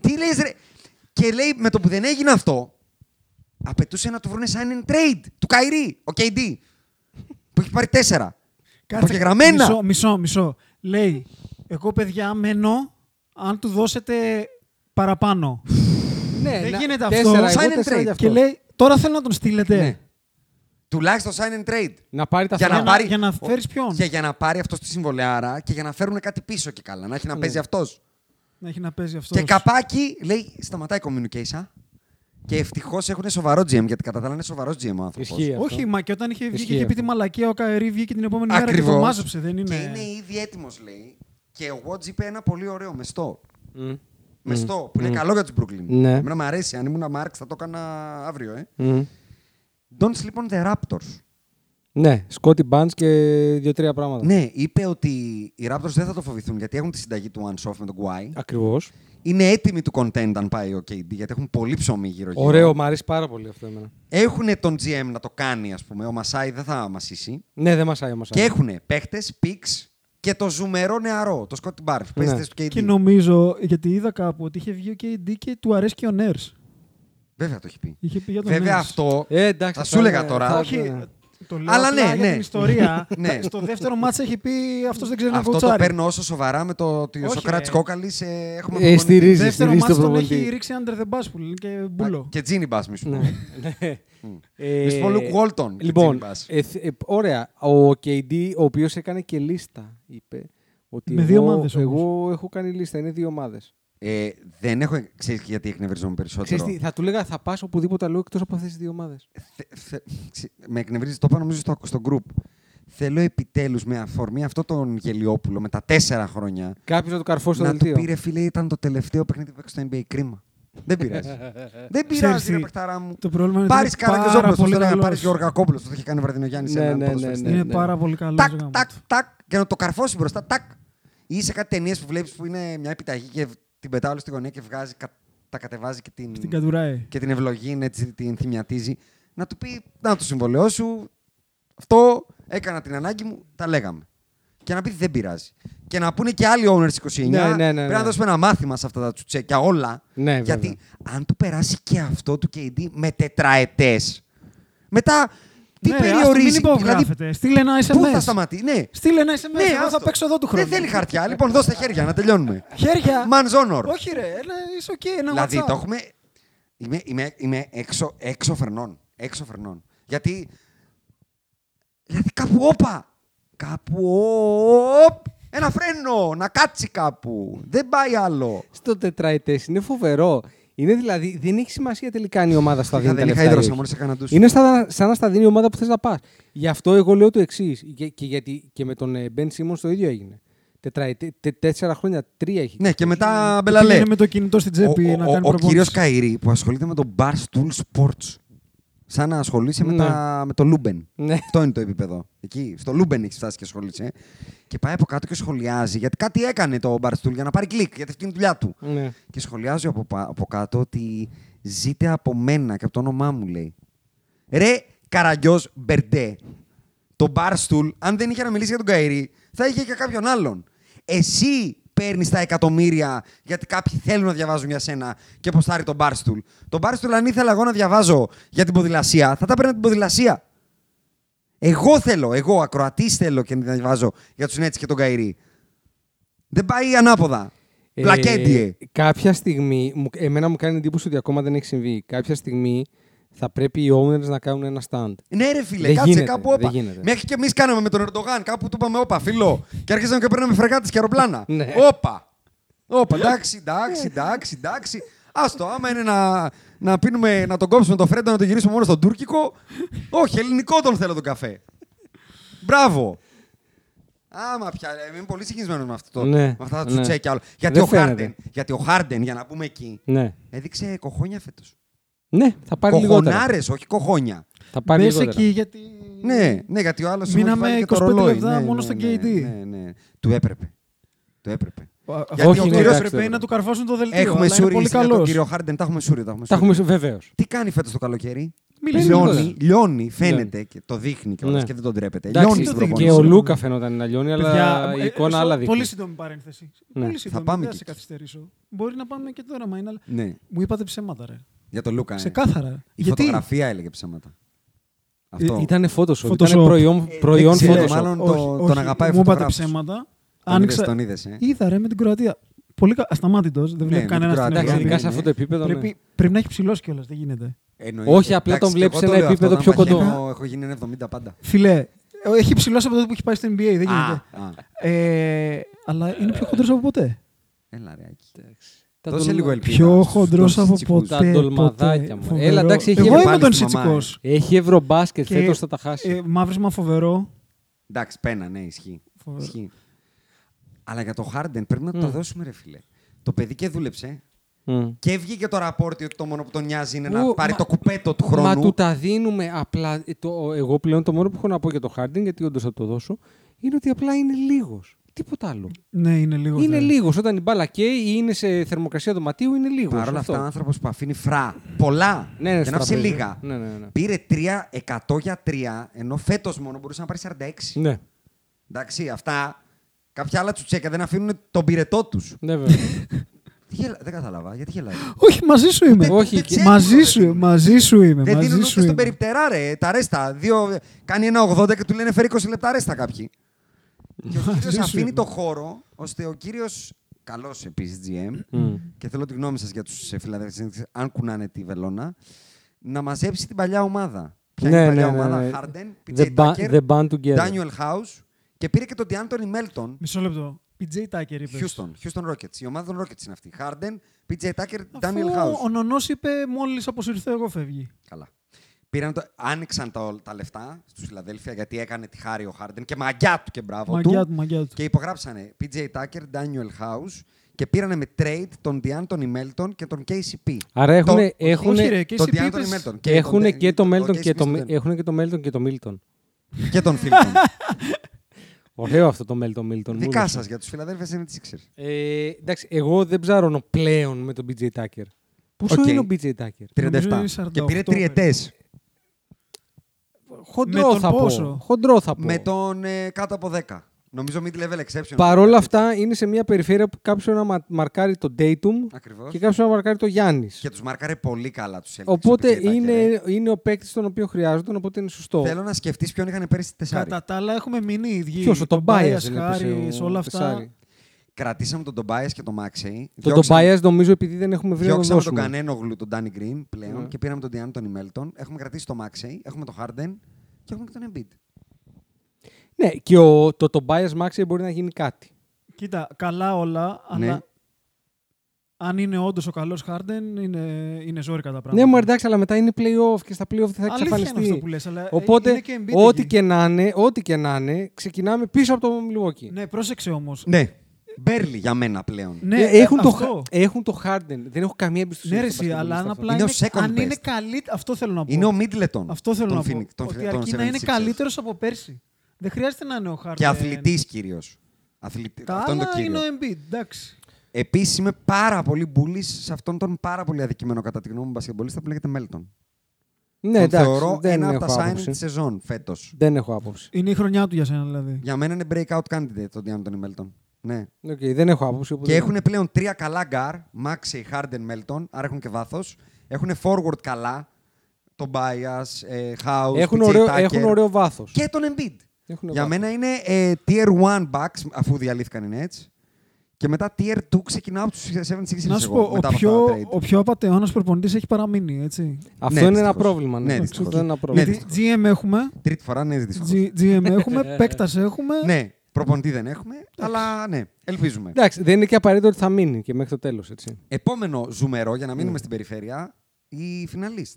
Τι λες, ρε. Και λέει με το που δεν έγινε αυτό, απαιτούσε να του βρουν sign and trade του Καϊρή, ο KD. Που έχει πάρει τέσσερα. Προγεγραμμένα. Μισό, μισό, μισό. Λέει, εγώ παιδιά μένω αν του δώσετε παραπάνω. Ναι, Δεν να- γίνεται τέσσερα αυτό. εγώ, Sign and τέσσερα trade. για αυτό. και λέει, τώρα θέλω να τον στείλετε. Ναι. Τουλάχιστον sign and trade. Να πάρει τα Για να, Για να- θάλασσα. πάρει... για να φέρεις ποιον. Για, για να πάρει αυτός τη συμβολεάρα και για να φέρουν κάτι πίσω και καλά. Να έχει να Ναι. παίζει αυτός. Να έχει να παίζει αυτός. Και καπάκι λέει: Σταματάει η communication. Και ευτυχώς έχουν σοβαρό GM γιατί κατά τα άλλα είναι σοβαρός GM ο άνθρωπος. Ισχύει αυτό. Όχι, μα και όταν είχε βγει Ισχύει και είχε πει αυτό. τη μαλακία, ο Καερή βγήκε την επόμενη μέρα και Ακριβώς. το μάζεψε. Δεν είναι. Και είναι ήδη έτοιμος, λέει. Και ο Watts είπε ένα πολύ ωραίο μεστό. Μεστό, που είναι καλό για τους Brooklyn. Mm. Ναι. Εμένα μου αρέσει. Αν ήμουν Μάρξ θα το έκανα αύριο, ε. Μμ. Don't sleep on the Raptors. Ναι, Σκότι Μπάντ και δύο-τρία πράγματα. Ναι, είπε ότι οι Raptors δεν θα το φοβηθούν γιατί έχουν τη συνταγή του One Soft με τον Guy. Ακριβώς. Είναι έτοιμοι του content αν πάει ο KD γιατί έχουν πολύ ψωμί γύρω-γύρω. Ωραίο, μου αρέσει πάρα πολύ αυτό εμένα. Έχουν τον GM να το κάνει, ας πούμε. Ο Μασάι δεν θα μασίσει. Ναι, δεν μασάει όμω. Και έχουν παίχτε, πίξ και το ζουμερό νεαρό, το Scotty Barnes. που παίζει Ναι. θέση του KD. Και νομίζω, γιατί είδα κάπου ότι είχε βγει ο KD και του αρέσει και ο Νέρς. Βέβαια το έχει πει. Είχε πει για τον Βέβαια Nurse. αυτό. Ε, εντάξει, θα αυτά σου έλεγα είναι- τώρα. θα- Όχι, ναι. το λέω Ε, Αλλά Αλλά ναι, ναι. ναι, για την ιστορία. Ναι. Στο δεύτερο μάτς έχει πει αυτός δεν ξέρει να Αυτό το κοτσάρει. παίρνω όσο σοβαρά με το ότι ο Όχι, Σοκράτης ρε. Κόκαλης ε, έχουμε Ε, απομονηθεί. στηρίζεις. δεύτερο στηρίζεις μάτς τον τον προπονητή. έχει ρίξει under the bus που λένε και μπουλό. Και Τζίνι Μπάς, μη Ναι. σου πω. Ε, Μη σου πω Luke Walton και Λοιπόν, Jimmy Bass. ε, θ- ε, ωραία. Ο KD, ο οποίος έκανε και λίστα, είπε. Ότι Με εγώ, δύο ομάδες όμως. Εγώ έχω κάνει λίστα, είναι δύο ομάδες. Ε, δεν έχω. Ξέρεις γιατί εκνευρίζομαι περισσότερο. Ξέρεις τι, θα του λέγα θα πας οπουδήποτε αλλού εκτός από αυτές τις δύο ομάδες. Θε- θε- ξε- με εκνευρίζεις, το είπα νομίζω στο, στο group. Θέλω επιτέλους με αφορμή αυτό τον Γελιόπουλο με τα τέσσερα χρόνια Κάποιος να του καρφώσει το να του δελτίο. πήρε φίλε, ήταν το τελευταίο παιχνίδι που έπαιξε στο NBA. Κρίμα. Δεν πειράζει. δεν Ξέρεις πειράζει, τι, ρε παιχταρά μου. το πρόβλημα είναι ότι Πάρεις είναι πάρα Καραγκιόζόπουλο, το πολύ λέγανε. καλός. Πάρεις Γεωργακόπουλο, το είχε κάνει βραδινό Γιάννη σε Ναι, έναν ναι, ποδοσφαιριστή. ναι, Είναι ναι. πάρα πολύ καλός. Τάκ, τάκ, τάκ. Και να το καρφώσει μπροστά. Τάκ. Ή σε κάτι ταινίες που βλέπεις που είναι μια επιταγή και την πετάω όλη στη γωνία και βγάζει, κα- τα κατεβάζει και την, Την κατουράει. και την ευλογεί, είναι έτσι, την θυμιατίζει. Να του πει, να το συμβολαιό σου. Αυτό έκανα την ανάγκη μου, τα λέγαμε. Και να πει δεν πειράζει. Και να πούνε και άλλοι owners 29. Ναι, ναι, ναι, Πρέπει ναι. να δώσουμε ένα μάθημα σε αυτά τα τσουτσέκια όλα. Ναι, γιατί βέβαια. αν του περάσει και αυτό του KD με τετραετές. Μετά τι ναι, ρε, ας το περιορίζει. Δηλαδή, Μην υπογράφεται. Στείλε ένα SMS. πού θα σταματήσει. Ναι, Στείλε ένα SMS. εγώ άστο. θα παίξω εδώ του χρόνου. Δεν θέλει χαρτιά. Λοιπόν, δώστε χέρια να τελειώνουμε. Χέρια. Man's honor. Όχι ρε, ένα, είσαι οκ. Ένα Δηλαδή, WhatsApp. το έχουμε. Είμαι, είμαι, είμαι έξω, έξω φρενών. Έξω φρενών. Γιατί. Δηλαδή, κάπου όπα. Κάπου όπ. Ένα φρένο. Να κάτσει κάπου. Δεν πάει άλλο. Στο τετραετές είναι φοβερό. Είναι δηλαδή, δεν έχει σημασία τελικά αν η ομάδα στα δίνει. δεν τα είχα λεφτά ή ίδρυσα, όχι. μόλις έκανα ντους. Είναι σαν, σαν να στα δίνει η ομάδα που θες να πας. Γι' αυτό εγώ λέω το εξής. Και, και, γιατί και με τον Μπεν Σίμον το ίδιο έγινε. Τετραετή, τε, τέσσερα χρόνια, τρία έχει. Ναι, και μετά Πήγαινε μπελαλέ. με το κινητό στην τσέπη να ο, κάνει ο, ο κύριος προπόνηση. Καηρή που ασχολείται με το Barstool Sports. Σαν να ασχολείσαι με, Ναι. τα, με το Λούμπεν. Ναι. Αυτό είναι το επίπεδο. Εκεί, στο Λούμπεν έχεις φτάσει και ασχολείσαι. Και πάει από κάτω και σχολιάζει. Γιατί κάτι έκανε το Barstool για να πάρει κλικ. Γιατί αυτή είναι η δουλειά του. Ναι. Και σχολιάζει από, πα- από κάτω ότι ζείτε από μένα και από το όνομά μου, λέει. Ρε Καραγκιός Μπερντέ. Το Barstool, αν δεν είχε να μιλήσει για τον Καηρή, θα είχε και κάποιον άλλον. Εσύ παίρνει τα εκατομμύρια γιατί κάποιοι θέλουν να διαβάζουν για σένα και ποστάρει τον Barstool. Το Barstool, αν ήθελα εγώ να διαβάζω για την ποδηλασία, θα τα παίρνα την ποδηλασία. Εγώ θέλω, εγώ ακροατής θέλω και να διαβάζω για τους Νέτ και τον Καηρή. Δεν πάει ανάποδα. Ε, Πλακέντιε. κάποια στιγμή, μου- εμένα μου κάνει εντύπωση ότι ακόμα δεν έχει συμβεί. Κάποια στιγμή θα πρέπει οι owners να κάνουν ένα stand. Ναι, ρε φίλε, Δεν κάτσε γίνεται, κάπου δεν όπα. γίνεται. Μέχρι και εμείς κάναμε με τον Ερντογάν, κάπου του είπαμε όπα, φίλο. Και άρχισαμε και παίρναμε φρεγάτες και αεροπλάνα. Ναι. όπα. Όπα, εντάξει, εντάξει, εντάξει, εντάξει. Άστο, άμα είναι να, να, πίνουμε, να τον κόψουμε τον Φρέντο, να τον γυρίσουμε μόνο στον Τούρκικο. Όχι, ελληνικό τον θέλω τον καφέ. Μπράβο. Άμα πια. ε, Είμαι πολύ συγκινησμένο με, αυτό το, Ναι, με αυτά τα ναι. τσουτσέκια όλα. Γιατί Δεν ο, Χάρντεν, φαίνεται. γιατί ο Χάρντεν, για να πούμε εκεί, Ναι. έδειξε κοχόνια φέτος. Ναι, θα πάρει λιγότερα. Κοχονάρε, όχι κοχόνια. Θα πάρει Μπες λιγότερα. εκεί γιατί... Ναι, ναι, γιατί ο άλλος Μείναμε 25 λεπτά μόνο στον ναι, KD. Ναι, ναι. Του έπρepε. Του έπρεπε. Α- Γιατί ο ναι, κύριος εντάξει, πρέπει τώρα. να του καρφώσουν το δελτίο. Έχουμε αλλά είναι σούρι πολύ για τον καλός. κύριο Χάρντεν. Τα έχουμε σούρι. Τα έχουμε Τα έχουμε σούρι. βεβαίως. Τι κάνει φέτος το καλοκαίρι. Μιλάει λιώνει, λιγότερα. λιώνει, φαίνεται και το δείχνει κιόλα Ναι. και δεν τον τρέπεται. Εντάξει, λιώνει στην το δείχνει. και ο προπόνηση. Λούκα φαινόταν να λιώνει, αλλά η ε, εικόνα ε, άλλα στο- δείχνει. Πολύ σύντομη παρένθεση. Ναι. Πολύ σύντομη, πάμε δεν και θα σε εκεί. καθυστερήσω. Μπορεί να πάμε και τώρα, μα είναι, αλλά Ναι, μου είπατε ψέματα, ρε. για τον Λούκα. ε. Ξεκάθαρα. Η Γιατί φωτογραφία έλεγε ψέματα. Αυτό. Ε, Ήτανε ε, Photoshop, Photoshop. ήτανε προϊόν, δεν προϊόν ξέρω, Photoshop. ε, μάλλον Όχι, το- όχι, τον αγαπάει ο Μου είπατε φωτογράφος. ψέματα. Τον Άνοιξα- είδες, τον είδες, ε. Ναι, Είδα ρε με την Κροατία. Πολύ κα... ασταμάτητος. Δεν με βλέπει την κανένα στην Κροατία. Εντάξει, Ευρώπη. ειδικά σε ναι. αυτό το επίπεδο. ναι. Πρέπει, πρέπει να έχει ψηλώσει κιόλας. Δεν γίνεται. Εννοείται. Όχι, απλά τον και βλέπεις εγώ σε το ένα λέω αυτό, επίπεδο όταν πιο παχαίνω, κοντό. Έχω γίνει ένα 70 πάντα. Φιλέ, ε, έχει ψηλώσει από τότε που έχει πάει στο NBA. Δεν γίνεται. Α, α. Ε, αλλά είναι πιο χοντρό από ποτέ. Έλα ρε. Άκη. Τα Δώσε τολμά- λίγο ελπίδα. Πιο στους- χοντρό στους από τσιτσικούς. ποτέ. ποτέ. ντολμαδάκια μου. Φοβερό. Έλα, εντάξει, έχει Εγώ είμαι πάλι τον στη μαμά, Σιτσικό. Έχει ευρωμπάσκετ, φέτος θα τα χάσει. Ε, μαύρισμα φοβερό. Εντάξει, πένα, ναι, ισχύει. Φοβερό. Ναι. ισχύει. Αλλά για το Harden πρέπει να το δώσουμε, ρε φίλε. Το παιδί και δούλεψε. Και βγήκε το ραπόρτι ότι το μόνο που τον νοιάζει είναι να Ου, πάρει μα- το κουπέτο του χρόνου. Μα του τα δίνουμε απλά. ε, Το, εγώ πλέον το μόνο που έχω να πω για το Χάρντινγκ, γιατί όντως θα το δώσω, είναι ότι απλά είναι λίγος. Τίποτα άλλο. Ναι, είναι λίγος. Είναι δε. λίγος. Όταν η μπάλα καίει ή είναι σε θερμοκρασία δωματίου, είναι λίγος. Παρ' όλα αυτά, ο άνθρωπος που αφήνει φρά πολλά Ναι, ναι, για να στο ψει τραπέζι. λίγα. Ναι, ναι, ναι. Πήρε 3% για 3, ενώ φέτος μόνο μπορούσε να πάρει 46. Ναι, Εντάξει, αυτά κάποια άλλα τσουτσέκια δεν αφήνουν τον πυρετό τους. ναι, βέβαια. Δεν κατάλαβα, γιατί γελάει. Όχι, μαζί σου είμαι. Δεν- όχι, δεν και- ε, ξέρει Μαζί τώρα, σου, μαζί σου είμαι. Δεν μαζί δίνουν σου ούτε στον είμαι. περιπτερά, ρε. Τα ρέστα. Δύο, κάνει ένα 80 και του λένε φέρει 20 λεπτά ρέστα κάποιοι. και ο κύριος αφήνει το χώρο ώστε ο κύριος. Καλός επίσης GM. Και θέλω τη γνώμη σας για τους Φιλαδέλφια, αν κουνάνε τη βελόνα. Να μαζέψει την παλιά ομάδα. Ποια είναι η Ναι, παλιά ναι, ναι, ομάδα. ναι. Harden, The PJ ba- Tucker, the band together. Daniel House και πήρε και τον D'Antoni Melton. Μισό λεπτό. PJ Tucker είπες. Houston, Houston Rockets. Η ομάδα των Rockets είναι αυτή. Harden, PJ Tucker, Αφού Daniel House. Ο νονός είπε μόλις αποσυρθώ, εγώ φεύγει. Καλά. Πήραν το, άνοιξαν τα, τα λεφτά στους Φιλαδέλφια γιατί έκανε τη χάρη ο Χάρντεν και μαγιά του και μπράβο Μαγιά του. του, μαγιά του. Και υπογράψανε PJ Tucker, Daniel House και πήρανε με trade τον D'Antoni Melton και τον KCP. Άρα έχουνε- Τον- έχουνε- Όχι, ρε, και τον εσύ D'Antoni πείπες- Melton. Και Έχουν τον- και το τον Μέλτον και KCP το στον Μι- Denver. έχουνε και το Μέλτον και το Μίλτον. Και τον Φίλτον. Ωραίο αυτό το Μέλτον Μίλτον. μου Δικά άρεσε. σας για τους Φιλαδέλφια είναι τη Sixers. Ε, εντάξει, εγώ δεν ψάρωνω πλέον με τον BJ Tucker. Πόσο Οκ. είναι ο BJ Tucker. Νομίζω 37. είναι Και 48 πήρε τριετές. Χοντρό Με τον θα πω. πόσο? Χοντρό θα πω. Με τον ε, κάτω από 10. Νομίζω mid-level exception. Παρ' όλα αυτά είναι σε μια περιφέρεια που κάποιος να μα- μαρκάρει τον Daytum Ακριβώς. και κάποιος να μαρκάρει τον Γιάννης. Και τους μάρκαρε πολύ καλά τους Celtics. ο Οπότε PJ Tucker, ε. είναι, είναι ο παίκτης τον οποίο χρειάζονταν, οπότε είναι σωστό. Θέλω να σκεφτείς ποιον είχαν πέρυσι τεσσάρι. Κατά τα άλλα, έχουμε μείνει οι ίδιοι. Ποιος, ο Τομπάια Tobias, Harris, όλα αυτά. Κρατήσαμε τον Τομπάια και τον Μάξεϊ. Τον Τομπάια νομίζω επειδή δεν έχουμε βρει να τον Διώξαμε τον δώσουμε. Κανένογλου, τον Ντάνι Γκριν Ναι. πλέον και πήραμε τον Διάννη τον Μέλτον. Έχουμε κρατήσει τον Μάξεϊ, έχουμε τον Χάρντεν και έχουμε και τον Embiid. Ναι, και ο, το Τομπάια Μάξι μπορεί να γίνει κάτι. Κοίτα, καλά όλα, Ναι. αλλά αν είναι όντως ο καλός Χάρντεν, είναι, είναι ζόρικα τα πράγματα. Ναι, μου εντάξει, αλλά μετά είναι playoff και στα playoff δεν θα Αλήθεια εξαφανιστεί. είναι αυτό που λες, αλλά ε, Οπότε, είναι και Embiid ό,τι εκεί. και να είναι, ό,τι και να είναι, ξεκινάμε πίσω από το Milwaukee. Ναι, πρόσεξε όμως. Ναι. Μπέρλι για μένα πλέον. Ναι, Ε, έχουν, ε, το, αυτό. χα- έχουν το Harden. Δεν έχω καμία εμπιστοσύνη. Ναι, ρε, στον εσύ, αλλά αν μπασκετμπολίστα απλά Είναι ο είναι, second αν είναι best. καλύ... Αυτό θέλω να πω. Είναι ο Μίτλετον. Αυτό θέλω τον να πω. Phoenix- τον ότι Phoenix- τον αρκεί να είναι 76ers. καλύτερος από πέρσι. Δεν χρειάζεται να είναι ο Χάρντεν. Και αθλητής κυρίως. Αθλητη... Τα Αυτό είναι το άλλα είναι κύριο. ο Embiid, εντάξει. Επίσης είμαι πάρα πολύ μπουλή σε αυτόν τον πάρα πολύ αδικημένο κατά τη γνώμη μου μπασκεμπολίστα που λέγεται Μέλτον. Ναι, τον εντάξει, θεωρώ δεν ένα από έχω τα signing άποψη. της σεζόν φέτος. Δεν έχω άποψη. Είναι η χρονιά του για σένα, δηλαδή. Για μένα είναι breakout candidate τον Διάννη Μέλτον. Ναι. Οκ, δεν έχω άποψη. οπότε Και δεν- έχουν πλέον τρία καλά γκάρ, Μάξι, Χάρντεν, Μέλτον, άρα έχουν και βάθος. Έχουν forward καλά, τον Μπάια, House, Έχουν PJ ωραίο, Tucker έχουν ωραίο βάθος. Και τον Embiid. Έχουν Για βάθος. μένα είναι ε, tier 1 backs, αφού διαλύθηκαν οι Nets. Και μετά tier 2 ξεκινάω από τους 76ers. Να σου εγώ, πω, ο μετά από πιο, αυτά τα trade. ο πιο απαταιώνας προπονητής έχει παραμείνει, έτσι. Ναι, Αυτό είναι ένα δυστυχώς. πρόβλημα. Ναι, Ναι, αυτό δυστυχώς. είναι ένα Ναι, πρόβλημα. Γιατί GM έχουμε, Τρίτη φορά, ναι, δύσκολο. G- GM έχουμε, παίκτας έχουμε. Ναι, προπονητή δεν έχουμε, αλλά ναι, ελπίζουμε. Εντάξει, δεν είναι και απαραίτητο ότι θα μείνει και μέχρι το τέλος. Επόμενο ζουμερό, για να Ναι. μείνουμε στην περιφέρεια, η φιναλίστ.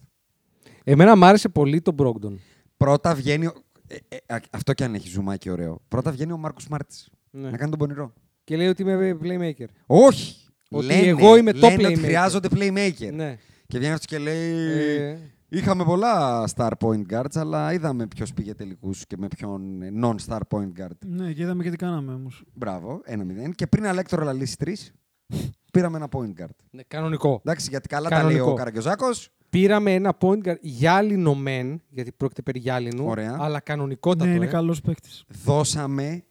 Εμένα μ' άρεσε πολύ τον Brogdon. Πρώτα βγαίνει. ο- Ε, ε, α- αυτό και αν έχει ζουμάκι ωραίο. Πρώτα βγαίνει ο Μάρκο Μάρτης. Ναι. Να κάνει τον πονηρό. Και λέει ότι είμαι playmaker. Όχι! Ότι εγώ είμαι το λένε ότι playmaker. χρειάζονται playmaker. Ναι. Και βγαίνει αυτός και λέει. Ε. Είχαμε πολλά star point guards, αλλά είδαμε ποιος πήγε τελικούς και με ποιον non-star point guard. Ναι, και είδαμε και τι κάναμε όμως. Μπράβο, 1-0. Και πριν Αλέκτορα λαλήσει τρεις, πήραμε ένα point guard. Ναι, κανονικό. Εντάξει, γιατί καλά τα Κανονικό. λέει ο Καραγκιόζάκο. Πήραμε ένα point guard γυάλινο μεν, γιατί πρόκειται περί γυάλινου, Ωραία. αλλά κανονικότατο. Ναι, είναι ε. καλός παίκτης. Δώσαμε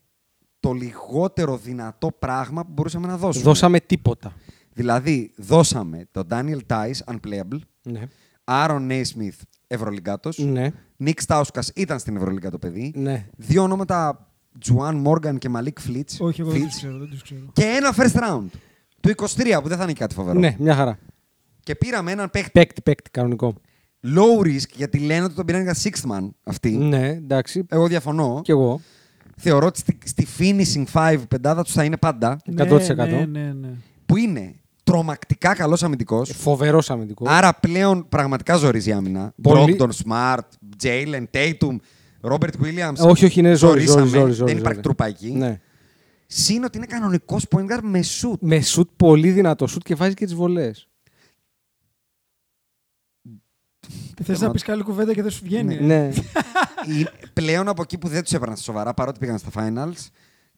το λιγότερο δυνατό πράγμα που μπορούσαμε να δώσουμε. Δώσαμε τίποτα. Δηλαδή, δώσαμε τον Daniel Tice, unplayable, Ναι. Aaron Naismith, Ευρωλυγκάτος, Ναι. Nick Stauskas ήταν στην Ευρωλυγκά το παιδί, Ναι. δύο ονόματα, Juan Morgan και Malik Flitz, Όχι, εγώ δεν Flitz. τους ξέρω. Δεν τους ξέρω. και ένα first round του 23 που δεν θα είναι κάτι φοβερό. ναι, μια χαρά. Και πήραμε έναν παίχτη Παίκτη, παίκτη, κανονικό. low risk, γιατί λένε ότι τον πήραν για sixth man αυτοί. Ναι, εντάξει. Εγώ διαφωνώ. Κι εγώ. Θεωρώ ότι στη, στη finishing five πεντάδα τους θα είναι πάντα, 100%. Ναι, ναι, ναι. που είναι τρομακτικά καλός αμυντικός. Φοβερός αμυντικός. Άρα πλέον πραγματικά ζορίζει η άμυνα. Πολύ- Μπρόγκτον, Σμαρτ, Τζέιλεν, Τέιτουμ, Ρόμπερτ Βίλιαμ. Ε, Όχι, όχι, είναι ναι, ζόρι, ζόρι, ζόρι, ζόρι, Δεν υπάρχει ζόρι. τρούπα εκεί. Ναι. Συν ότι είναι κανονικός point guard με shoot. Με σουτ πολύ δυνατό σουτ και βάζει και τις βολές. Θες να πεις καλή κουβέντα και δεν σου βγαίνει. Ναι. Η- πλέον από εκεί που δεν τους έπαιρναν στα σοβαρά παρότι πήγαν στα finals.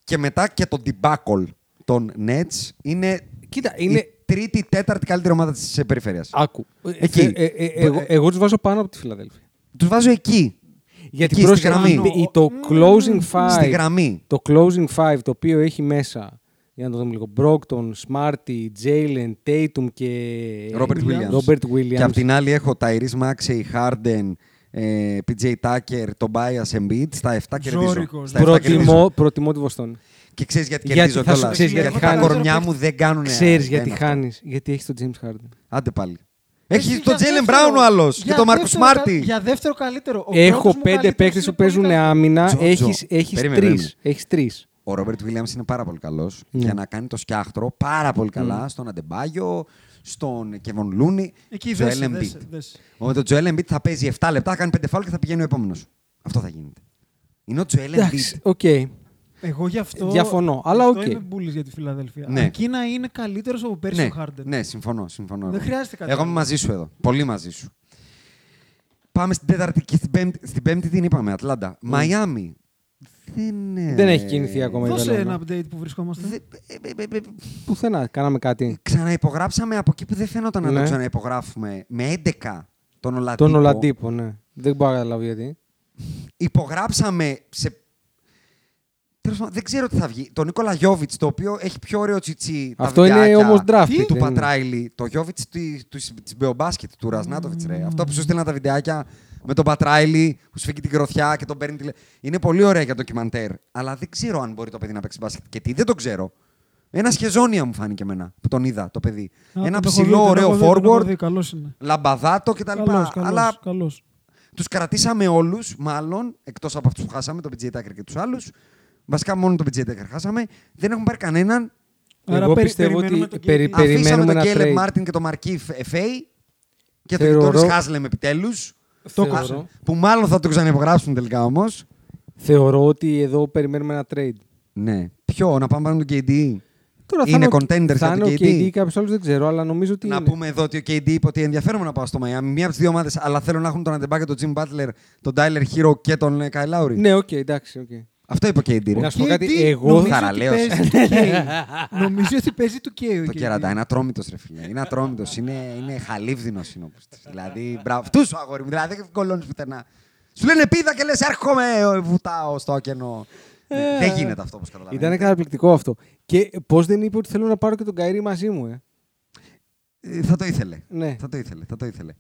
Και μετά και το debacle των Nets είναι, Κοίτα, είναι. η τρίτη, η τέταρτη καλύτερη ομάδα της περιφέρειας. Άκου. Ε, Εκεί. ε, ε, ε, εγώ εγώ τους βάζω πάνω από τη Φιλαδέλφια. Τους βάζω εκεί. Γιατί Εκεί, στη πρόσεχε, γραμμή. η- η- το closing five. Στη γραμμή. Το closing five το οποίο έχει μέσα. Για να το δούμε λίγο. Μπρόκτον, Σμάρτι, Τζέιλεν, Τέιτουμ και. Ρόμπερτ Williams. Ρόμπερτ Williams. Και απ' την άλλη έχω Ταϊρή Μάξεϊ, Χάρντεν, ε, PJ Tucker, τον Bias Embiid. Στα 7 κερδίζω. Ζώρικος. Στα ναι. 7 κερδίζω. Προτιμώ, προτιμώ τη Βοστόνη. Και ξέρεις γιατί Γιατί κερδίζω θα σου- κιόλας. ξέρεις γιατί τα χάνεις. κορμιά μου δεν κάνουν. Ξέρεις γιατί χάνεις. Γιατί έχεις τον James Harden. Άντε πάλι. Εσύ Έχεις για τον Τζέιλεν δεύτερο- Μπράουν ο άλλος και για τον Μάρκο δεύτερο κα- Σμάρτι. Για δεύτερο καλύτερο. Ο πρώτος Έχω μου πέντε καλύτερος παίκτες είναι που πολύ παίζουν καλύτερος. άμυνα. Τζο, Τζο. Έχεις Περίμενε, τρεις. περίμενε. Έχεις τρεις. Ο Ρόμπερτ Βίλιαμ είναι πάρα πολύ καλός Ναι. για να κάνει το σκιάχτρο πάρα πολύ καλά στον Αντεμπάγιο, στον Κεβον Λούνι, Εκεί Joel δέσε, Embiid. δέσε, δέσε. Ο- Με τον Τζοέλ Embiid θα παίζει 7 λεπτά, θα κάνει 5 φάουλ και θα πηγαίνει ο επόμενος. Αυτό θα γίνεται. Είναι ο Τζοέλ Embiid. Εντάξει, οκ. Εγώ γι' αυτό. Διαφωνώ, αλλά γι' αυτό οκ. Είμαι μπουλή για τη Φιλαδέλφια. Ναι. Εκεί να είναι καλύτερος από πέρσι Ναι, ο Χάρντεν. ναι, συμφωνώ. συμφωνώ Δεν εγώ. χρειάζεται κάτι Εγώ είμαι άλλο. μαζί σου εδώ. Πολύ μαζί σου. Πάμε στην τέταρτη και στην πέμπτη. Στην πέμπτη την είπαμε, Ατλάντα. Μαϊάμι. Δεν, ε, Δεν έχει κινηθεί ακόμα. Δώσε Βελόνα. ένα update που βρισκόμαστε. Δε- ε, ε, ε, ε, Πουθενά, κάναμε κάτι. Ξαναυπογράψαμε από εκεί που δεν φαίνονταν να Ναι. το ξαναυπογράφουμε με 11 τον Ολαντίπο. Τον Ολαντίπο, ναι. Δεν μπορώ να καταλάβω γιατί. υπογράψαμε σε. Τέλος πάντων, δεν ξέρω τι θα βγει. Το Νίκολα Γιώβιτ, το οποίο έχει πιο ωραίο τσιτσί. τα Αυτό είναι βιντεάκια όμως draft. Τι? Του Πατράιλι. Το Γιώβιτ τη Μπεομπάσκετ, του Ρασνάτοβιτ, ρε. Αυτό που σου στείλαν τα βιντεάκια με τον Πατράιλι που σφίγγει την κροθιά και τον παίρνει τηλε... Είναι πολύ ωραία για ντοκιμαντέρ. Αλλά δεν ξέρω αν μπορεί το παιδί να παίξει μπάσκετ. Και τι, δεν το ξέρω. Ένα σχεζόνια μου φάνηκε εμένα που τον είδα το παιδί. Α, Ένα τον έχω δει, ψηλό, τον ωραίο έχω δει, τον έχω forward, δει, Καλός είναι. λαμπαδάτο κτλ. Καλός, Αλλά καλός, καλός. τους κρατήσαμε όλους, μάλλον, εκτός από αυτούς που χάσαμε, τον PJ Tucker και τους άλλους. Βασικά, μόνο τον PJ Tucker χάσαμε. Δεν έχουμε πάρει κανέναν. Εγώ Άρα περι- πιστεύω ότι περιμένουμε τον περι- Κέιτ. περι- Αφήσαμε Ε, Περιμένουμε τον ένα Κέλεμ trade. Μάρτιν και τον Μαρκί Φέι και τον Θεωρώ- Γικτόρι Χάσλεμ επιτέλου. Θεωρώ. Που μάλλον θα τον ξαναυπογράψουν τελικά όμως. Θεωρώ ότι εδώ περιμένουμε ένα trade. Ναι. Ποιο, να πάμε πάνω τον KD. Τώρα Είναι ο- contenders θα για είναι τον ο KD. KD ή κάποιος άλλος, δεν ξέρω, αλλά νομίζω ότι. Να είναι. πούμε εδώ ότι ο KD είπε ότι ενδιαφέρομαι να πάω στο Miami. Μία από τις δύο ομάδες, αλλά θέλω να έχουν τον Αντεμπά και τον Jim Butler, τον Tyler Hero και τον ε, Kyle Lowry. Ναι, οκ, εντάξει, οκ. Αυτό είπε ο KD. ρε. Να σου πω KD, κάτι, εγώ. νομίζω ότι Θαραλέος. παίζει του Κέι. Νομίζω ότι παίζει του Κέι. Το κερατά, είναι ατρόμητος ρε φίλε. Είναι ατρόμητος, είναι, είναι χαλίβδινος είναι όπως της. Δηλαδή, μπράβο, αυτούς σου αγόρι μου, δηλαδή δεν κολώνεις πουθενά. Σου λένε πίδα και λες, έρχομαι, ε, βουτάω στο κενό. Ναι, δεν γίνεται αυτό όπως καταλαβαίνετε. Ήταν καταπληκτικό αυτό. Και πώς δεν είπε ότι θέλω να πάρω και τον Καηρή μαζί μου, ε. Ε, Θα το ήθελε. Ναι. Θα το ήθελε, θα το ήθελε.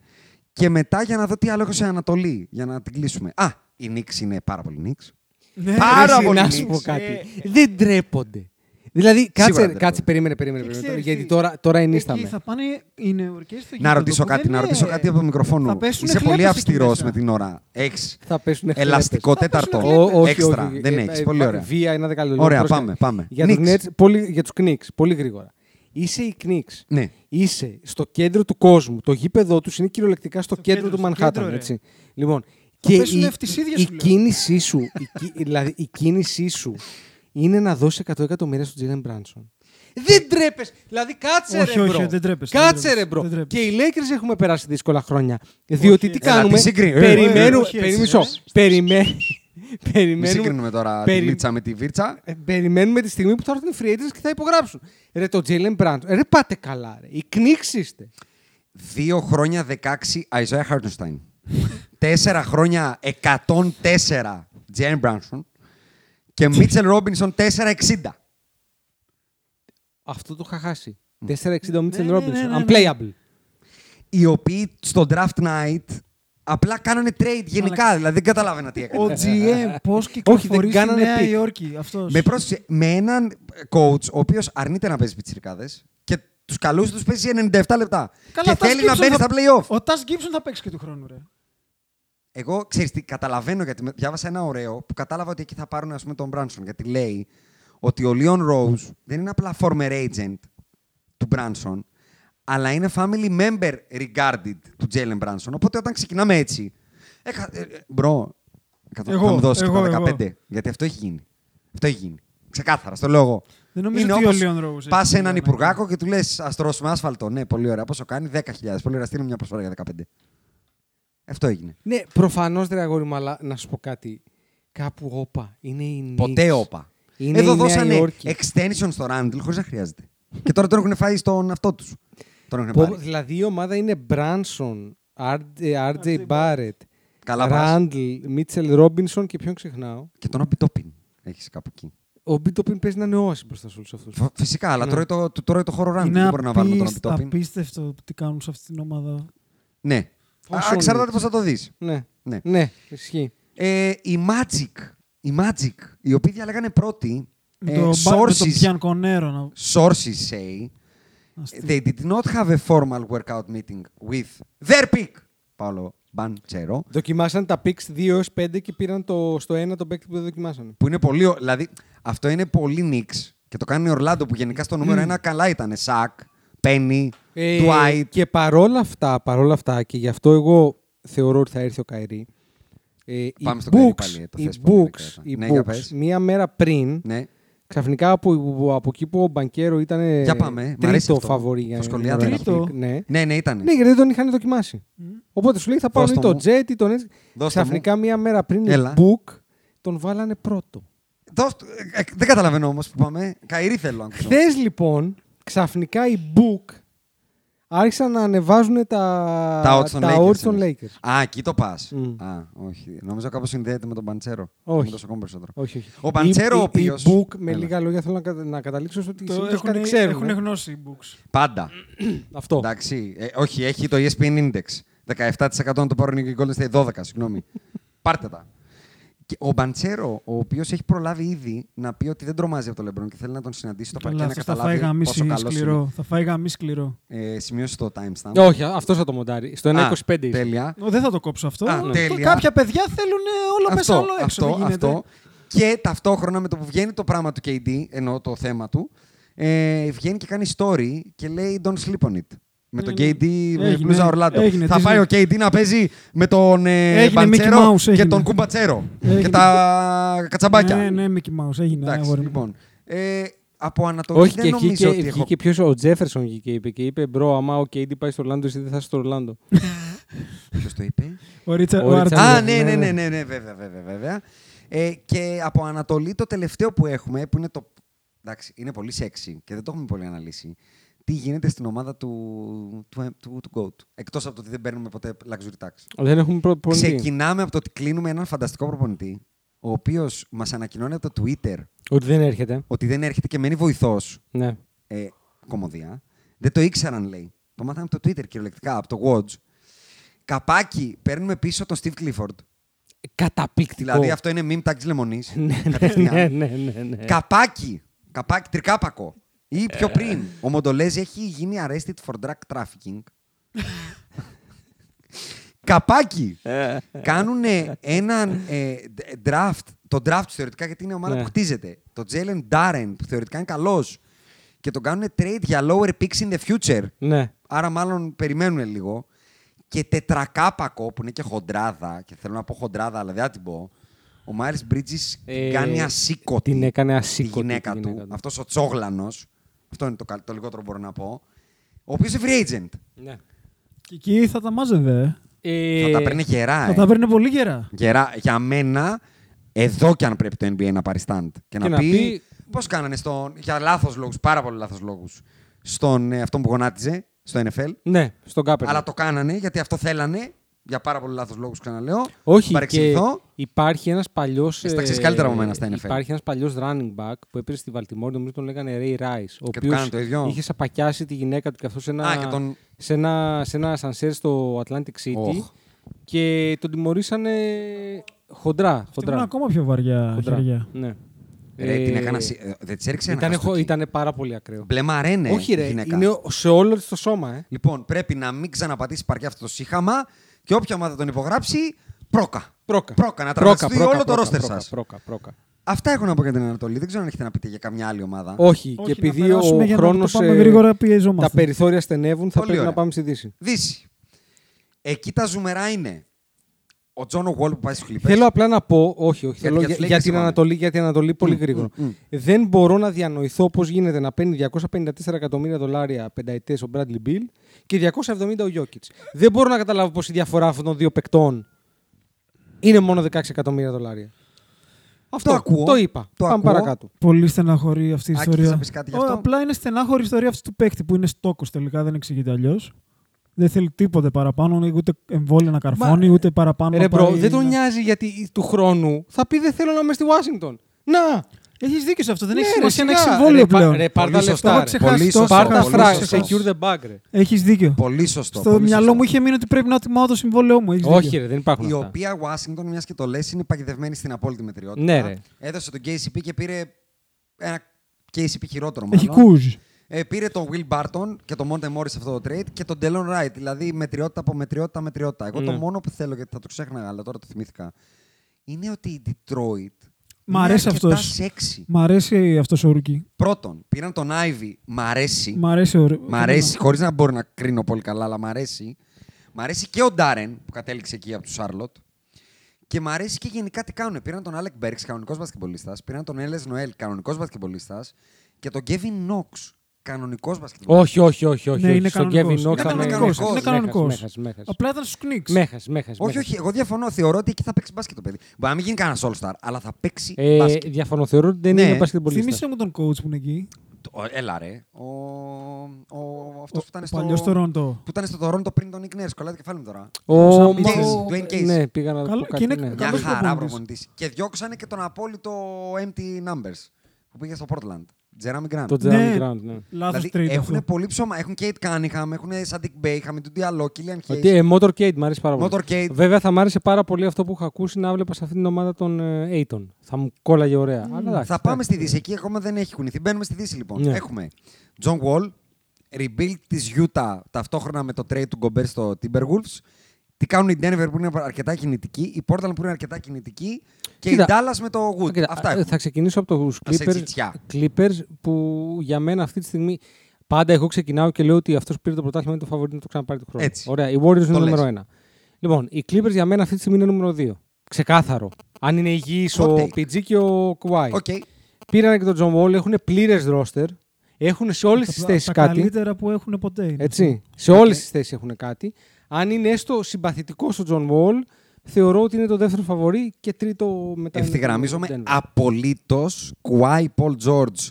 Και μετά για να δω τι άλλο έχω σε Ανατολή, για να την κλείσουμε. Α, η Νίξ είναι πάρα πολύ Νίξ. Ναι. Πάρα Ρε, πολύ Να σου πω Knicks. κάτι. Δεν τρέπονται. Δηλαδή, κάτσε, τρέπονται. κάτσε περίμενε, περίμενε. Δεν περίμενε, Ε, ξέρεις Ε, γιατί τι. τώρα, τώρα Εκεί ενίσταμε. θα πάνε οι νεορκέ στο Να γήπεδο ρωτήσω που κάτι, δεν να είναι- ρωτήσω κάτι από το Θα μικροφόνο. πέσουνε Είσαι πολύ χλέπες εκεί αυστηρός μέσα. με την ώρα. Έχεις Θα πέσουν χλέπες. ελαστικό Θα πέσουνε τέταρτο. Ο- όχι, Έξτρα. όχι, Δεν ε, έχεις. ε, Πολύ πα- ωραία. Βία, ένα δεκάλεπτο. Ωραία, Πρόσεχε. πάμε, πάμε. Για, τους Knicks. Nets, πολύ, για τους Knicks, πολύ γρήγορα. Είσαι η Knicks. Ναι. Είσαι στο κέντρο του κόσμου. Το γήπεδό τους είναι κυριολεκτικά στο, κέντρο, κέντρο, του στο Μανχάταν. κέντρο, ρε. έτσι. Λοιπόν, Θα και πέσουνε η, ευθυσίδια, η- σου η λέω. κίνησή σου, η, κι- δηλαδή η κίνησή σου είναι να δώσει 100 εκατομμύρια στον Τζίλεν Μπράνσον. Δεν τρέπεσαι. Δηλαδή κάτσε Ε, Όχι, ρε όχι, μπρο. δεν τρέπεσαι, δεν Κάτσε τρέπεσαι, ρε μπρο. δεν Και τρέπεσαι. οι Lakers έχουμε περάσει δύσκολα χρόνια. Διότι τι Έλα, κάνουμε. τη συγκρίνει. Ε, ε, ε, Περιμένουμε. όχι έτσι, περι- μισό. ε. Περιμέ- Μην Περιμένουμε. συγκρίνουμε τώρα περι- τη Μίτσα με τη Βίρτσα. ε, Περιμένουμε τη στιγμή που θα έρθουν οι free agents και θα υπογράψουν. Ρε το Jalen Brown. Ρε πάτε καλά. Ρε. Οι Knicks είστε. Δύο χρόνια 16 Isaiah Hartenstein. Τέσσερα χρόνια 104 Jalen Branson. Και Mitchell Robinson 460. Αυτό το είχα χάσει. 4-60 Ναι, ο Μίτσελ ναι, ναι, ναι, Ρόμπινσον. ναι. Unplayable. Οι οποίοι στο draft night απλά κάνανε trade γενικά. Δηλαδή δεν καταλάβαινα τι Ο έκανε. GM πώς Όχι, δεν κυκλοφορεί στη κάνανε Νέα pick. Υόρκη. Αυτός. με, πρόσεξε, με έναν coach ο οποίος αρνείται να παίζει πιτσιρικάδες και τους καλούς τους παίζει 97 λεπτά. Καλά, ο και Τας θέλει να Gibson μπαίνει θα- στα playoff. Ο Τας Γκίψον θα παίξει και του χρόνου, ρε. Εγώ ξέρεις τι, καταλαβαίνω γιατί με- διάβασα ένα ωραίο που κατάλαβα ότι εκεί θα πάρουν ας πούμε, τον Branson. Γιατί λέει ότι ο Leon Rose δεν είναι απλά former agent του Branson, αλλά είναι family member regarded του Jalen Branson. Οπότε όταν ξεκινάμε έτσι. Ε, κα- ε, ε, μπρο, εκατο- Εγώ, θα μου δώσεις και εγώ, τα εγώ. 15. Γιατί αυτό έχει γίνει. Αυτό έχει γίνει. Ξεκάθαρα, στο λέω εγώ. Δεν νομίζω ότι όλοι ο Ρόουζ Πα έχει έναν ανάγκη. υπουργάκο και του λες: Ας τρώσουμε άσφαλτο. Ναι, πολύ ωραία. Πόσο κάνει, 10.000. Πολύ ωραία. Στείλουμε μια προσφορά για 15. Αυτό έγινε. Ναι, προφανώς δεν αγόρι μου, αλλά να σου πω κάτι. Κάπου όπα. Είναι η Knicks. Ποτέ όπα. Είναι Εδώ η Νέα δώσανε Υόρκη. extension στο Ράντλ χωρίς να χρειάζεται. και τώρα τον έχουν φάει στον αυτό τους. Τον έχουν Πω, πάρει. δηλαδή η ομάδα είναι ε, Branson, RJ Barrett, Καλά πας. Randall, Mitchell Robinson και ποιον ξεχνάω. Και τον Αμπιτόπιν έχεις κάπου εκεί. Ο Μπίτοπιν παίζει να είναι όαση μπροστά σε όλους αυτούς. Φ- Φυσικά, αλλά τρώει το, του τρώει το χώρο Ράντλ. Είναι Δεν μπορεί να βάλουμε τον απίστευτο- Αμπιτόπιν. απίστευτο τι κάνουν σε αυτή την ομάδα. Ναι. Α, Πόσο Εξαρτάται πώ είναι. θα το δεις. Ναι. Ναι. ναι. ναι, ισχύει. Ε, η Magic, η Magic, οι οποίοι διαλέγανε πρώτη, Με ε, το μπα- με τον sources, Πιανκονέρο να sources say, να στείλει. they did not have a formal workout meeting with their pick, Παόλο Banchero, Δοκιμάσαν τα picks 2 έω 5 και πήραν το, στο 1 τον παίκτη που δεν δοκιμάσανε. που είναι πολύ, ω- δηλαδή αυτό είναι πολύ Knicks και το κάνει ο Ορλάντο που γενικά στο Mm. νούμερο 1 καλά ήταν, Σακ, Πένι, Ε. Dwight, Και παρόλα αυτά, παρόλα αυτά, και γι' αυτό εγώ θεωρώ ότι θα έρθει ο Καϊρή. Ε, Πάμε οι στον Καϊρή Bucks- πάλι, το οι θες πολύ books, γρήγορα. οι Ναι, για Bucks, πες. μία μέρα πριν, ναι. ξαφνικά από, από εκεί που ο Μπανκέρο ήταν Για πάμε, μ' αρέσει τρίτο αυτό. φαβορή για Το σχολιάζω νούμερο αυτό. ένα Τρίτο. pick, Ναι. Ναι, ναι, ήταν. Ναι, γιατί δεν τον είχαν δοκιμάσει. Οπότε σου λέει θα πάρουν Δώστε ή τον μου. Τζέτ ή τον έτσι. Δώστε Ξαφνικά μία μέρα πριν οι Έλα. Book τον βάλανε πρώτο. Δώσ' το- ε, ε, δεν καταλαβαίνω όμως που πάμε. Καϊρή θέλω να ακούσω. Χθες λοιπόν, ξαφνικά οι Book άρχισαν να ανεβάζουν τα, Τα odds των Lakers. odds των εννοείς. Lakers. Α, εκεί το πας. Μμ. Α, όχι. Νομίζω κάπως συνδέεται με τον Παντσέρο. Όχι. Με τόσο ακόμα περισσότερο. Όχι, όχι. Ο Παντσέρο, Οι- ο οι- οποίος- Οι Book, με Έλα. λίγα λόγια, θέλω να, κατα- να καταλήξω στο ότι Το συνήθως έχουνε- κάτι ξέρουν. έχουνε ε. γνώση οι books. Πάντα. Αυτό. Εντάξει. Ε, όχι, έχει το ESPN Index. 17% να το πάρουν οι Golden State. 12, συγγνώμη. Πάρτε τα. Και ο Μπαντσέρο, ο οποίος έχει προλάβει ήδη να πει ότι δεν τρομάζει από τον Λεμπρόν και θέλει να τον συναντήσει στο παρκέ Καλά, να αυτός θα φάει καταλάβει πόσο γαμίση καλός σκληρό. Θα φάει γαμί σκληρό. είναι. Ε, σημείωσε το timestamp. Όχι, αυτός θα το μοντάρει. Στο Α, 1.25 ίσως. Τέλεια. Ω, Δεν θα το κόψω αυτό. Α, Αυτό- τέλεια. Κάποια παιδιά θέλουν όλα μέσα, όλο έξω. Αυτό, Δεν γίνεται. αυτό. Και ταυτόχρονα με το που βγαίνει το πράγμα του KD, εννοώ το θέμα του, ε, βγαίνει και κάνει story και λέει Don't sleep on it. Με τον ναι. KD, με Έγινε, μπλούζα Ορλάντο. έγινε, Θα τι πάει ο ζω- KD να παίζει με τον ε, Έγινε, Μπαντσέρο Mickey Mouse, και έγινε. τον Κουμπατσέρο. Και Έγινε. τα κατσαμπάκια. Ναι, ναι, Mickey Mouse, έγινε. Εντάξει, αγόρι μου. λοιπόν. Ε, από Ανατολή Όχι, δεν και εκεί νομίζω και, ότι έχω... βγήκε ποιος, ο Τζέφερσον βγήκε και είπε, και είπε «Μπρο, άμα ο KD πάει στο Ορλάντο, εσύ δεν θα είσαι στο Ορλάντο». Ποιος το είπε. Ο Ρίτσαρ, Ο ο Άρτζερ. Ρίτσαρ- Α, Άντε, ναι, ναι, ναι, ναι. ναι, ναι, ναι, βέβαια, βέβαια, βέβαια. Ε, και από Ανατολή το τελευταίο που έχουμε, που είναι το... Εντάξει, είναι πολύ σεξι και δεν το έχουμε πολύ αναλύσει. Τι γίνεται στην ομάδα του, του, του, του GOAT. Εκτός από το ότι δεν παίρνουμε ποτέ luxury tax. Δεν έχουμε προ- προπονητή. Ξεκινάμε από το ότι κλείνουμε έναν φανταστικό προπονητή, ο οποίος μας ανακοινώνει από το Twitter Ότι δεν έρχεται. ότι δεν έρχεται και μένει βοηθός Ναι. ε, κομμωδία. Δεν το ήξεραν, λέει. Το μάθαμε από το Twitter κυριολεκτικά, από το Watch. Καπάκι, παίρνουμε πίσω τον Steve Clifford. Καταπληκτικό. Δηλαδή αυτό είναι meme τάξη λεμονής. ναι, ναι, ναι, ναι. Καπάκι. Καπάκι, τρικάπακο. Ή πιο πριν. Ο Μοντολέζη έχει γίνει arrested for drug trafficking. Καπάκι. Κάνουν έναν ε, d- draft. Το draft τους θεωρητικά γιατί είναι ομάδα Ναι. που χτίζεται. Το Jalen Darren που θεωρητικά είναι καλός. Και τον κάνουν trade για lower picks in the future. Ναι. Άρα μάλλον περιμένουν λίγο. Και τετρακάπακο που είναι και χοντράδα, και θέλω να πω χοντράδα, αλλά δεν θα την πω. Ο Μάιλ Μπρίτζη Ε, την κάνει ασήκωτη. την έκανε Τη ασήκωτη γυναίκα, τη γυναίκα του. του. Αυτός ο Τσόγλανος. Αυτό είναι το, καλ- το λιγότερο που μπορώ να πω. Ο οποίος είναι free agent. ναι. Και εκεί θα τα μάζευε. ε. Ε, θα τα παίρνει γερά. Θα ε. τα παίρνει πολύ γερά. γερά. Για μένα, εδώ κι αν πρέπει το NBA να πάρει stand. Και, να, να πει. πει- Πώς κάνανε στον. Για λάθος λόγους, πάρα πολλού λάθος λόγους. Στον ε, αυτόν που γονάτιζε, στο NFL. Ναι, στον Κάπερ. Αλλά το κάνανε γιατί αυτό θέλανε. Για πάρα πολλούς λάθος λόγους, ξαναλέω. Όχι, και Παρεξηγηθώ. υπάρχει ένας παλιός. Εσύ τα ξέρεις καλύτερα από μένα στα NFL. Υπάρχει ένας παλιός running back που έπαιζε στη Βαλτιμόρη, νομίζω τον λέγανε Ray Rice. Ο του οποίος κάνανε το ίδιο? είχε σαπακιάσει τη γυναίκα του και αυτό σε ένα, Α, και τον- σε ένα, σε ένα σανσέρ στο Atlantic City. Οχ. Και τον τιμωρήσανε χοντρά. Και χοντρά, ήμουν ακόμα πιο βαριά χοντρά. χέρια. Ναι. Ρε, Ε, την έκανα. σι- ε, Δεν της έριξε ένα. Ήταν, χαστούκι. ήταν πάρα πολύ ακραίο. Μπλε μαρένε Όχι, η ρε. ναι, γυναίκα. Είναι ο- σε όλο της το σώμα, ε. Λοιπόν, πρέπει να μην ξαναπατήσει παρκέ αυτό το σύχαμα και όποια ομάδα τον υπογράψει, πρόκα. Πρόκα. Πρόκα, να Πρόκα, τραγουδιστεί πρόκα, όλο το πρόκα, ρόστερ πρόκα, σας. Πρόκα, πρόκα. Αυτά έχω να πω για την Ανατολή. Δεν ξέρω αν έχετε να πείτε για καμιά άλλη ομάδα. Όχι, Όχι, και να επειδή περάσουμε ο για να το χρόνο. πάμε γρήγορα, πιεζόμαστε. Τα περιθώρια στενεύουν, θα Πολύ πρέπει να ωραία. πάμε στη Δύση. Δύση. Εκεί τα ζουμερά είναι Ο Τζόνο Γουόλ που πάει στου Clippers. Θέλω απλά να πω, όχι, όχι, θέλω, για για, τους Lakers για, την είπαμε. Ανατολή, για την Ανατολή πολύ γρήγορα. Δεν μπορώ να διανοηθώ πώς γίνεται να παίρνει 254 εκατομμύρια δολάρια πενταετές ο Bradley Bill και 270 ο Jokic. Δεν μπορώ να καταλάβω πώς η διαφορά αυτών των δύο παικτών είναι μόνο 16 εκατομμύρια δολάρια. Αυτό Το ακούω. το είπα. Το Πάμε ακούω. παρακάτω. Πολύ στεναχωρή αυτή η Άκης, ιστορία. θες να πεις κάτι γι' αυτό? Ω, απλά είναι στενάχωρη η ιστορία αυτή του παίκτη που είναι στόκος τελικά, δεν εξηγείται αλλιώς. Δεν θέλει τίποτε παραπάνω, ούτε εμβόλια να καρφώνει, ούτε παραπάνω. Ρε να μπρο, πάει δεν τον να- νοιάζει γιατί του χρόνου θα πει δεν θέλω να είμαι στη Washington. Να! Έχεις δίκιο σε αυτό. Δεν Ναι, έχει ρε, σημασία να σιγά. έχει συμβόλαιο Ρε, πα- πλέον. ρε, πάρ' τα Πολύ λεφτά, σωστά. ρε. ξεχάσει Πολύ τόσο. σωστό. Πάρ' τα Πολύ φράγκα, σωστό. secure the bag, ρε. Έχεις δίκιο. Πολύ σωστό. Στο πολύ μυαλό σωστό. μου είχε μείνει ότι πρέπει να τιμάω το συμβόλαιό μου. Έχεις Όχι, δίκιο. ρε, δεν υπάρχουν Η αυτά. οποία Washington, μιας και το λες, είναι παγιδευμένη στην απόλυτη μετριότητα. Ναι, ρε. Έδωσε τον KCP και πήρε ένα KCP χειρότερο. Έχει μάλλον. κούζ. Ε, πήρε τον Will Barton και τον Monte Morris σε αυτό το trade και τον Delon Wright. Δηλαδή μετριότητα από μετριότητα μετριότητα. Εγώ το Ναι. μόνο που θέλω, γιατί θα το ξέχνα, αλλά τώρα το θυμήθηκα, είναι ότι η Detroit. Μ' Ναι, αρέσει είναι αρκετά αυτός. σεξι. Μ' αρέσει αυτός ο Ρούκι. Πρώτον, πήραν τον Ivy. Μ' αρέσει. Μ' αρέσει. ο- Μ' αρέσει, χωρίς να μπορώ να κρίνω πολύ καλά, αλλά μ' αρέσει. Μ' αρέσει και ο Ντάρεν που κατέληξε εκεί από τους Σάρλοτ. Και μ' αρέσει και γενικά τι κάνουν. Πήραν τον Άλεκ Μπέρξ, κανονικό μπασκεμπολίστα. Πήραν τον Έλλε Νοέλ, κανονικός μπασκεμπολίστα. Και τον Κέβιν Νόξ, κανονικό μπασκεμπολίστα. Όχι, όχι, όχι. όχι. Ναι, όχι. είναι Στον κανονικός. Kevin Knox Είναι θα με- κανονικός, μέχας, είναι μέχας, κανονικός. μέχας, μέχας. Απλά ήταν στους Knicks. Μέχας, μέχας, Όχι, μέχας. όχι, εγώ διαφωνώ. Θεωρώ ότι εκεί θα παίξει μπάσκετ το παιδί. Μπορεί να μην γίνει κανένας All Star, αλλά θα παίξει. Ε, μπάσκετ. διαφωνώ, θεωρώ ότι δεν Ναι. είναι μπασκετμπολίστας. Θυμήσαι μου τον coach που είναι εκεί. Ο- Έλα ρε. Ο, ο, αυτός που ήταν Ο στο. παλιός Toronto. Που ήταν στο Τωρόντο πριν τον Nick Nurse. Κολλάει το κεφάλι μου τώρα. Ο Σαν Μα- Case, Dwayne Case. Ναι, πήγα να Καλό- πω και κάτι. είναι ναι. κα- Μια Καλός χαρά προπονητής. προπονητής. Και διώξανε και τον απόλυτο empty numbers που πήγε στο Portland. Τζέραμι Γκραντ. Το Jeremy Grant, ναι. Λάθος Δηλαδή, trade. αυτό. έχουν πολύ ψωμα. Έχουν Kate Cunningham, έχουν Sadik Bayham, τον Diallo, Killian Ναι, Hayes. Ότι, ε, Motorcade μου αρέσει πάρα πολύ. Motorcade. Βέβαια θα μου άρεσε πάρα πολύ αυτό που είχα ακούσει να βλέπα σε αυτήν την ομάδα των ε, Aiton. Θα μου κόλλαγε ωραία. Αλλά εντάξει, Mm. Θα πάμε στη Δύση. Εκεί ακόμα δεν έχει κουνηθεί. Μπαίνουμε στη Δύση λοιπόν. Ναι. Έχουμε John Wall, rebuild της Utah ταυτόχρονα με το trade του Gobert στο Timberwolves. Τι κάνουν οι Denver που είναι αρκετά κινητικοί, η Portland που είναι αρκετά κινητική και Κοίτα. η Dallas με το Wood. Κοίτα, Αυτά α, έχουμε. Θα ξεκινήσω από του Ας σε Clippers, τσιτσιά. Clippers που για μένα αυτή τη στιγμή. Πάντα εγώ ξεκινάω και λέω ότι αυτός που πήρε το πρωτάθλημα είναι το φαβορή να το ξαναπάρει του χρόνου. Έτσι. Ωραία, οι Warriors λες. είναι νούμερο ένα. Λοιπόν, οι Clippers για μένα αυτή τη στιγμή είναι νούμερο 2. Ξεκάθαρο. Αν είναι υγιής Hot ο take. PG και ο Kawhi. Οκ. Πήραν και τον John Wall, έχουν πλήρες ρόστερ. Έχουν σε όλες τις Τα- θέσεις τα κάτι. καλύτερα που έχουν ποτέ. είναι. Έτσι. Σε όλες τις θέσεις έχουν κάτι. Αν είναι έστω συμπαθητικός ο John Wall, θεωρώ ότι είναι το δεύτερο φαβορή και τρίτο μετά. είναι το Ευθυγραμμίζομαι Denver. απολύτως. Κουάι Πολ Τζόρτζ.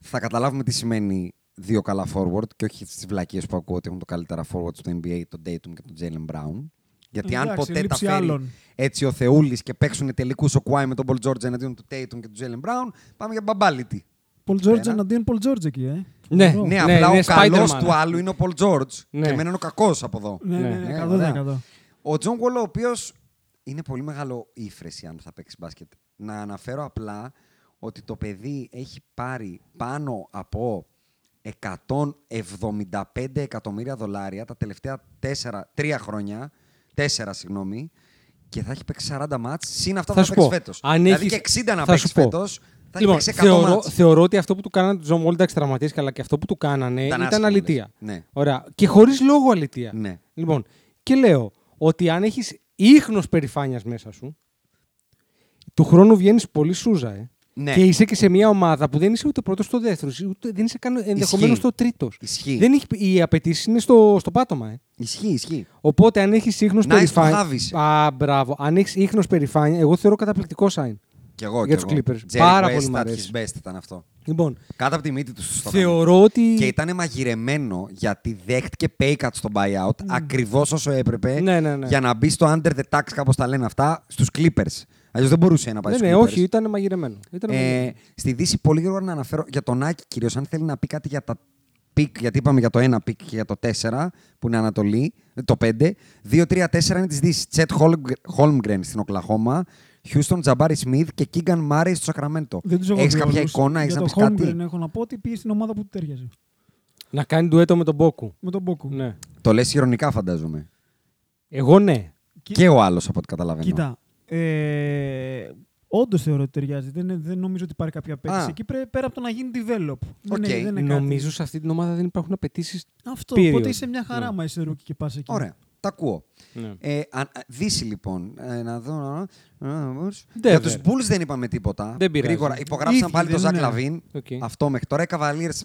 Θα καταλάβουμε τι σημαίνει δύο καλά forward και όχι τι βλακίες που ακούω ότι έχουν το καλύτερα forward στο NBA, τον Dayton και τον Jalen Brown. Γιατί αν Εντάξει, ποτέ τα λήψη φέρει άλλων. έτσι ο Θεούλης και παίξουν τελικούς ο Κουάι με τον Πολ Τζόρτζ εναντίον του Dayton και του Jalen Brown, πάμε για μπαμπάλιτι. Πολ Τζόρτζ Πέρα. εναντίον Πολ Τζόρτζ εκεί, ε. Ναι, Ωραίο. Ναι, ναι, απλά είναι ο καλός Spider-Man. του άλλου είναι ο Πολ Τζόρτζ. Ναι. Και εμένα είναι ο κακός από εδώ. Ναι, ναι, ναι, Ναι, 100%. ωραία. Ο Τζον Γουόλ, ο οποίος είναι πολύ μεγάλο ύφρεση αν θα παίξει μπάσκετ. Να αναφέρω απλά ότι το παιδί έχει πάρει πάνω από 175 εκατομμύρια δολάρια τα τελευταία 4, 3 χρόνια, 4 συγγνώμη, και θα έχει παίξει 40 μάτς, συν αυτά που Θα θα, σου παίξει πω. φέτος. Αν δηλαδή έχεις- και 60 να θα παίξεις σου πω. φέτος, θα Λοιπόν, έχει παίξει 100 θεωρώ, μάτς. θεωρώ ότι αυτό που του κάνανε τον Τζον Wall, εντάξει, τραυματίστηκε, αλλά και αυτό που του κάνανε Ήταν ήταν, άσχημο, λες. αλητία. Ναι. Ωραία. Και χωρίς λόγο αλητία. Ναι. Λοιπόν, και λέω ότι αν έχεις ίχνος περηφάνειας μέσα σου, του χρόνου βγαίνεις πολύ σούζα, ε. Ναι. Και είσαι και σε μια ομάδα που δεν είσαι ούτε πρώτος ούτε δεύτερο, ούτε δεν είσαι καν ενδεχομένω Ισχύει. το τρίτος. Ισχύει. Οι απαιτήσεις είναι στο, στο πάτωμα, ε. Ισχύει, ισχύει. Οπότε αν έχεις ίχνος Nice περηφάνεια. to have is. Α, μπράβο. Αν έχεις ίχνος περηφάνεια, εγώ θεωρώ καταπληκτικό sign. Κι εγώ, Για κι τους εγώ. Clippers. Jerry Πάρα West πολύ μ' at αρέσει. his best ήταν αυτό. Λοιπόν, Κάτω από τη μύτη τους στο θεωρώ ότι. Και ήταν μαγειρεμένο γιατί δέχτηκε pay cut στο buyout ακριβώς όσο έπρεπε Ναι, ναι, ναι. για να μπει στο under the tax, κάπως τα λένε αυτά, στους Clippers. Αλλιώς δεν μπορούσε να πάει Ναι, στους ναι, Clippers. όχι, ήταν μαγειρεμένο. Ήταν Ε, μαγειρεμένο. στη Δύση, πολύ γρήγορα να αναφέρω για τον Άκη κυρίως, αν θέλει να πει κάτι για τα πικ, γιατί είπαμε για το 1 πικ και για το 4 που είναι Ανατολή, ε, το 5. 2-3-4 είναι της Δύσης. Τσέτ Χόλμγκρεν στην Οκλαχώμα, Χιούστον Τζαμπάρι Σμιθ και Κίγκαν Μάρι στο Σακραμέντο. Δεν τους έχω Έχεις δει κάποια όλους. εικόνα, έχει Για να το ναι. πεις κάτι. Holmgren έχω να πω ότι πήγε στην ομάδα που του τέριαζε. Να κάνει ντουέτο με τον Μπόκου. Με τον Μπόκου. Ναι. Το λες ηρωνικά, φαντάζομαι. Εγώ ναι. Κι- Και ο άλλος από ό,τι καταλαβαίνω. Κοίτα. Ε, Όντως θεωρώ ότι ταιριάζει. Δεν, δεν νομίζω ότι υπάρχει κάποια απέτηση. Α. Εκεί πρέ- πέρα από το να γίνει develop. Δεν Οκ. είναι- δεν είναι κάτι. Νομίζω σε αυτή την ομάδα δεν υπάρχουν απαιτήσεις. Αυτό. period. Οπότε είσαι μια χαρά, Ναι. μα είσαι ρούκι και πας εκεί. Ωραία. Τα ακούω. Ναι. Ε, αν- α, δύση λοιπόν. Ε, να δω. να- να- να- Για Ντέβερ. του Bulls δεν είπαμε τίποτα. Δεν πειράζει. Γρήγορα. Υπογράψαν Ήδη πάλι τον δεν Ζακ είναι. Λαβίν. Οκ. Αυτό μέχρι τώρα. Οι Cavaliers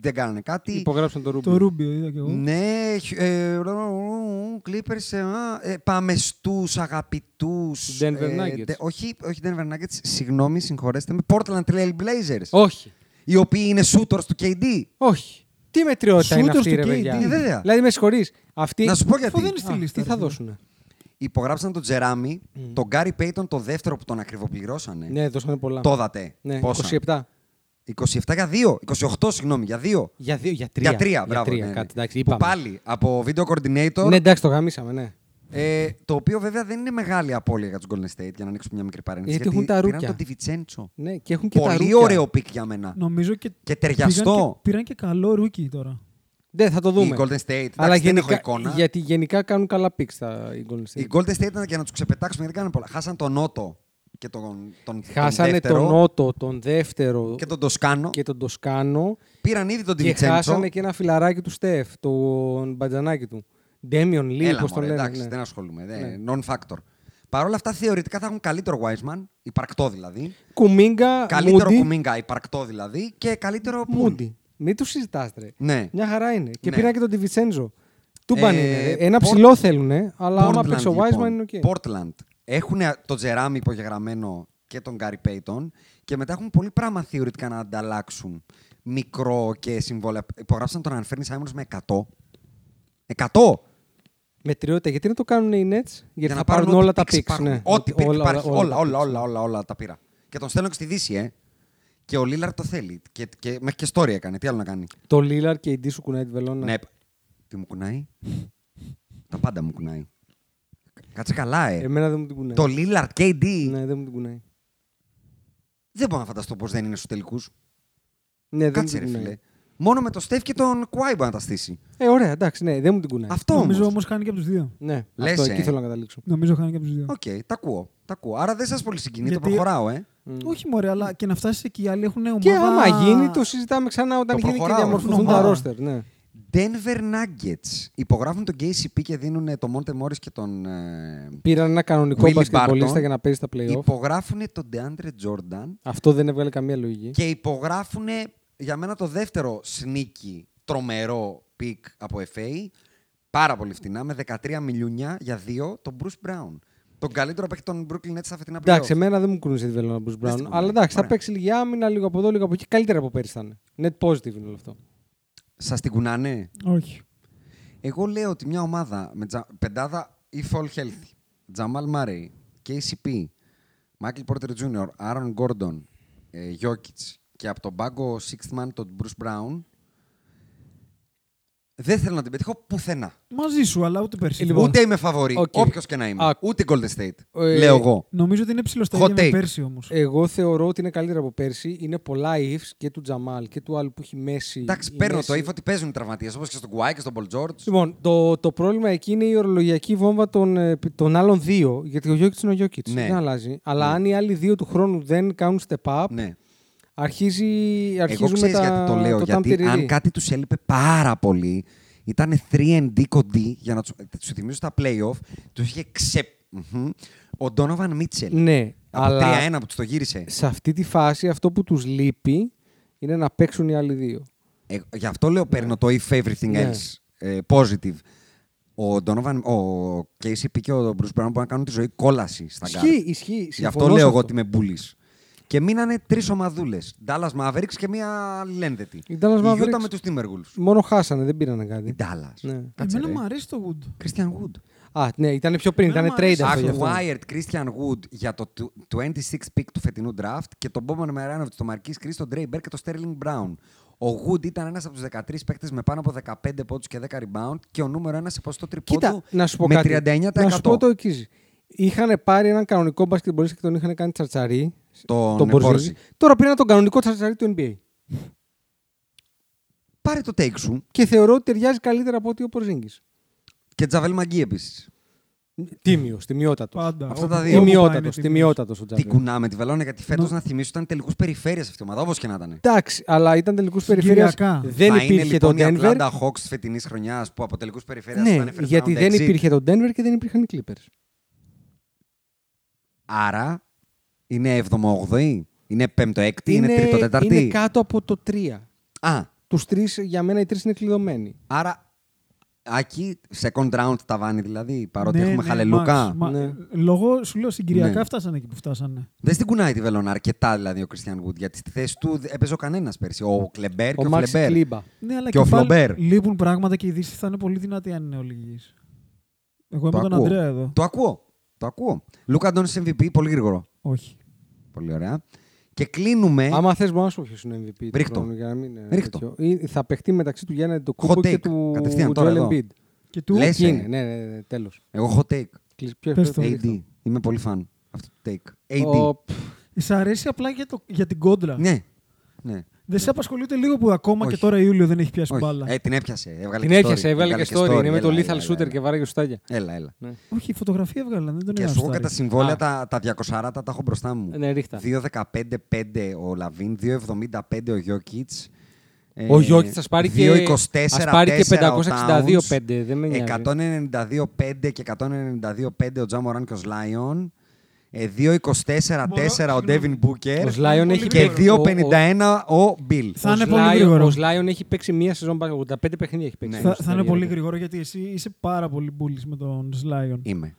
δεν κάνανε κάτι. Υπογράψαν Ε, το Ρούμπι. Το Ρούμπιο είδα κι εγώ. Ναι, χ- ε, ρο- ρο- ρο- Clippers, ε, α, ε, πάμε στους αγαπητούς... Denver ε, Nuggets. δε- όχι, όχι Denver Nuggets, συγγνώμη, συγχωρέστε με, Portland Trail Blazers, Όχι. οι οποίοι είναι shooters του KD. Όχι. Τι μετριότητα είναι Shooters αυτή, του ρε KD, παιδιά. βέβαια. Δηλαδή, με συγχωρείς. Αυτοί. Να σου πω Αυτό γιατί. δεν είναι στη Α, λίστα. Τι θα ρε φίλε. δώσουν. Υπογράψαν τον Τζεράμι, τον Gary Payton, το δεύτερο που τον ακριβοπληρώσανε. Ναι, δώσανε πολλά. Το είδατε. Ναι, Πόσα. 27. 27 για 2. 28, συγγνώμη, για 2. Για δύο, για τρία. Για 3, μπράβο. τρία, ναι, ναι. κάτι, εντάξει, που είπαμε. πάλι από video coordinator Ναι, εντάξει, το γαμίσαμε, ναι. Ε, το οποίο βέβαια δεν είναι μεγάλη απώλεια για τους Golden State, για να ανοίξουμε μια μικρή παρένθεση. Γιατί έχουν τα ρούκια. Πήραν τον Τιβιτσέντσο. ναι και έχουν και τα Πολύ ρούκια. ωραίο πικ για μένα. Νομίζω και. Και ταιριαστό. Πήραν και, πήραν και καλό ρούκι τώρα. Ναι, θα το δούμε. Οι Golden State, εντάξει, Αλλά δεν γενικά, έχω εικόνα. Γιατί γενικά κάνουν καλά picks τα οι Golden State. Οι Golden State ήταν για να τους ξεπετάξουμε γιατί κάνανε πολλά. Χάσαν τον Νότο και τον, τον, τον, Χάσανε δεύτερο τον Νότο, τον δεύτερο και τον Τοσκάνο. και τον Τοσκάνο. Πήραν ήδη τον Και χάσανε Τιβιτσέντσο. και ένα φιλαράκι του Στεφ, τον μπατζανάκι του. Ντέμιον Λί, Έλα, πώς το μωρέ, λένε. εντάξει, ναι. δεν ασχολούμαι. δε, Ναι. Non-factor. Παρ' όλα αυτά θεωρητικά θα έχουν καλύτερο Wiseman, υπαρκτό δηλαδή. Κουμίγκα, Καλύτερο Μούντι, Κουμίγκα, υπαρκτό δηλαδή. Και καλύτερο Μούντι. Μούντι. Μην του συζητάς, ρε. Ναι. Μια χαρά είναι. Και Ναι. πήραν και τον Τιβιτσέντζο. Τούμπαν Ε, είναι. ρε. Ένα Port- ψηλό θέλουν, αλλά άμα Portland, παίξει ο Wiseman λοιπόν. είναι οκ. Portland. Έχουν τον Τζεράμι υπογεγραμμένο και τον Γκάρι Πέιτον και μετά έχουν πολύ πράγμα θεωρητικά να ανταλλάξουν. Μικρό και συμβόλαια. Υπογράψαν τον Ανφέρνη Σάιμονς με 100. 100! Μετριότητα, γιατί να το κάνουν οι Nets, γιατί Για θα να πάρουν, πάρουν όλα ό,τι τα picks picks. υπάρχουν. Ναι. Ό,τι picks όλα, υπάρχει. Όλα, τα όλα, picks. όλα, όλα, όλα τα πήρα. Και τον στέλνω και στη Δύση, ε. Και ο Λίλαρ το θέλει. Και, και, μέχρι και story έκανε. Τι άλλο να κάνει. Το Lillard και η D σου κουνάει τη βελόνα. Ναι. Τι μου κουνάει. τα πάντα μου κουνάει. Κάτσε καλά, ε. Εμένα δεν μου την κουνάει. Το Λίλαρτ KD. Ναι, δεν μου την κουνάει. Δεν μπορώ να φανταστώ πώς δεν είναι στους τελικούς. Ναι, δεν Κάτσε, μου ρε την κουνάει. φίλε. Μόνο με το Στεφ και τον Κουάι μπορεί να τα στήσει. Ε, ωραία, εντάξει, ναι, δεν μου την κουνάει. Αυτό όμω. Νομίζω όμως χάνει και από τους δύο. Ναι, Λες, αυτό, εκεί ε. θέλω να καταλήξω. Νομίζω χάνει και από τους δύο. Οκ, τα ακούω. Τα ακούω. Άρα δεν σας πολύ συγκινεί, το Γιατί- προχωράω, ε. Όχι, μωρέ, αλλά και να φτάσεις εκεί οι άλλοι έχουν ομάδα. Και άμα γίνει, το συζητάμε ξανά Το όταν γίνει και προχωράω, διαμορφωθούν τα προχωράω. ρόστερ. Ναι. Denver Nuggets. Υπογράφουν τον KCP και δίνουν το Monte Morris και τον. ε, Πήραν ένα κανονικό Willie μπασκετμπολίστα Barton. για να παίζει στα playoff. υπογράφουν τον DeAndre Jordan Αυτό δεν έβγαλε καμία λογική. και υπογράφουν για μένα το δεύτερο σνίκι τρομερό πικ από FA. Πάρα πολύ φτηνά, με 13 μιλιούνια για δύο, τον Bruce Brown. Τον καλύτερο παίκτη των Brooklyn Nets στα φετινά Εντάξει, playoff. εμένα δεν μου κουνούσε τη βελόνα Bruce στην Brown. κουνάει. Αλλά εντάξει, θα Ωραία. παίξει λίγη άμυνα, λίγο από εδώ, λίγο από εκεί. Καλύτερα από πέρυσι θα είναι. Net positive είναι όλο αυτό. Σας την κουνάνε. Όχι. Εγώ λέω ότι μια ομάδα με τζα... πεντάδα if all healthy, Τζαμάλ Μάρεϊ, KCP, Μάικλ Πόρτερ Jr., Άρον Γκόρντον, Γιώκητ και από τον πάγκο sixth man τον Bruce Brown, δεν θέλω να την πετύχω πουθενά. Μαζί σου, αλλά ούτε πέρσι. Ε, λοιπόν. Ούτε είμαι φαβορή, Οκ. όποιος και να είμαι. Α, Ούτε Golden State. ε, λέω εγώ. Νομίζω ότι είναι ψηλό Hot στα ίδια με take. Ε, πέρσι όμως. Εγώ θεωρώ ότι είναι καλύτερα από πέρσι. Είναι πολλά ifs και του Τζαμάλ και του άλλου που έχει μέση. Εντάξει, η παίρνω μέση. το ύφο ότι παίζουν οι τραυματίες όπως και στον Κουάι και στον Πολ Τζόρτζ. Λοιπόν, το, το πρόβλημα εκεί είναι η ορολογιακή βόμβα των, ε, π- των άλλων δύο. Γιατί ο Γιώκητ είναι ο Γιώκητ. Ναι. Δεν αλλάζει. Αλλά αν οι άλλοι δύο του χρόνου δεν κάνουν step up, Ναι. αρχίζει, Εγώ αρχίζουμε ξέρεις τα, γιατί το λέω. γιατί ταμπτυριρί. αν κάτι τους έλειπε πάρα πολύ, ήταν 3D κοντή για να τους θυμίζω στα playoff, τους είχε ξε. Μμμ. Ο Ντόνοβαν Μίτσελ. Ναι, Από αλλά 3-1 που τους το γύρισε. σε αυτή τη φάση αυτό που τους λείπει είναι να παίξουν οι άλλοι δύο. Ε, γι' αυτό λέω παίρνω το if everything Ναι. else ε, positive. Ο Donovan, ο KCP και ο Bruce Brown μπορούν να κάνουν τη ζωή κόλαση στα γκάρ. Ισχύει, ισχύει. Γι' αυτό συμφωνώ λέω σε εγώ ότι με μπουλή. Και μείνανε τρεις ομαδούλες. Dallas Mavericks και μία αλληλένδετη. Η Dallas Mavericks- Utah με τους Timberwolves. Μόνο χάσανε, δεν πήρανε Η κάτι. Dallas. Ναι. Κάτσε, Εμένα ρε. μου αρέσει το Wood. Christian Wood. Α, ναι, ήταν πιο πριν, Εμένα ήταν μου trade αρέσει. αυτό γι' Αχ, αυτό. Wired Christian Wood για το του- 26 pick του φετινού draft και τον Μπόμπαν Μεράνοβιτ, τον Μαρκή Κρί, τον Ντρέι Μπέρ και τον Στέρλινγκ Μπράουν. Ο Wood ήταν ένας από τους 13 παίκτες με πάνω από 15 πόντους και 10 rebound και ο νούμερο ένας σε ποσοστό Κοίτα, τριπώντου να σου πω με κάτι. 39%. Να σου πω το εξής. Είχαν πάρει έναν κανονικό μπασκετμπολίστα και τον είχαν κάνει τσαρτσαρί. Τον Μπορζίνγκι. Πόρζι. Τώρα πήραν τον κανονικό τσαρτσαρί του NBA. Πάρε το take σου Και θεωρώ ότι ταιριάζει καλύτερα από ότι ο Πορζίνγκη. και Τζαβέλ Μαγκή επίσης. Τίμιος, τιμιότατος. Πάντα. Αυτά Όπου τα δύο. πάει είναι Τιμιότατος, τιμίος. τιμιότατο ο Τι Τζάμπερ. κουνά με τη Βελόνα, γιατί φέτος να θυμίσω ήταν τελικούς περιφέρεια αυτή η ομάδα, όπως και να ήταν. Εντάξει, αλλά ήταν τελικούς περιφέρεια. Κυριακά. Δεν θα είναι υπήρχε το λοιπόν η Denver. Ατλάντα Hawks τη φετινής χρονιάς που από τελικούς περιφέρεια Ναι, θα είναι first γιατί round δεν exit. υπήρχε το Denver και δεν υπήρχαν οι Clippers. Άρα είναι 7ο-8η, είναι 5ο-6η, είναι 3ο-4η. είναι κάτω από το 3. Α, Τους τρεις, για μένα οι τρεις είναι κλειδωμένοι. άρα Άκη, second round ταβάνι δηλαδή, παρότι Ναι, έχουμε ναι, χαλελούκα. Max, μα- Ναι. Λόγω, σου λέω, συγκυριακά Ναι. φτάσανε εκεί που φτάσανε. Δεν στην κουνάει τη Βελόνα αρκετά δηλαδή ο Κριστιαν Wood, γιατί στη θέση του δεν έπαιζε ο κανένας πέρσι. Ο Κλεμπέρ και Ο ο, Μαξ Φλεμπέρ. Κλίμπα. Ναι, αλλά Και ο πάλι Φλομπέρ. Λείπουν πράγματα και η Δύση θα είναι πολύ δυνατή αν είναι όλοι υγιείς. Εγώ Το είμαι τον ακούω. Ανδρέα εδώ. Το ακούω. Το ακούω. Λούκα Αντώνης MVP, πολύ γρήγορο. Όχι. Πολύ ωραία. Και κλείνουμε. Άμα θες, μπορεί να σου έρθει είναι MVP. του Ρίχτο. χρόνου για να μην είναι Ρίχτο. τέτοιο. Ή Θα παιχτεί μεταξύ του Γιάννη Ντοκούμπο Hot και take. του Κατευθείαν, τώρα Joel εδώ. Embiid. Και του Λες, Εκείνη, ε. ναι, ναι, ναι, τέλος. Εγώ hot take. Πες το. AD. Είμαι πολύ fan αυτού του take. AD. Σ' αρέσει απλά για, το, για την κόντρα. Ναι. ναι. Δεν σε απασχολεί ούτε λίγο που ακόμα Όχι. και τώρα Ιούλιο δεν έχει πιάσει Όχι. μπάλα. Ε, την έπιασε. Έβγαλε Την και έπιασε, story. έβαλε και story. Είναι με το Έλα, Lethal έλα, Shooter έλα. και βάραγε στάγια. Έλα, έλα. Όχι, η φωτογραφία έβγαλα, δεν τον Και είδα. σου στο έχω κατά Άρη. συμβόλαια τα, τα 240 τα έχω μπροστά μου. Ναι, ρίχτα. 2.15-5 ο Λαβίν, 2.75 ο ε, Γιώκητ. Ο Γιώκη θα πάρει και. ας πάρει και 562-5. Δεν με νοιάζει. 192-5 και 192-5 ο Τζαμοράν και ο Σλάιον. Ε, 2.24-4 ο Ντέβιν Μπούκερ. Ο Σλάιον έχει Και παίξει- ο- ο- 2.51 ο Μπιλ. Θα είναι ο πολύ Λάιον- γρήγορο. Ο Σλάιον έχει παίξει μία σεζόν, πάνω- 85 παιχνίδια έχει Ναι. παίξει. Θα, Στα θα είναι πολύ διάρκεια. γρήγορο γιατί εσύ είσαι πάρα πολύ μπουλή με τον Σλάιον. Είμαι.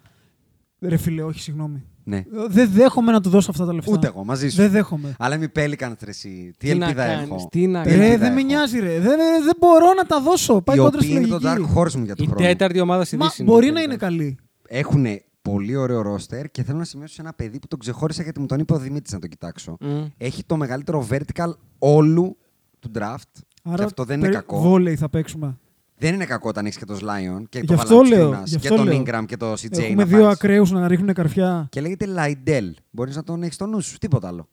Ρε φίλε, όχι, συγγνώμη. Ναι. Ε, Δεν δέχομαι να του δώσω αυτά τα λεφτά. Ούτε εγώ, μαζί σου. Δεν δέχομαι. Αλλά είμαι Pelican τρεσί. Τι, Τι να ελπίδα κάνεις, έχω. τι να Τι κάνεις. ελπίδα Ρε, Ε, δεν με έχω. νοιάζει, ρε. Δεν, δεν- δεν μπορώ να τα δώσω. Πάει Οι κόντρα οποίοι στη είναι το λογική. Dark Horse μου για τον Η χρόνο. τέταρτη ομάδα στη Μα Δύση. είναι μπορεί το να είναι Denver. καλή. Έχουν πολύ ωραίο ρόστερ και θέλω να σημειώσω σε ένα παιδί που τον ξεχώρισα γιατί μου τον είπε ο Δημήτρης να τον κοιτάξω. Μμ. Έχει το μεγαλύτερο vertical όλου του draft. και αυτό δεν είναι περί- κακό. Βόλεϊ θα παίξουμε. Δεν είναι κακό όταν έχεις και τον Σλάιον και Γι' τον αυτό λέω, Βαλαντσιούνα γι' και αυτό τον λέω. Ingram και τον CJ. Έχουμε να δύο πάρεις. ακραίους να ρίχνουν καρφιά. Και λέγεται Λαϊντέλ. Μπορείς να τον έχεις στο νου σου, τίποτα άλλο.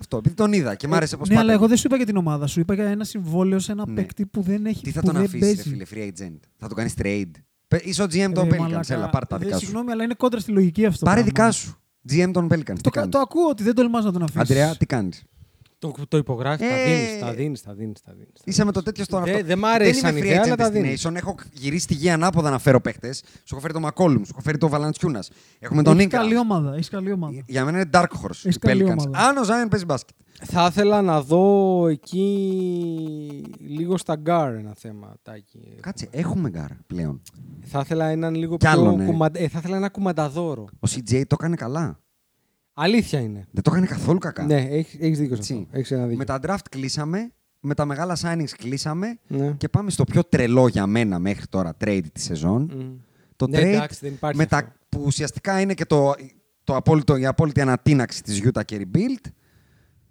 Αυτό, επειδή τον είδα και μ' άρεσε πώ ναι, αλλά εγώ δεν σου είπα για την ομάδα σου. Είπα για ένα συμβόλαιο σε ένα Ναι. παίκτη που δεν έχει Τι θα που τον δεν αφήσεις, ρε παίζει. φίλε, Ε, free agent. Θα τον κάνεις trade. Πε- Είσαι ο GM των Ρε, Pelicans. μαλάκα. Έλα, πάρε τα Ρε, δικά σου. Συγγνώμη, αλλά είναι κόντρα στη λογική αυτό. Πάρε πράγμα. ναι. δικά σου. GM των Pelicans. Το, Τι κα- κάνεις. το ακούω Ε, ότι δεν τολμάς να τον αφήσεις. Αντρέα, τι κάνεις. Το, το υπογράφεις, Ε, τα δίνεις, τα δίνεις. Τα δίνεις, τα Είσαι με το τέτοιο στον ε, Δε- αυτό. δεν μ' αρέσει σαν Δεν είμαι ιδέα, free αλλά agent τα destination. δίνεις. Έχω γυρίσει τη γη ανάποδα να φέρω παίχτε. Σου έχω φέρει τον Μακόλουμ, σου έχω φέρει τον Βαλαντσιούνας. Έχουμε τον Ε, Έχει Νίκα. καλή ομάδα. Έχεις καλή ομάδα. Για μένα είναι Dark Horse. Έχεις Οι καλή Pelicans. ομάδα. Αν ο Ζάιον παίζει μπάσκετ. δίνεις. Θα ήθελα να δω εκεί λίγο στα γκάρ ένα θέμα. Τάκη. Κάτσε, έχουμε γκάρ πλέον. Θα ήθελα έναν λίγο Κι πιο άλλον, ε. κουμαντα- ε, θα ήθελα ένα κουμανταδόρο. Ο CJ το έκανε καλά. Αλήθεια είναι. Δεν το έκανε καθόλου κακά. Ναι, έχεις, έχεις δίκιο σε Έτσι. αυτό. Έχεις ένα δίκιο. Με τα draft κλείσαμε, με τα μεγάλα signings κλείσαμε Ναι. και πάμε στο πιο τρελό για μένα μέχρι τώρα trade της σεζόν. Μμ. Το Ναι, trade εντάξει, δεν υπάρχει με τα- αυτό. που ουσιαστικά είναι και το, το απόλυτο, η απόλυτη ανατείναξη της Utah και rebuild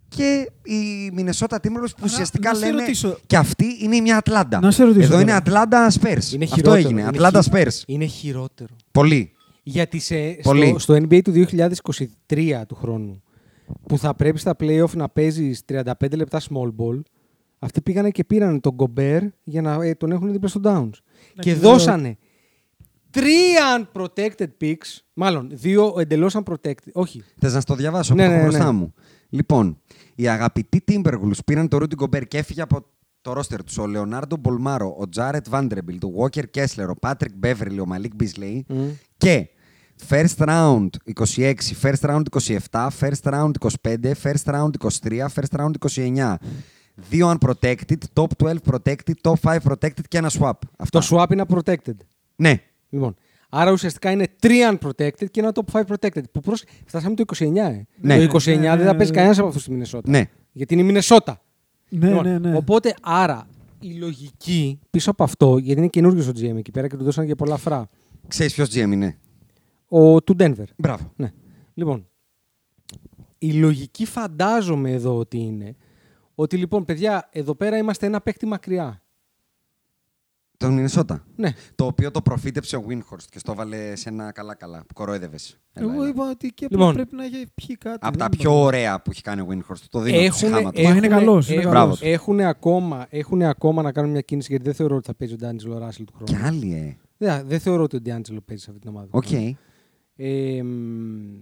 και η Μινεσότα Timberwolves που Να- ουσιαστικά να σε λένε ρωτήσω. και αυτή είναι μια Ατλάντα. Να σε ρωτήσω Εδώ είναι τώρα. Ατλάντα Spurs. Είναι Αυτό χειρότερο. έγινε. Είναι Ατλάντα χει- Spurs. Είναι χειρότερο. Πολύ. Γιατί σε, Πολύ. στο, στο NBA του 2023 του χρόνου, που θα πρέπει στα playoff να παίζεις 35 λεπτά small ball, αυτοί πήγανε και πήραν τον Gobert για να ε, τον έχουν δίπλα στο downs. και δεν δώσανε τρία unprotected picks, μάλλον δύο εντελώς unprotected. Όχι. Θες να στο διαβάσω, Ναι, ναι, το έχω ναι, μπροστά ναι. μου. Λοιπόν, οι αγαπητοί Timberwolves πήραν το Rudy Gobert και έφυγε από το ρόστερ τους ο Λεωνάρντο Μπολμάρο, ο Τζάρετ Vanderbilt, ο Walker Kessler, ο Patrick Beverly, ο Malik Beasley και first round 26, first round 27, first round 25, first round 23, first round 29. Δύο unprotected, top 12 protected, top 5 protected και ένα swap. Αυτά. Το swap είναι unprotected. Ναι. Λοιπόν, άρα ουσιαστικά είναι τρία unprotected και ένα top 5 protected. Που προς... Φτάσαμε το 29. Ε. Ναι. Το 29 Ναι, ναι, δεν ναι, θα παίζει ναι. κανένας από αυτούς στη Μινεσότα. Ναι. Γιατί είναι η Μινεσότα. ε, Ναι, Λοιπόν, ναι, ναι. Οπότε, άρα, η λογική πίσω από αυτό, γιατί είναι καινούριο ο GM εκεί πέρα και του δώσαν για πολλά φρά, Ξέρεις ποιος GM είναι. ο του Denver. Μπράβο. Ναι. Λοιπόν, η λογική φαντάζομαι εδώ ότι είναι ότι λοιπόν, παιδιά, εδώ πέρα είμαστε ένα παίκτη μακριά. Τον Μινεσότα. Ναι. Το οποίο το προφήτεψε ο Winhorst και στο έβαλε σε ένα καλά-καλά. Κοροέδευε. Εγώ είπα ότι και Λοιπόν. πρέπει να έχει πιει κάτι. Από τα δεν πιο μπορώ. ωραία που έχει κάνει ο Winhorst. Το δίνω έχουνε, ψυχάμα Έχουνε- του. έχουνε- Μα είναι καλός, είναι έχουνε- καλός. έχουνε ακόμα, έχουνε ακόμα να κάνουν μια κίνηση γιατί δεν θεωρώ ότι θα παίζει ο Ντάνιτζελο Ράσελ του Και χρόνου. άλλοι, ε. Δεν, δεν θεωρώ ότι ο Ντιάντζελο παίζει σε αυτή την ομάδα. Οκ. Ε, μ,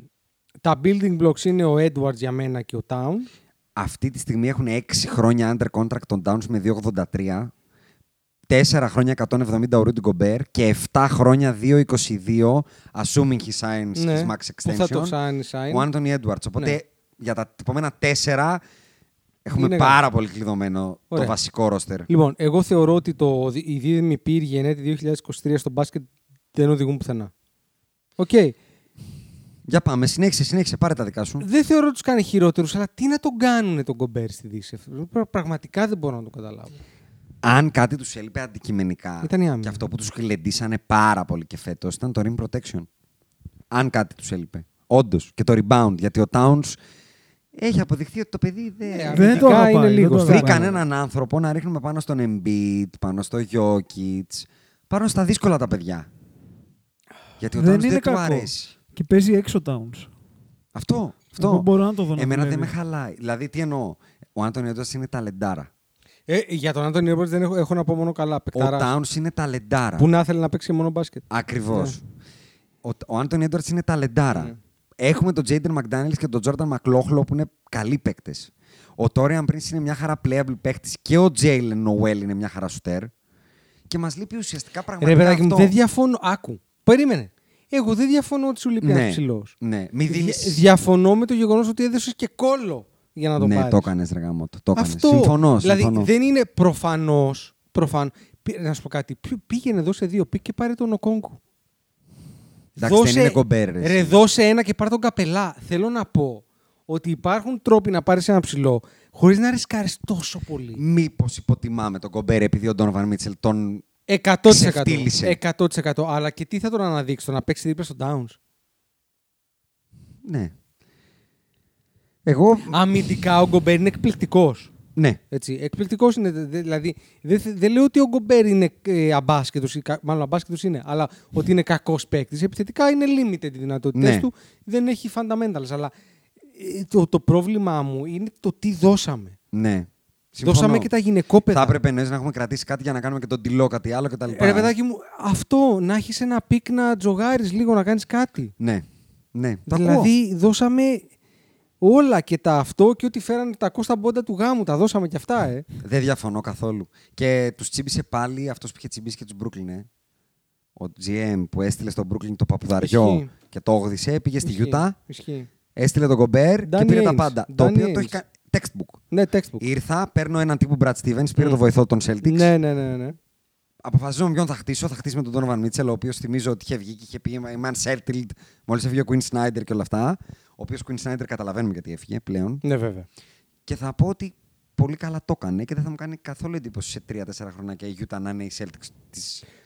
τα building blocks είναι ο Edwards για μένα και ο Town. Αυτή τη στιγμή έχουν 6 χρόνια under contract των Downs με 2,83. 4 χρόνια 170 ο Rudy Gobert και 7 χρόνια 2,22 assuming he signs his max Ναι. Που extension. θα το sign, sign. Ο Anthony Edwards. Οπότε Ναι. για τα επόμενα 4 έχουμε Είναι πάρα καλό. πολύ κλειδωμένο Ωραία. το βασικό ρόστερ. Λοιπόν, εγώ θεωρώ ότι το, δι- οι δίδυμοι πύρ γενέτη 2023 στο μπάσκετ δεν οδηγούν πουθενά. Οκ. Για πάμε, συνέχισε, συνέχισε, πάρε τα δικά σου. Δεν θεωρώ ότι τους κάνει χειρότερους, αλλά τι να τον κάνουν τον Κομπέρ στη Δύση. αυτό. Πρα- Πραγματικά δεν μπορώ να το καταλάβω. Αν κάτι τους έλειπε αντικειμενικά. Ήταν η άμυνα. Και αυτό που τους κλεντήσανε πάρα πολύ και φέτος ήταν το rim protection. Αν κάτι τους έλειπε. Όντως. Και το rebound. Γιατί ο Towns έχει αποδειχθεί ότι το παιδί δεν. Ε, Δεν το αμυντικά αγαπάει, είναι δεν Ναι, το λίγο. αγαπάει. Βρήκαν έναν άνθρωπο να ρίχνουμε πάνω στον Embiid, πάνω στο Jokic, πάνω στα δύσκολα τα παιδιά. Γιατί ο Δεν Towns είναι δεν του κακό. αρέσει. Και παίζει έξω Towns. Αυτό. αυτό. Εγώ μπορώ να το δω να Εμένα δεν δουλεύει. με χαλάει. Δηλαδή, τι εννοώ. Ο Άντωνι Έντο είναι ταλεντάρα. Ε, για τον Άντωνι Ρόμπερτ δεν έχω, έχω να πω μόνο καλά. Ο Πεκτάρα. Towns είναι ταλεντάρα. Που να ήθελε να παίξει μόνο μπάσκετ. Ναι. Ακριβώ. Ο, ο Άντωνι Έντουαρτ είναι ταλεντάρα. Έχουμε τον Τζέιντεν Μακδάνιλ και τον Τζόρνταν Μακλόχλο που είναι καλοί παίκτες. Ο Τόριαν Πρίνς είναι μια χαρά playable παίκτης και ο Τζέιλεν Νόουελ είναι μια χαρά σουτέρ. Και μας λείπει ουσιαστικά Ρε πραγματικά. παιδάκι μου, αυτό. δεν διαφωνώ. Άκου. Περίμενε. Εγώ δεν διαφωνώ ότι σου λείπει ένα Ναι, ψηλό. ναι. Μη δίνεις- Διαφωνώ με το γεγονός ότι έδωσε και κόλλο για να τον Ναι, πάρεις. το έκανες, ρε γάμο το. Το έκανες. Αυτό. Συμφωνώ, δηλαδή συμφωνώ. δεν είναι προφανώς. Προφαν... Πή- Να σου πω κάτι. Ποιο- Πήγαινε εδώ σε δύο πικ και πάρε τον Οκόγκου. Εντάξει, δεν είναι κομπέρ, ρε, Ρε, εσύ. δώσε ένα και πάρε τον καπελά. Θέλω να πω ότι υπάρχουν τρόποι να πάρεις ένα ψηλό χωρίς να ρισκάρεις τόσο πολύ. Μήπως υποτιμάμε τον Κομπέρ επειδή ο Ντόναβαν Μίτσελ τον. 100%. Ξεφτύλισε. 100%. Αλλά και τι θα τον αναδείξει, το να παίξει δίπλα στον Downs. Ναι. Εγώ. Αμυντικά ο Γκομπέρ είναι εκπληκτικός. Ναι. Έτσι, εκπληκτικός είναι. δε- δε- Δηλαδή, δεν θε- δεν λέω ότι ο Γκομπέρ είναι ε, αμπάσκετος, μάλλον αμπάσκετος είναι, αλλά ότι είναι κακός παίκτης. Επιθετικά είναι limited οι δυνατότητες Ναι. του, δεν έχει fundamentals. Αλλά ε, το, το πρόβλημά μου είναι το τι δώσαμε. Ναι. Συμφωνώ. Δώσαμε και τα γυναικόπαιδα. Ε, Θα έπρεπε εννοείς, να έχουμε κρατήσει κάτι για να κάνουμε και τον Τιλό κάτι άλλο κτλ. Ρε παιδάκι μου, αυτό να έχεις ένα πικ να τζογάρεις λίγο, να κάνεις κάτι. Ναι. Ναι. Τα ακούω. δηλαδή, δώσαμε όλα και τα αυτό και ό,τι φέρανε τα κόστα μπόντα του γάμου. Τα δώσαμε και αυτά, ε. Δεν διαφωνώ καθόλου. Και τους τσίμπησε πάλι αυτός που είχε τσιμπήσει και τους Brooklyn. ε. Ο GM που έστειλε στο Brooklyn το παπουδαριό Ισχύει. και το όγδησε, πήγε στη Ισχύει, Utah, Ισχύει. έστειλε τον Κομπέρ και Danny πήρε Ainge. τα πάντα. Το Danny οποίο Ainge. το έχει κάνει. Textbook. Ναι, textbook. Ήρθα, παίρνω έναν τύπου Brad Stevens, πήρε το βοηθό των Celtics. Mm. Ναι, ναι, ναι, ναι. Αποφασίζω με ποιον θα χτίσω. Θα χτίσω με τον Donovan Mitchell, ο οποίος θυμίζω ότι είχε βγει και είχε πει I'm unsettled. Μόλις έφυγε ο Quinn Snyder και όλα αυτά. Ο οποίος Quinn Snyder καταλαβαίνουμε γιατί έφυγε πλέον. Ναι, βέβαια. Και θα πω ότι πολύ καλά το έκανε και δεν θα μου κάνει καθόλου εντύπωση σε 3-4 χρονάκια η Utah να είναι η Celtics της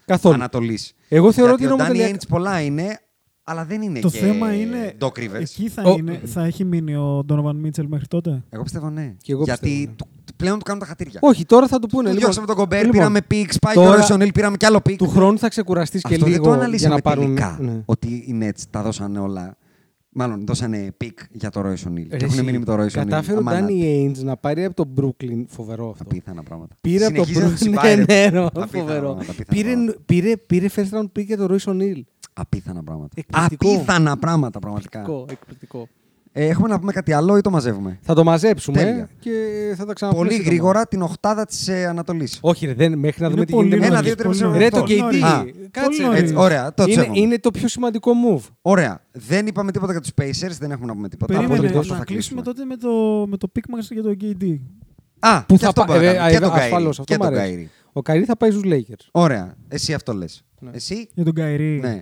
Καθόλου. Ανατολής. Εγώ θεωρώ ότι είναι ο Ντάνι ομοτελειακά- Ainge πολλά είναι, αλλά δεν είναι Το Ε, και θέμα είναι. Doc Rivers. Εκεί θα, Ο- είναι, θα έχει μείνει ο Donovan Mitchell μέχρι τότε. Εγώ πιστεύω ναι. Και εγώ Γιατί πιστεύω, ναι. του- πλέον του κάνουν τα χατήρια. Όχι, τώρα θα το πούνε. Του Λοιπόν, διώξαμε τον Κομπέρ, λοιπόν, πήραμε πίξ, πάει τώρα και ο Ρόισον Hill, πήραμε κι άλλο πίξ. Του χρόνου θα ξεκουραστείς και Αυτό λίγο. δεν το για να αναλύσαμε πάρουμε... τελικά. Ναι. Ότι οι Nets τα δώσανε όλα. Μάλλον δώσανε πικ για το Ρόισον Hill. Και Ρε, έχουν εσύ, μείνει με το Ρόισον Hill. Κατάφερε ο Ντάνι Έιντ να πάρει από τον Brooklyn. Φοβερό αυτό. Απίθανα πράγματα. Πήρε από τον Συνεχίζει να τους Brooklyn. συμπάει, ρε. Ναι, ναι, Απίθανα φοβερό. πράγματα, απίθανα Πήρε, πράγματα. πήρε, πήρε first round pick για τον Ρόισον Hill. Απίθανα πράγματα. Εκπληκτικό. Απίθανα πράγματα, πραγματικά. Εκπληκτικό, εκπληκτικό. Ε, έχουμε να πούμε κάτι άλλο ή το μαζεύουμε. Θα το μαζέψουμε ε, Τέλεια. και θα τα ξαναπούμε. Πολύ σύντομα. γρήγορα την οχτάδα της ε, Ανατολής. Όχι, ρε, δεν, μέχρι να δούμε τι γίνεται. Ένα, με νωρίς, δύο, τρία, τον- πολύ τέσσερα. νωρίς. Ρε, το Πολύ KD. νωρίς. Α, Κάτσε, πολύ Έτσι, νωρίς. ωραία, το Είναι, τσέβομαι. είναι το πιο σημαντικό move. Ωραία. Δεν είπαμε τίποτα για τους Pacers, δεν έχουμε να πούμε τίποτα. Περίμενε Απολύτως, να θα κλείσουμε τότε με το, με το pick μας για το KD. Α, Που και θα αυτό πά- μπορούμε να ε, κάνουμε. Και ε, τον Καϊρή. ασφαλώς, αυτό Και μ' τον αρέσει. Καϊρή. Ο Καϊρή θα πάει στους Lakers. Ωραία. Εσύ αυτό λες. Ναι. Εσύ. Για τον Καϊρή. Ναι.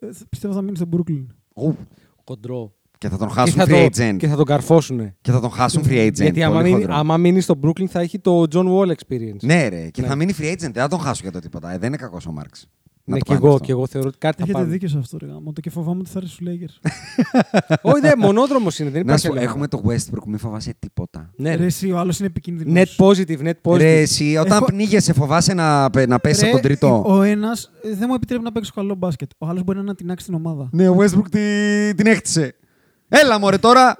Ε, Πιστεύω θα μείνει στο Brooklyn. Ου, Κοντρό. Και θα τον Και χάσουν θα, free το, agent. και θα τον καρφώσουνε. Και θα τον χάσουν free agent. Γιατί άμα Πολύ μείνει, χοντρό. άμα μείνει στο Brooklyn θα έχει το John Wall experience. Ναι, ρε. Και Ναι. θα μείνει free agent. Δεν θα τον χάσουν για το τίποτα. Ε, δεν είναι κακός ο Μάρξ. Να ναι, το και πάμε εγώ, αυτό. και εγώ θεωρώ ότι κάτι θα Έχετε πάρουν. δίκιο σε αυτό, ρε γάμο. Το και φοβάμαι ότι θα έρθει στους Lakers. Όχι, δεν, μονόδρομος είναι. Δεν Να υπάρχει σου πω, άλλη έχουμε το Westbrook, μη φοβάσαι τίποτα. ομάδα. Ναι, Ρε ρε. εσύ, ο άλλος είναι επικίνδυνος. Net positive, net positive. Ρε, εσύ, όταν Έχω- πνίγεσαι, φοβάσαι να, πε- να πέσει Ρε, από τον τρίτο. Ο ένας δεν μου επιτρέπει να παίξω καλό μπάσκετ. Ο άλλος μπορεί να ανατινάξει την ομάδα. Ναι, ο Westbrook τη- την έκτισε. Έλα, μωρέ τώρα.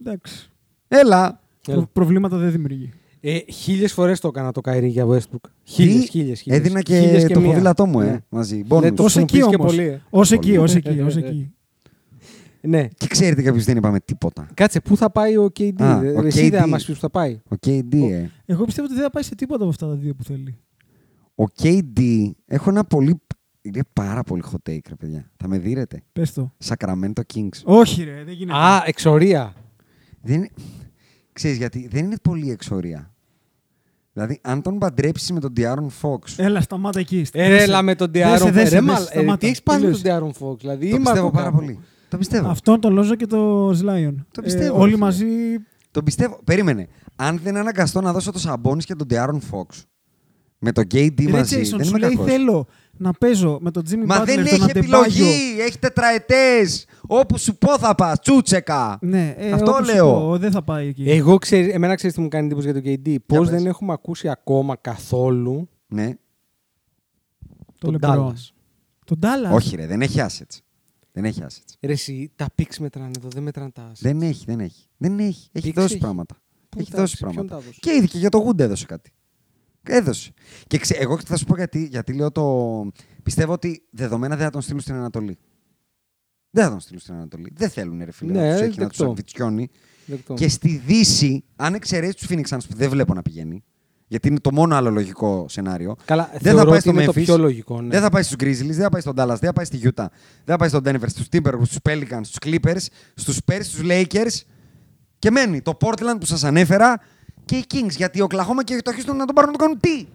Εντάξει. Έλα. Έλα. Ναι. Προ- Προβλήματα δεν δημιουργεί. Ε, χίλιες φορές το έκανα το Καϊρή για Westbrook. Χίλιες, Τι? χίλιες. Έδινα και το ποδήλατό μου, ε, μαζί. Bonus. Ναι, το Ως εκεί χρησιμοποιείς και όμως. πολύ. Ως εκεί, Πολύ. ως εκεί, ως εκεί. Ναι. Και ξέρετε κάποιος δεν είπαμε τίποτα. Κάτσε, πού θα πάει ο KD. Α, Δε- ο Εσύ KD. δεν θα μα πει που θα πάει. Ο KD, ε. Εγώ πιστεύω ότι δεν θα πάει σε τίποτα από αυτά τα δύο που θέλει. Ο KD, έχω ένα πολύ. Είναι πάρα πολύ hot take, ρε παιδιά. Θα με δίρετε. Πες το. Sacramento Kings. Όχι ρε, δεν γίνεται. Α, εξορία. Δεν είναι... Ξέρεις γιατί, δεν είναι πολύ εξορία. Δηλαδή, αν τον παντρέψεις με τον Diaron Fox, Έλα, σταμάτα εκεί. Σταμάτα. Ε, Έλα με τον Δέσε, Ντεάρον δέσε, Φόξ. Ρε δέσε, μαλ, ε, σταμάτα. Τι έχεις πάθει με Τελείωσε. τον Ντεάρον Φόξ. Δηλαδή το είμαι πιστεύω ακόμα πάρα κάπου. πολύ. Το πιστεύω. Αυτόν τον Λόζο και τον Ζλάιον. Το πιστεύω, όλοι ρε, μαζί. Το πιστεύω. Περίμενε. Αν δεν αναγκαστώ να δώσω το Σαμπόνις και τον Diaron Fox με τον KD Ρε μαζί, Τζέισον, δεν σου είμαι λέει κακός. θέλω να παίζω με τον Τζίμι Μα Μπάτλερ, δεν τον έχει Αντεμπάγιο. επιλογή. Έχει τετραετές. Όπου σου πω θα πας. Τσούτσεκα. Ναι, ε, Αυτό όπως σου λέω. πω, δεν θα πάει εκεί. Εγώ ξέρει, εμένα ξέρεις τι μου κάνει εντύπωση για τον KD. Πώς πες. δεν έχουμε ακούσει ακόμα καθόλου Ναι. τον τον LeBron. Dallas. Τον Ντάλλα. Όχι, ρε, δεν έχει assets. Δεν έχει assets. Ρε εσύ, τα πίξ μετράνε εδώ, δεν μετράνε τα assets. Δεν έχει, δεν έχει. Δεν έχει. Έχει Πήξε, δώσει έχει. πράγματα. Πού έχει τα δώσει έδωσε, ποιον πράγματα. τα έδωσε. Και ήδη και για το Γούντα έδωσε κάτι. Έδωσε. Και ξε- εγώ θα σου πω γιατί, γιατί λέω το. Πιστεύω ότι δεδομένα δεν θα τον στείλουν στην Ανατολή. Δεν θα τον στείλουν στην Ανατολή. Δεν θέλουν, ρε φίλε, Ναι, να τους έχει να δεκτό. τους αμφιτιώνει. Δεκτό. Και στη Δύση, αν εξαιρέσει τους Phoenix Suns που δεν βλέπω να πηγαίνει, γιατί είναι το μόνο άλλο λογικό σενάριο. Καλά, δεν θα θεωρώ πάει ότι στο είναι το Memphis, πιο λογικό, ναι. Δεν θα πάει στους Grizzlies, δεν θα πάει στον Dallas, δεν θα πάει στη Utah, δεν θα πάει στον Denver, στους Timberwolves, στους Pelicans, στους Clippers, στους Spurs, στους Lakers. Και μένει το Portland που σας ανέφερα και οι Kings. Γιατί ο Oklahoma και το Houston να τον πάρουν να τον κάνουν τι.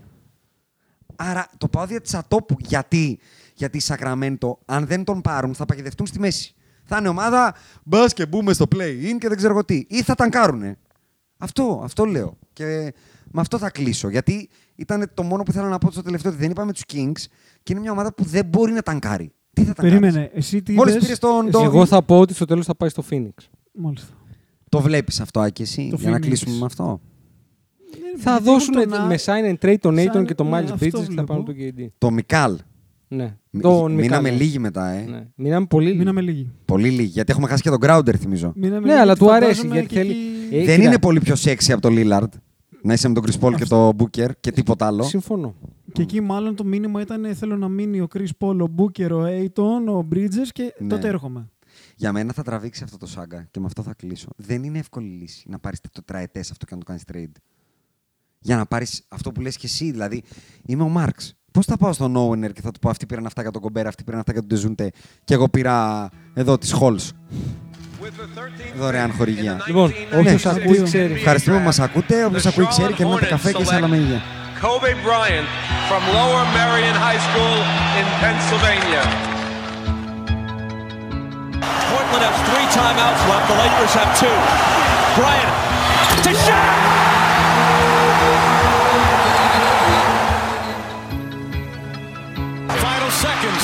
Άρα το πάω δια της ατόπου. Γιατί, γιατί η Sacramento, αν δεν τον πάρουν, θα παγιδευτούν στη μέση. Θα είναι ομάδα μπας και μπούμε στο play-in και δεν ξέρω εγώ τι. Ή θα ταγκάρουνε. Αυτό, αυτό λέω. Και με αυτό θα κλείσω. Γιατί ήταν το μόνο που ήθελα να πω στο τελευταίο ότι δεν είπαμε τους Kings και είναι μια ομάδα που δεν μπορεί να ταγκάρει. Τι θα ταγκάρεις. Περίμενε, εσύ τι Μόλις είδες, πήρες τον- εσύ- τον- Εγώ θα πω ότι στο τέλος θα πάει στο Phoenix. Μάλιστα. Το βλέπεις αυτό, Άκη, εσύ, Το για να Phoenix. κλείσουμε με αυτό. Θα Δείχνουν δώσουν Ε, τον να- με sign and trade τον Σαν- Aiton και τον ναι, Miles αυτό Bridges και θα βλέπω. πάρουν τον KD. Το Μικάλ. Ναι. Μι- Τον Μείναμε Μικάλ. λίγοι μετά, ε. Ναι. Μείναμε πολύ λίγοι. Μείναμε λίγοι. Πολύ λίγοι. Γιατί έχουμε χάσει και τον Crowder, θυμίζω. Μείναμε Ναι, λίγοι αλλά και του αρέσει φαντάζομαι γιατί και θέλει. εκεί- Ε, δεν κοίτα, είναι πολύ πιο sexy από το Lillard. Να είσαι με τον Chris Paul και τον Booker και τίποτα άλλο. Συμφωνώ. Και εκεί μάλλον το μήνυμα ήταν ε, θέλω να μείνει ο Chris Paul, ο Booker, ο Aiton, ο Bridges και Ναι. τότε έρχομαι. Για μένα θα τραβήξει αυτό το σάγκα και με αυτό θα κλείσω. Δεν είναι εύκολη λύση να πάρεις τετραετές αυτό και να το κάνεις trade. Για να πάρεις αυτό που λες και εσύ. Δηλαδή, είμαι ο Μάρξ. Πώς θα πάω στον Owner και θα του πω αυτοί πήραν αυτά για τον Κομπέρα, αυτοί πήραν αυτά για τον Τεζούντε και εγώ πήρα εδώ τη Χολ. Δωρεάν χορηγία. Λοιπόν, όποιος ακούει, ξέρει. Ευχαριστούμε που μας ακούτε. Όποιος ακούει, ξέρει και με καφέ και σαλαμίγια. Kobe Bryant from Lower Marion High School in Pennsylvania. Portland has three timeouts left. The Lakers have two. Bryant to Shaq. Final seconds.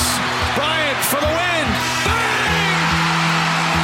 Bryant for the win. Bang!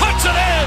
Puts it in.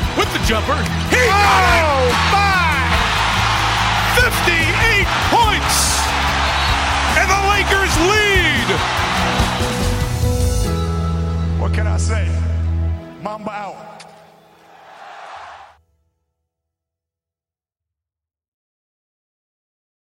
with the jumper. He oh my! 58 points, and the Lakers lead. What can I say? Mamba out.